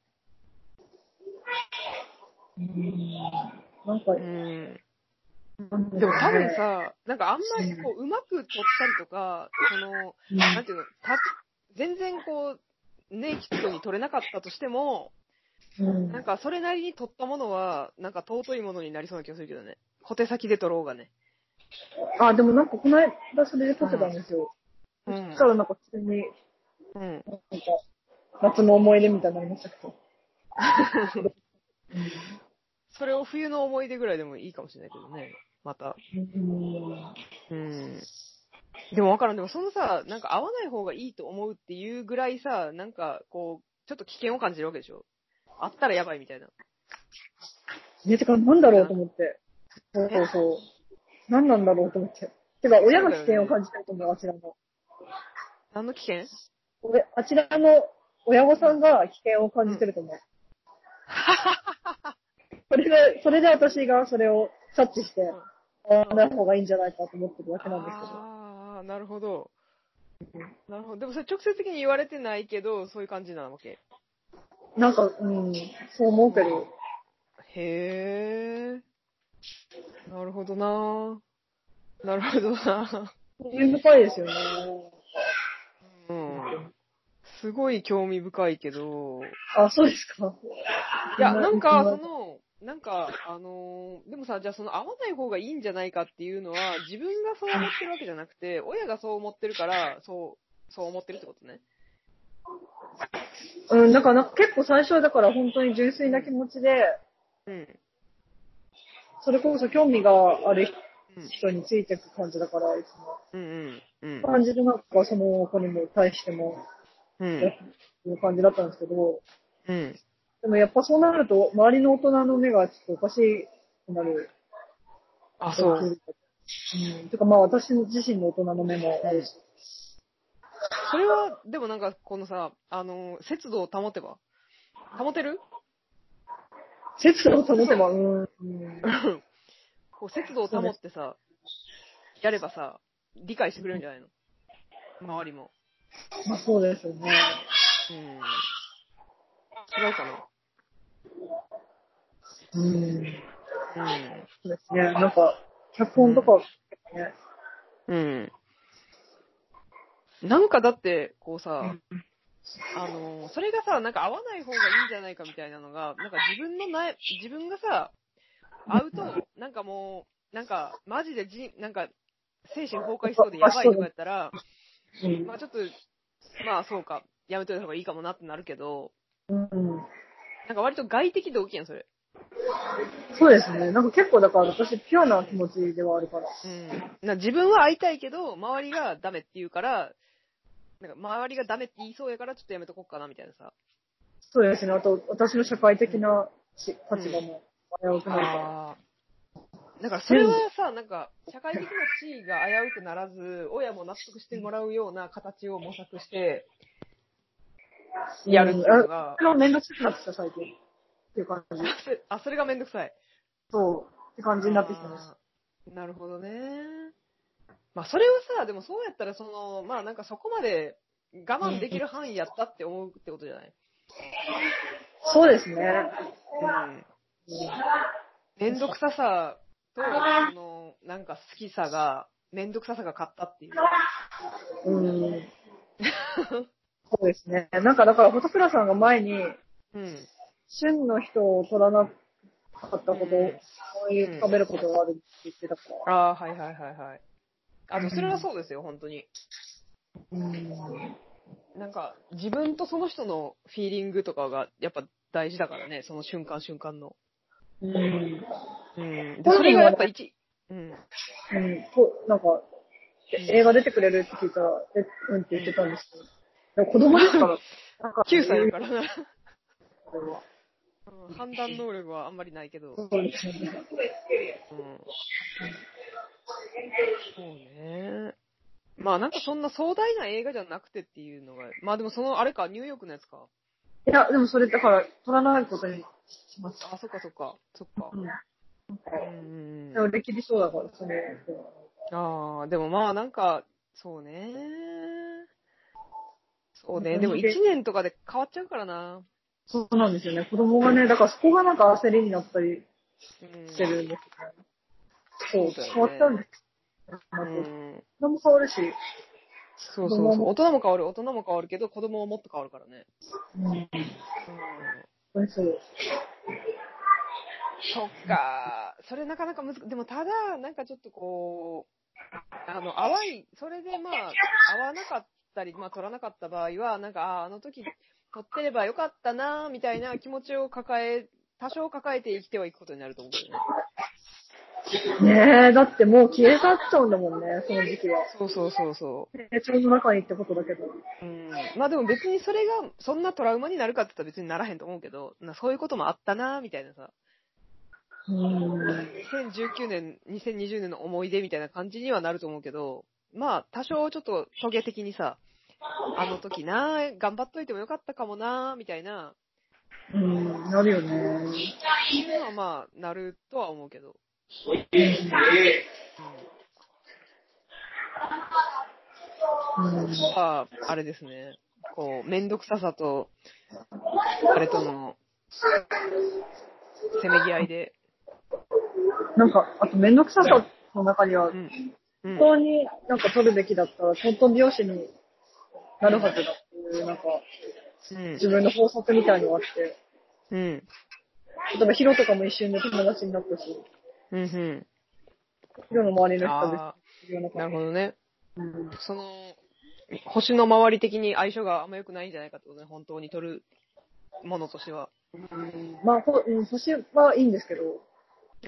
なんかう、ん。でも多分さ、なんかあんまりこう、うまく撮ったりとか、その、なんていうの、た、全然こう、ネイキッドに撮れなかったとしても、うんなんかそれなりに撮ったものは、なんか尊いものになりそうな気がするけどね。小手先で撮ろうがね。あ、でもなんかこの間それで撮ってたんですよ。うそんし。たらなんか普通に、うん。なんか、夏の思い出みたいになりましたけど。それを冬の思い出ぐらいでもいいかもしれないけどね。また。うん。でもわからん。でもそのさ、なんか合わない方がいいと思うっていうぐらいさ、なんかこう、ちょっと危険を感じるわけでしょ。あったらやばいみたいな。ね、てか、なんだろうと思って。そうそうそう。何なんだろうと思って。てか、親が危険を感じてると思う、あちらの。何の危険俺、あちらの親御さんが危険を感じてると思う。それで、それで私がそれを察知して、会わない方がいいんじゃないかと思ってるわけなんですけど。ああ、なるほど。なるほど。でもそれ直接的に言われてないけど、そういう感じなわけ。なんか、うん、そう思うけど。へえ。なるほどななるほどな理由深いですよね。うん。すごい興味深いけど、あ、そうですか。いや、なんか、そうんの、なんか、あのーでもさ、じゃあその合わない方がいいんじゃないかっていうのは、自分がそう思ってるわけじゃなくて、親がそう思ってるから、そう、そう思ってるってことね。うん、だからなんか結構最初はだから本当に純粋な気持ちで、うん。それこそ興味があるうん人についていく感じだから、いつも。うんうん。感じるなんかその子にも対しても、うん。やっていう感じだったんですけど、うん。でもやっぱそうなると、周りの大人の目がちょっとおかしくなる。あ、そう。。うん。てかまあ私自身の大人の目もあるし。それは、でもなんか、このさ、あのー節度を保てば保てる (laughs) 節度を保てば、うん。うんこう、節度を保ってさ、やればさ、理解してくれるんじゃないの周りも。まあそうですよね。うん。違うかなうん。うん。そうですね。なんか、脚本とか、ね、うん。なんかだって、こうさ、あのー、それがさ、なんか合わない方がいいんじゃないかみたいなのが、なんか自分のない、自分がさ、会うと、なんかもう、なんか、マジでじ、なんか、精神崩壊しそうでやばいとかやったら、うんまあちょっと、まあそうか、やめといた方がいいかもなってなるけど、うんなんか割と外的動機やん、それ。そうですね。なんか結構だから私ピュアな気持ちではあるから。うん。な自分は会いたいけど、周りがダメって言うから、なんか周りがダメって言いそうやから、ちょっとやめとこうかな、みたいなさ。そうですね。あと私の社会的なし立場も危うくなるかああ。だからそれはさ、なんか、社会的な地位が危うくならず、親も納得してもらうような形を模索して、ら。やるっていうのあがそ、れはめんどくさくなってきた最近。っていう感じ。あ、それがめんどくさい。そう。って感じになってきてます。あーなるほどね。まあ、それをさ、でもそうやったら、その、まあなんかそこまで我慢できる範囲やったって思うってことじゃないそうですね。うん。めんどくささと、その、なんか好きさが、めんどくささが勝ったっていう。うん。そうですね。なんかだから、ホトプラさんが前に、うん。旬の人を取らなかったことを思い浮かべることがあるって言ってたから。ああ、はいはいはいはい。あの、それはそうですよ、本当に。うん。なんか、自分とその人のフィーリングとかが、やっぱ大事だからね、その瞬間瞬間の。うん。うん。で本人はそれがやっぱ一、うん。うん、こうなんか、映画出てくれるって聞いたら、え、うんって言ってたんですけど。でも子供ですから、 (laughs) なんか、 9歳だからな。これはうん判断能力はあんまりないけど。そうですよね。うん。そうね。まあなんかそんな壮大な映画じゃなくてっていうのが、まあでもその、あれか、ニューヨークのやつか。いや、でもそれだから、取らないことにしました。あ、そっかそっか、そっか。うん。うんで。も、できりそうだから、それ。ああ、でもまあなんか、そうね。そうね。でもで1年とかで変わっちゃうからな。そうなんですよね。子供がね、だからそこがなんか焦りになったりうんしてるんですよね。そそう、うだよね変わったんです。うなんかん。人も変わるし、そうそうそう。大人も変わる、大人も変わるけど、子供ももっと変わるからね。うん、うん。そう。そっか。それなかなか難しでもただ、なんかちょっとこう、あの、淡い、それでまあ、合わなかったり、まあ、取らなかった場合は、なんか、ああ、あの時、取ってればよかったな、みたいな気持ちを抱え、多少抱えて生きてはいくことになると思うけどね。ねえ、だってもう消え去っちゃうんだもんね、その時期は。そうそうそうそ成長の中にってことだけど。う。うん。まあでも別にそれが、そんなトラウマになるかって言ったら別にならへんと思うけど、なそういうこともあったな、みたいなさ。うん。 2019年、2020年の思い出みたいな感じにはなると思うけど、まあ、多少ちょっと、トゲ的にさ、あの時なぁ、頑張っといてもよかったかもなぁ、みたいな、うん、なるよね。いうのはまあ、なるとは思うけど。うん。まあ、あれですね。こう、めんどくささと、あれとの、せめぎ合いで。なんか、あとめんどくささの中にはう、ん。うん。本当になんか取るべきだったら、トントン拍子になるはずだっていう、なんか、うん自分の法則みたいのがあって、うん。例えばヒロとかも一瞬で友達になったし、うん。うん。ヒロの周りの人であすようなあ、なる感じ。ほどね。うんその、星の周り的に相性があんま良くないんじゃないかってことね、本当に取るものとしては。まあ、ほうん星はいいんですけど、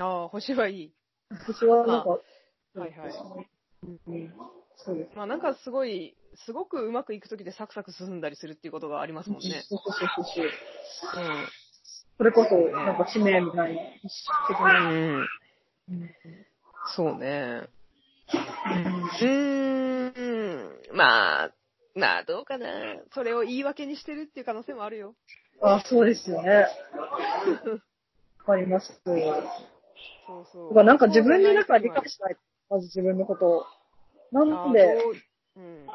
ああ、星はいい。星はなんか、はいはい。うんそうです。まあなんかすごい、すごくうまくいくときでサクサク進んだりするっていうことがありますもんね。そうそうそうそうそれこそ、なんか使命みたいな。うん。うん。そうね。うーん。まあ、まあどうかな。それを言い訳にしてるっていう可能性もあるよ。あ、そうですよね。わかります。そうそだう。からなんか自分の中で理解しない。まず自分のことを。あなあんで、どううん。うん、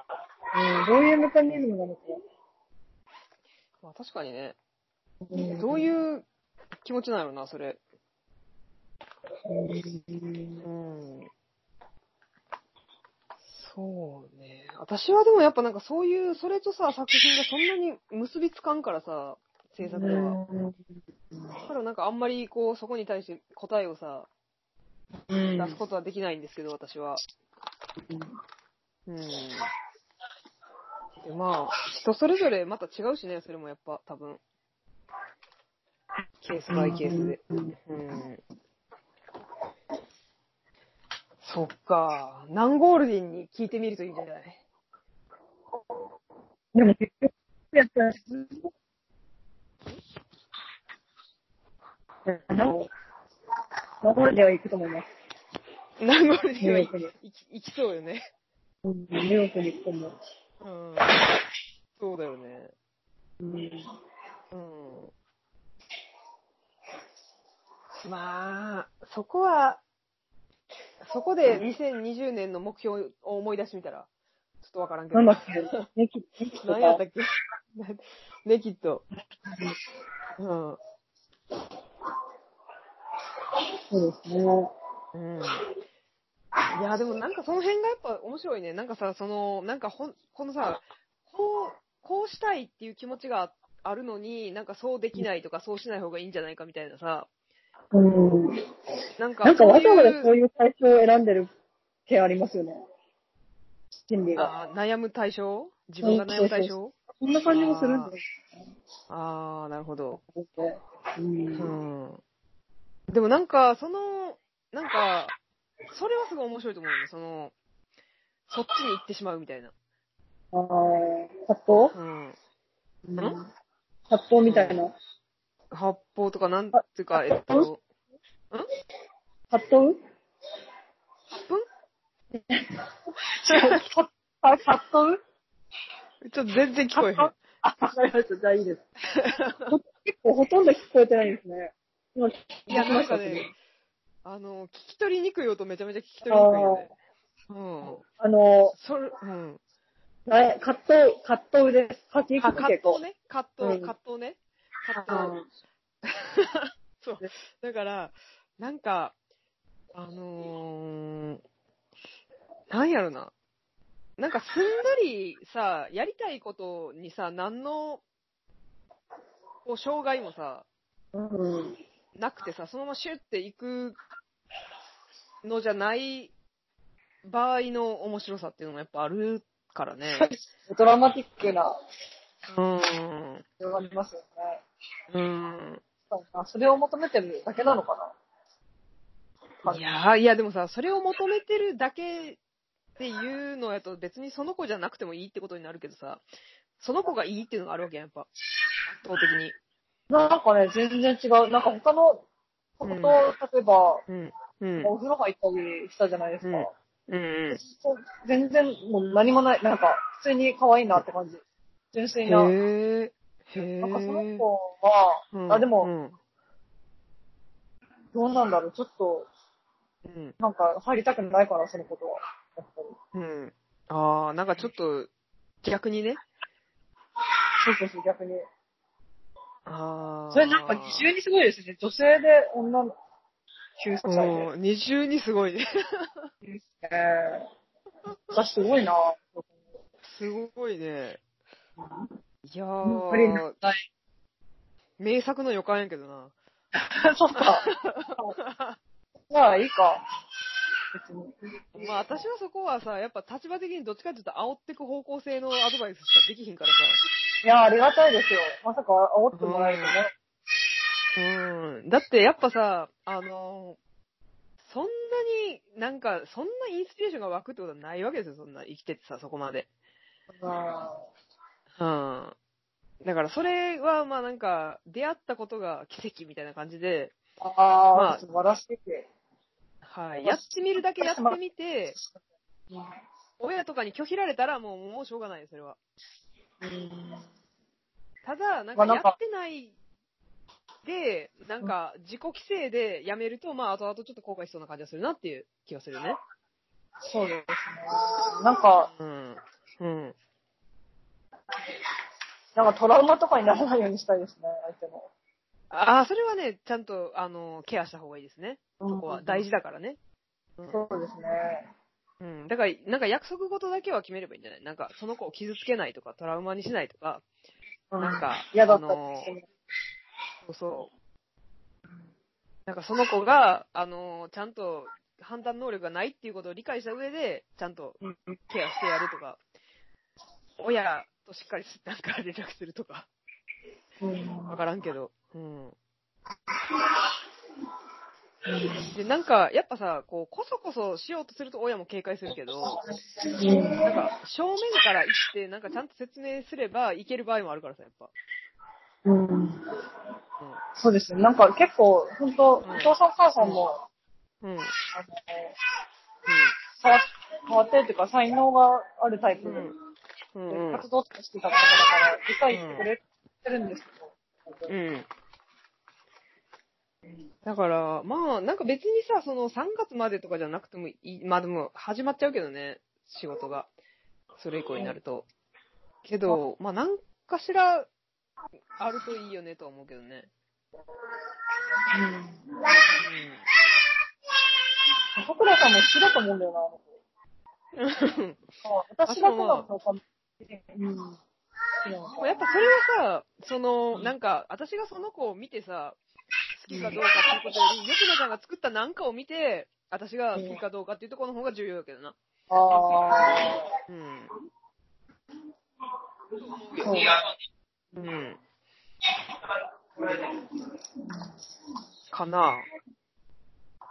どういうメカニズムなのか。まあ確かにね。うんどういう気持ちなのな、それ。ううんん。そうね。私はでもやっぱなんかそういう、それとさ、作品がそんなに結びつかんからさ、制作は。だからなんかあんまりこう、そこに対して答えをさ、うん出すことはできないんですけど、私は。うん。でまあ、人それぞれまた違うしね、それもやっぱ、多分。ケースバイケースで。うん。そっか。ナンゴールディンに聞いてみるといいんじゃないでも結局、やってない。守るでは行くと思います。ナンゴールディンはニ行ューヨークに。き行きそうよね。うんニューヨークに行くと思う。うん。そうだよね。うん。まあ、そこは、そこで2020年の目標を思い出してみたら、ちょっとわからんけど。なんだっ (laughs) けネキ、ネキとか何やったっけ (laughs) ね、きっと。うん。そうですね。うんいや、でもなんかその辺がやっぱ面白いね。なんかさ、その、なんかほん、このさ、こう、こうしたいっていう気持ちがあるのに、なんかそうできないとか、そうしない方がいいんじゃないかみたいなさ、うん。なんかなんかわざそわざそういうういう対象を選んでる系ありますよね。心理が。あー悩む対象自分が悩む対象こんな感じもするんですあー、なるほど。よね。うん。でもなんか、その、なんか、それはすごい面白いと思うね。その、そっちに行ってしまうみたいな。あー葛うん。藤ん葛藤みたいな。発砲とか、なんていうか、えっと、葛藤8分あ、葛藤ちょっと全然聞こえへん。ああ、わかりました。じゃあいいです。ほ結構ほとんど聞こえてないですね。今聞いや、きなまんしかたねね。、あの、聞き取りにくい音めちゃめちゃ聞き取りにくいよね。うん。あの、それ、うん。な葛藤、葛藤です。書きにあくく葛結構藤。ね。葛藤、うん葛藤ね。葛あ藤。だから、なんか、あのー、なんやろな。なんかすんなりさ、やりたいことにさ、何の、こう、障害もさ、うん。なくてさ、そのままシュッていくのじゃない場合の面白さっていうのもやっぱあるからね。 (laughs) ドラマティックな、うん。広がりますよね。うん。そうかそれを求めてるだけなのかな。いやーいやでもさ、それを求めてるだけっていうのやと別にその子じゃなくてもいいってことになるけどさ、その子がいいっていうのがあるわけやん、やっぱ。圧倒的に。なんかね、全然違う。なんか他のこうんと、例えば、うん。うん。お風呂入ったりしたじゃないですか。うんうん。そう全然もう何もない。なんか、普通に可愛いなって感じ。純粋な。なんかへぇー。へそのぇ子は、ー。あ、でも、も、どうなんだろう。ちょっと、うん。なんか入りたくないかな、そのことは。やっぱりうん。あー、なんかちょっと、逆にね。そうそうそう、逆に。あー。それなんか二重にすごいですね。女性で女の9歳で。うん二重にすご (laughs) いね。いいですね。私すごいなすごいね。いややっぱりなー、はい。名作の予感やけどな。そっか。じゃあいいか。別に。まあ私はそこはさ、やっぱ立場的にどっちかっていうと煽ってく方向性のアドバイスしかできひんからさ。いや、ありがたいですよ。まさか煽ってもらえるのうね。ん。だってやっぱさ、あのそんなに、なんか、そんなインスピレーションが湧くってことはないわけですよ、そんな生きててさ、そこまで。ううん。だからそれはまあなんか、出会ったことが奇跡みたいな感じで、ん。まあああ、素晴らしい。はい。やってみるだけやってみて、う親とかに拒否られたらもう、もうしょうがないよ、それは。んただ、なんまかあなやんかってないで、なんか自己規制でやめると、まあ後々ちょっと後悔しそうな感じがするなっていう気がするね。そうですね。なんか、うん。うん。なんかトラウマとかにならないようにしたいですね、相手の。ああ、それはね、ちゃんと、あの、ケアした方がいいですね。そこは大事。事だからね。そうですね。うん。だから、なんか約束事だけは決めればいいんじゃないなんか、その子を傷つけないとか、トラウマにしないとか、うなんか、嫌だあったっての言ってもそうそう。なんかその子が、あのちゃんと判断能力がないっていうことを理解した上で、ちゃんとうんうんケアしてやるとか、親としっかりなんか連絡するとか、わからんけど。うん。で、なんか、やっぱさ、こう、こそこそしようとすると親も警戒するけど、うんなんか、正面から行って、なんかちゃんと説明すればいける場合もあるからさ、やっぱ。うんそうですね。なんか結構、本当おん父さんお母さんも、うん。うん。うん。あの、変わ変わってるっていうか、才能があるタイプで、うん。うん。活動とかしてた方だから、理解してくれてるんですけど、うん。だから、まあ、なんか別にさ、その3月までとかじゃなくてもいい、まあでも始まっちゃうけどね、仕事が。それ以降になると。けど、まあなんかしらあるといいよねとは思うけどね。さくらさんも一緒だと思うんだよな、あの子うん。 (laughs) 私がそうなのかも。うん。でもやっぱそれはさ、その、なんか、私がその子を見てさ、好きかどうかっていうことより、よくのちゃんが作ったなんかを見て、私が好きかどうかっていうところの方が重要だけどな。ああ、うん。そう。うん。かな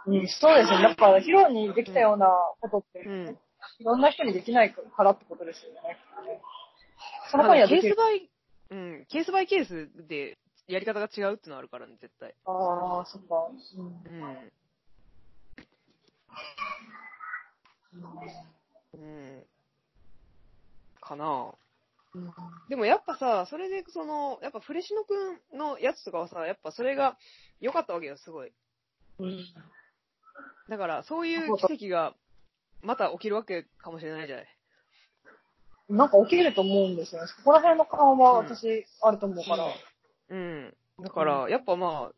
うん、そうですね。だから、ヒロにできたようなことって、うん。いろんな人にできないからってことですよね。そのま子あにねケーはできスる。バイ、うん、ケースバイケースでやり方が違うってのはあるからね、絶対。ああ、そっか。うんうん。うん。かなでもやっぱさ、それでその、やっぱフレシノくんのやつとかはさ、やっぱそれが良かったわけよ、すごい。うんだから、そういう奇跡が、また起きるわけかもしれないじゃない。なんか起きると思うんですよね。そこら辺の緩和は私、あると思うから。うん。だから、やっぱまあ、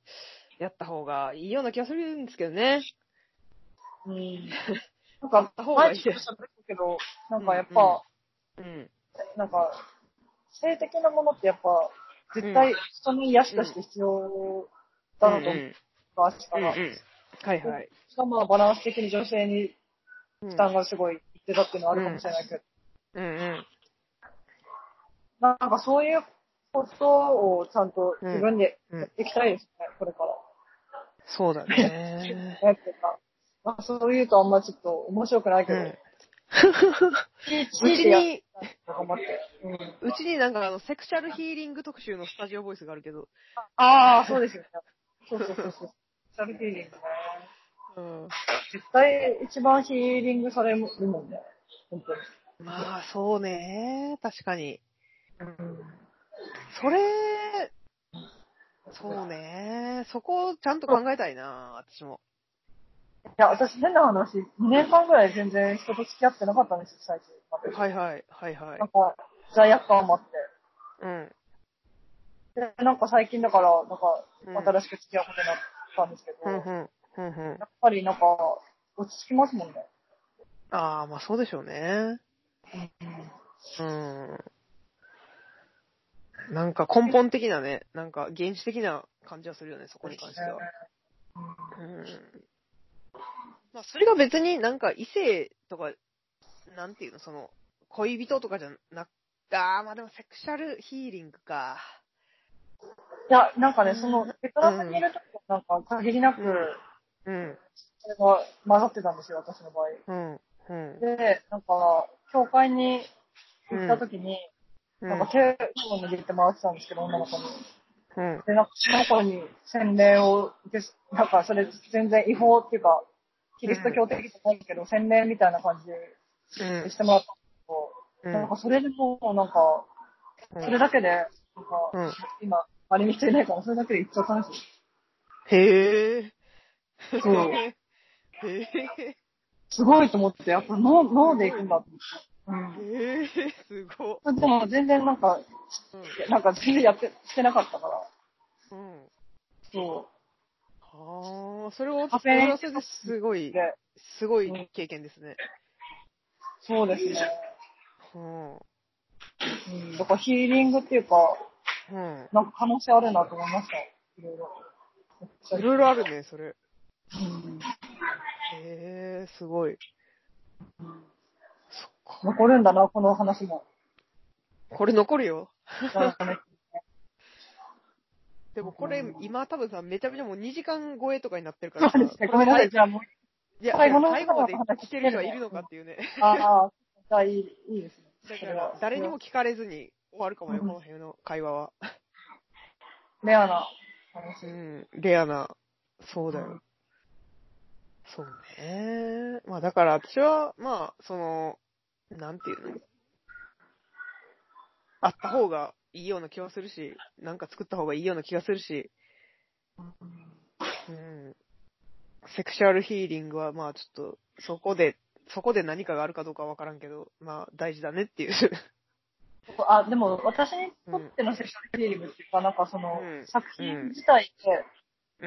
やった方がいいような気がするんですけどね。 (laughs) うん。なんか、た方がいい前ちょっと喋ったけど、なんかやっぱ、うん。なんか、性的なものってやっぱ、絶対人の癒しとして必要だなと思った足かうんうんら。はいはい。しかもバランス的に女性にうん負担がすごい出たっていうのはあるかもしれないけど、うんうん。なんかそういうことをちゃんと自分でうんやっていきたいですね、これから。そうだね。なんていうか、まあ、そう言うとあんまちょっと面白くないけど、 (laughs) ううんん、。うちに、頑張って。うん、うちになんかあの、セクシャルヒーリング特集のスタジオボイスがあるけど、ああ、そうですよね。そうそうそうそう。セルフィーリングね。うん。絶対一番ヒーリングされるもんね。本当に。まあ、そうね。確かに。うん、それ、そうね。そこをちゃんと考えたいな、私も。いや、私変な話、2年間ぐらい全然人と付き合ってなかったんですよ、最初。はいはい、はいはいなん。か、罪悪感もあって。うん。で、なんか最近だから、なんうんか、新しく付き合うことになったんですけど、ふんやふん。ふんふん。っぱりなんか、落ち着きますもんね。ああ、まあそうでしょうね。うん。なんか根本的なね、なんか原始的な感じはするよね、そこに関しては。うん。まあそれが別になんか異性とか、なんていうの、その、恋人とかじゃなく、ああ、まあでもセクシャルヒーリングか。いや、なんかね、うんその、ベトナムにいるときはなんか、限りなく、うんうん、それが混ざってたんですよ、私の場合。うん、うん。で、なんか、教会に行ったときに、うなんかん、手を握って回ってたんですけど、女の子に。うん。で、なんか、その子に洗礼を受け、なんか、それ全然違法っていうか、キリスト教的じゃないけど、洗礼みたいな感じうんでしてもらったんですけど、うなんんかそれでもうなんか、それだけで、なんか、うん今、周りに人いないから、それだけで一応楽しへえ。い。そう。 (laughs) へえ。すごいと思って、やっぱ脳、脳で行くんだと思って。へえ、すごうん。でも全然なんか、い。なんか全然やって、してなかったから。うん。うん。そああ、それをカフェインらせてすごう。いで、、すごい経験ですね。そうですね。うん。ううん。だからヒーリングっていうか、ん。なんか可能性あるなと思いました。いろいろ。いろいろあるね、それ。うん。へえ、すごい。そっか。残るんだな、この話も。 (laughs) これ残るよ。なんかねでもこれ、今多分さ、めちゃめちゃもう2時間超えとかになってるかそらさ。うですね。ごめんなさい。じゃあもういや、最最後後のまで来てる人はいるのかっていうね。ああ、じゃあいい、いいですね。だから、誰にも聞かれずに終わるかもよ、うんこの辺の会話は。レアなう話。ん、レアな、そうだよ。そうね。まあだから私は、まあ、その、なんていうのあった方がいいような気はするし、なんか作った方がいいような気がするし、うん。セクシャルヒーリングは、まあちょっと、そこで、そこで何かがあるかどうかはわからんけど、まあ大事だねっていう。あ、でも私にとってのセクシャルヒーリングっていうか、なんかその、うん作品自体で、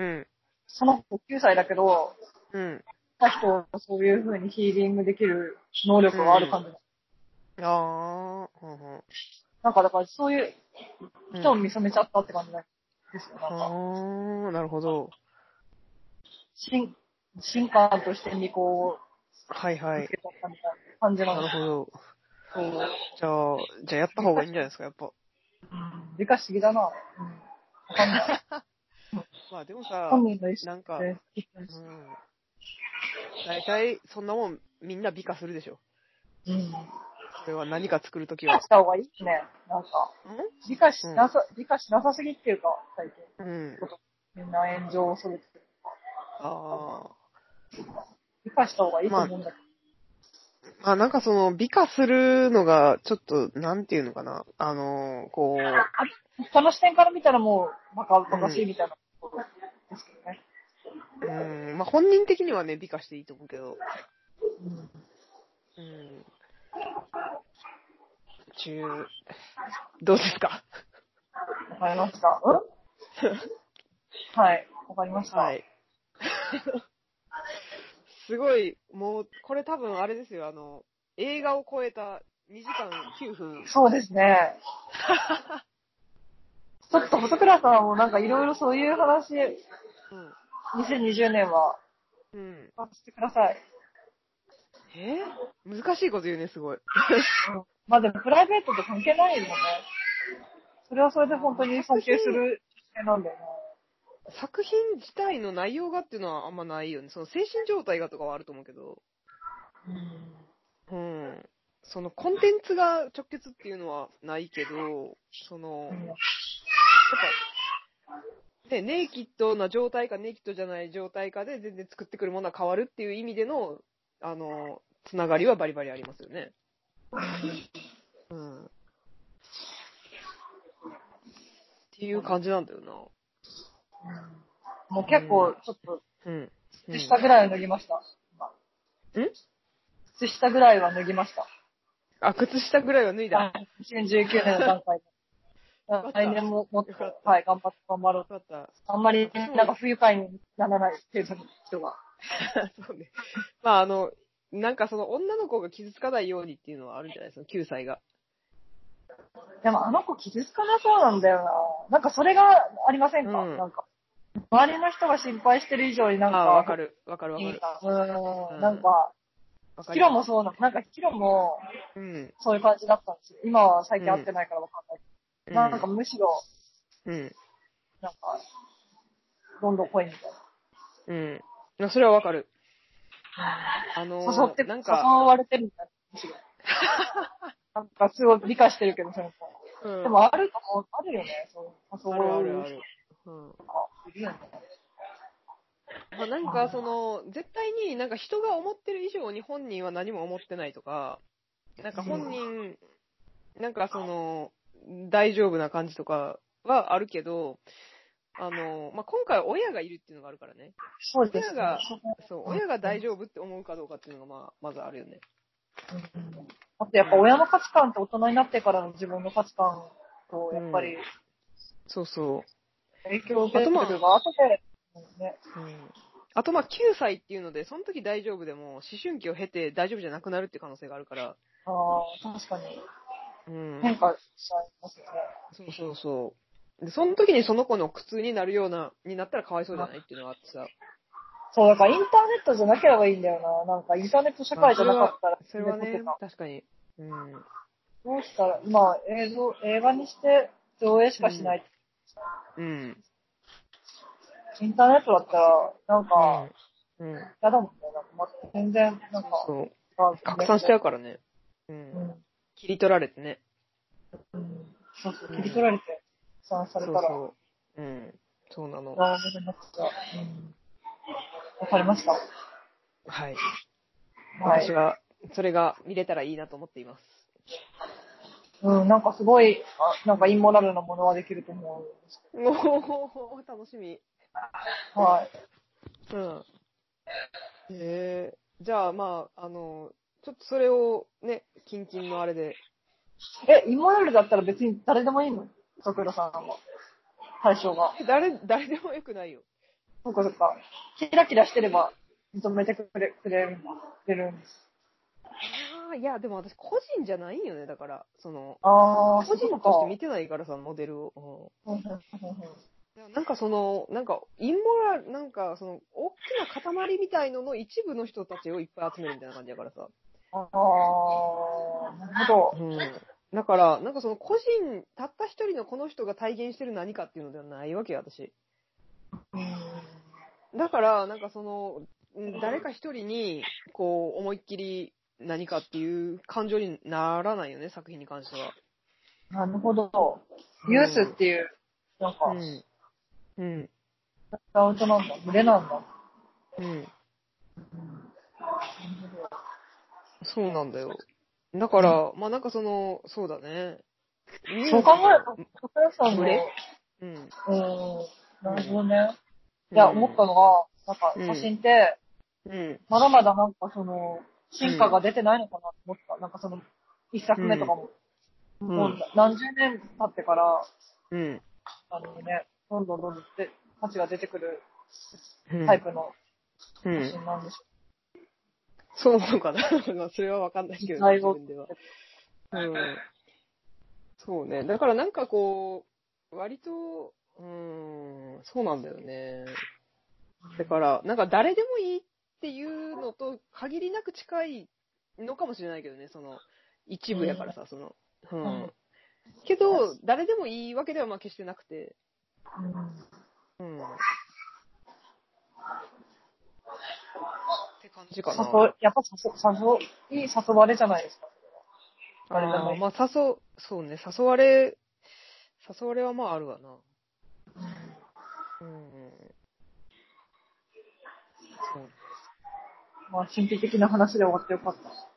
うん。その子9歳だけど、うん。他人をそういう風にヒーリングできる能力がある感じ。ああ、うんうん。なんかだからそういううん人を見染めちゃったって感じなんですよ。なんか、ああ、なるほど。進、進化として巫女をはいはついけ。ちゃったみたいな感じななんるですほど。そうじゃあ、じゃあやった方がいいんじゃないですか、やっぱ。うん理科不思議だな。うん。わかんない。まあでもさ、本人の意思なんか、うでん。大体、そんなもん、みんな美化するでしょ。うん。それは何か作るとき理は解。した方がいいね。なんか、理解しなさ、理解しなさすぎっていうか、最近。んうん。みんな炎上するっていうか。ああ。理解した方がいいと思うんだけまあなんかその、美化するのが、ちょっと、なんていうのかな。あのーこう、ど。他の視点から見たらもう、バカバカしいみたいなことですけどね。うん、まあ本人的にはね、美化していいと思うけど。ううん。ん。中、どうですかわかりました。うんはい。わかりました。はい。 (laughs) すごい、もう、これ多分あれですよ、あの、映画を超えた2時間9分。そうですね。ちょっと細倉さんもなんかいろいろそういう話、2020年はうん。うん。させてください。えー難しいこと言うね、すごい。まあでもプライベートと関係ないよね。それはそれで本当に尊敬する女性なんだよね。作品自体の内容がっていうのはあんまないよね。その精神状態がとかはあると思うけど。うん。そのコンテンツが直結っていうのはないけど、その、やっぱ、ね、ネイキッドな状態かネイキッドじゃない状態かで全然作ってくるものは変わるっていう意味での、あの、つながりはバリバリありますよね。うん。っていう感じなんだよな。もう結構、ちょっと、うん。うん靴下ぐらいは脱ぎました。ん靴下ぐらいは脱ぎました。あ、靴下ぐらいは脱いだ。はい2019年の段階で。かった来年ももっよかっと、はい、頑張って頑張ろうよ。かった。あんまり、なんか不愉快にならない程度に人が。そうね。まあ、あの、なんかその女の子が傷つかないようにっていうのはあるんじゃないですか、9歳が。でもあの子傷つかなそうなんだよな。なんかそれがありませんか、うんなんか。周りの人が心配してる以上になんか。ああ、わかる。わかるわいかいる。な。ううんん。なんか、わかヒるロもそうなの。なんかヒロもうん。そういう感じだったんですよ。今は最近会ってないからわかんないけうど。なんかむしろ、うん。なんか、どんどん濃いみたいうん。いやそれはわかる。あのな。誘って、ー、なんか、誘われてるみたいな。むしろなんかすごい理解してるけど、その子。うん、でもあるかも、あるよね。そうあ誘るあわれるるあ人る。うんとかいるよね。まあ、なんか、その、絶対になんか人が思ってる以上に本人は何も思ってないとか、なんか本人、なんかその、大丈夫な感じとかはあるけど、あの、まあ、今回親がいるっていうのがあるからね。そうです、ね。がそう、親が大丈夫って思うかどうかっていうのが、まあ、まずあるよね。あとやっぱ親の価値観って大人になってからの自分の価値観とやっぱりそうそ影響を受けてるが後で、ね、う。うん。あと、まあ、9歳っていうので、その時大丈夫でも、思春期を経て大丈夫じゃなくなるっていう可能性があるから、あー確かにうん。変化しちゃいますよね。そうそうそう。で、その時にその子の苦痛になるような、になったらかわいそうじゃないっていうのがあってさ。そう、だからインターネットじゃなければいいんだよな。なんかインターネット社会じゃなかったら、それはね猫と、か確かに。うん。どうしたら、今映像、映画にして上映しかしない。うん。インターネットだったら、なんかうん。うん。嫌だもんね。なんかま全然、なんか、そう。拡散しちゃうからね。う。うんん。切り取られてね。うんそうそう、切り取られて、拡散さそうれたら。そう。うん。そうなの。わあ、めんなさいうんわかりました。はい。は私い。は、それが見れたらいいなと思っています。うん、なんかすごい、あなんかインモラルなものはできると思おお楽しみ。う。はい。うん。えー、じゃあ、まあ、あの、ちょっとそれをね、キンキンのあれで、 (laughs) え、インモラルだったら別に誰でもいいの桜さんは。対象が。え誰、誰でもよくないよ。そっかそっか。キラキラしてれば認めてくれ、くれる、くれるんです。ああ、いや、でも私個人じゃないんよね、だから、その、ああ、個人として見てないからさ、モデルを。そうかうんうんうんうんうんなんかその、なんか、インモラル、なんか、その、大きな塊みたいのの一部の人たちをいっぱい集めるみたいな感じだからさ。ああ、なるほど。うん。だから、なんかその個人、たった一人のこの人が体現してる何かっていうのではないわけよ、私。だから、なんかその、うん誰か一人に、こう、思いっきり何かっていう感情にならないよね、作品に関しては。なるほど。うんユースっていう、なんか、うん。うん。ダウトなんだ。群れなんだ。うん。そうなんだよ。だから、まあなんかその、そうだね。そう考えると、桜さんの、群れううん。ーん、なるほどね。いや、思ったのが、なんか写真って、うん。まだまだなんかその、進化が出てないのかなと思った。なんかその、一作目とかも、うん。う。もうん何十年経ってから、うん。あのね、どんどんどんどんで価値が出てくるうんタイプのう写ん。真なんでしょそうなの (laughs) かなまあそれはわかんないけど、だい自ぶ分では。うん。そうね。だからなんかこう、割と、うん、そうなんだよね。だから、なんか誰でもいいっていうのと限りなく近いのかもしれないけどね、その、一部やからさ、その、ううんん。けど、誰でもいいわけではまあ決してなくて、うん。って感じかな。誘い、やっぱ誘い、誘い、誘われじゃないですか。あれだああねーまあ、誘う、そうね、誘われ、誘われはまああるわな。うん。そうまあ、神秘的な話で終わってよかった。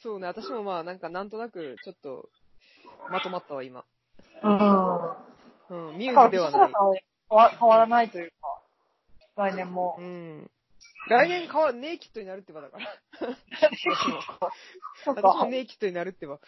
そうね、私もまあ、なんかなんとなく、ちょっと、まとまったわ、今。ううん、ミュん。だかーら、ズでは藤ない原さ。んは変わ変わらないというか、来年も (laughs) う。ん。来年変わ、ネイキッドになるってばだから。そっ私もか。ネイキッドになるってば。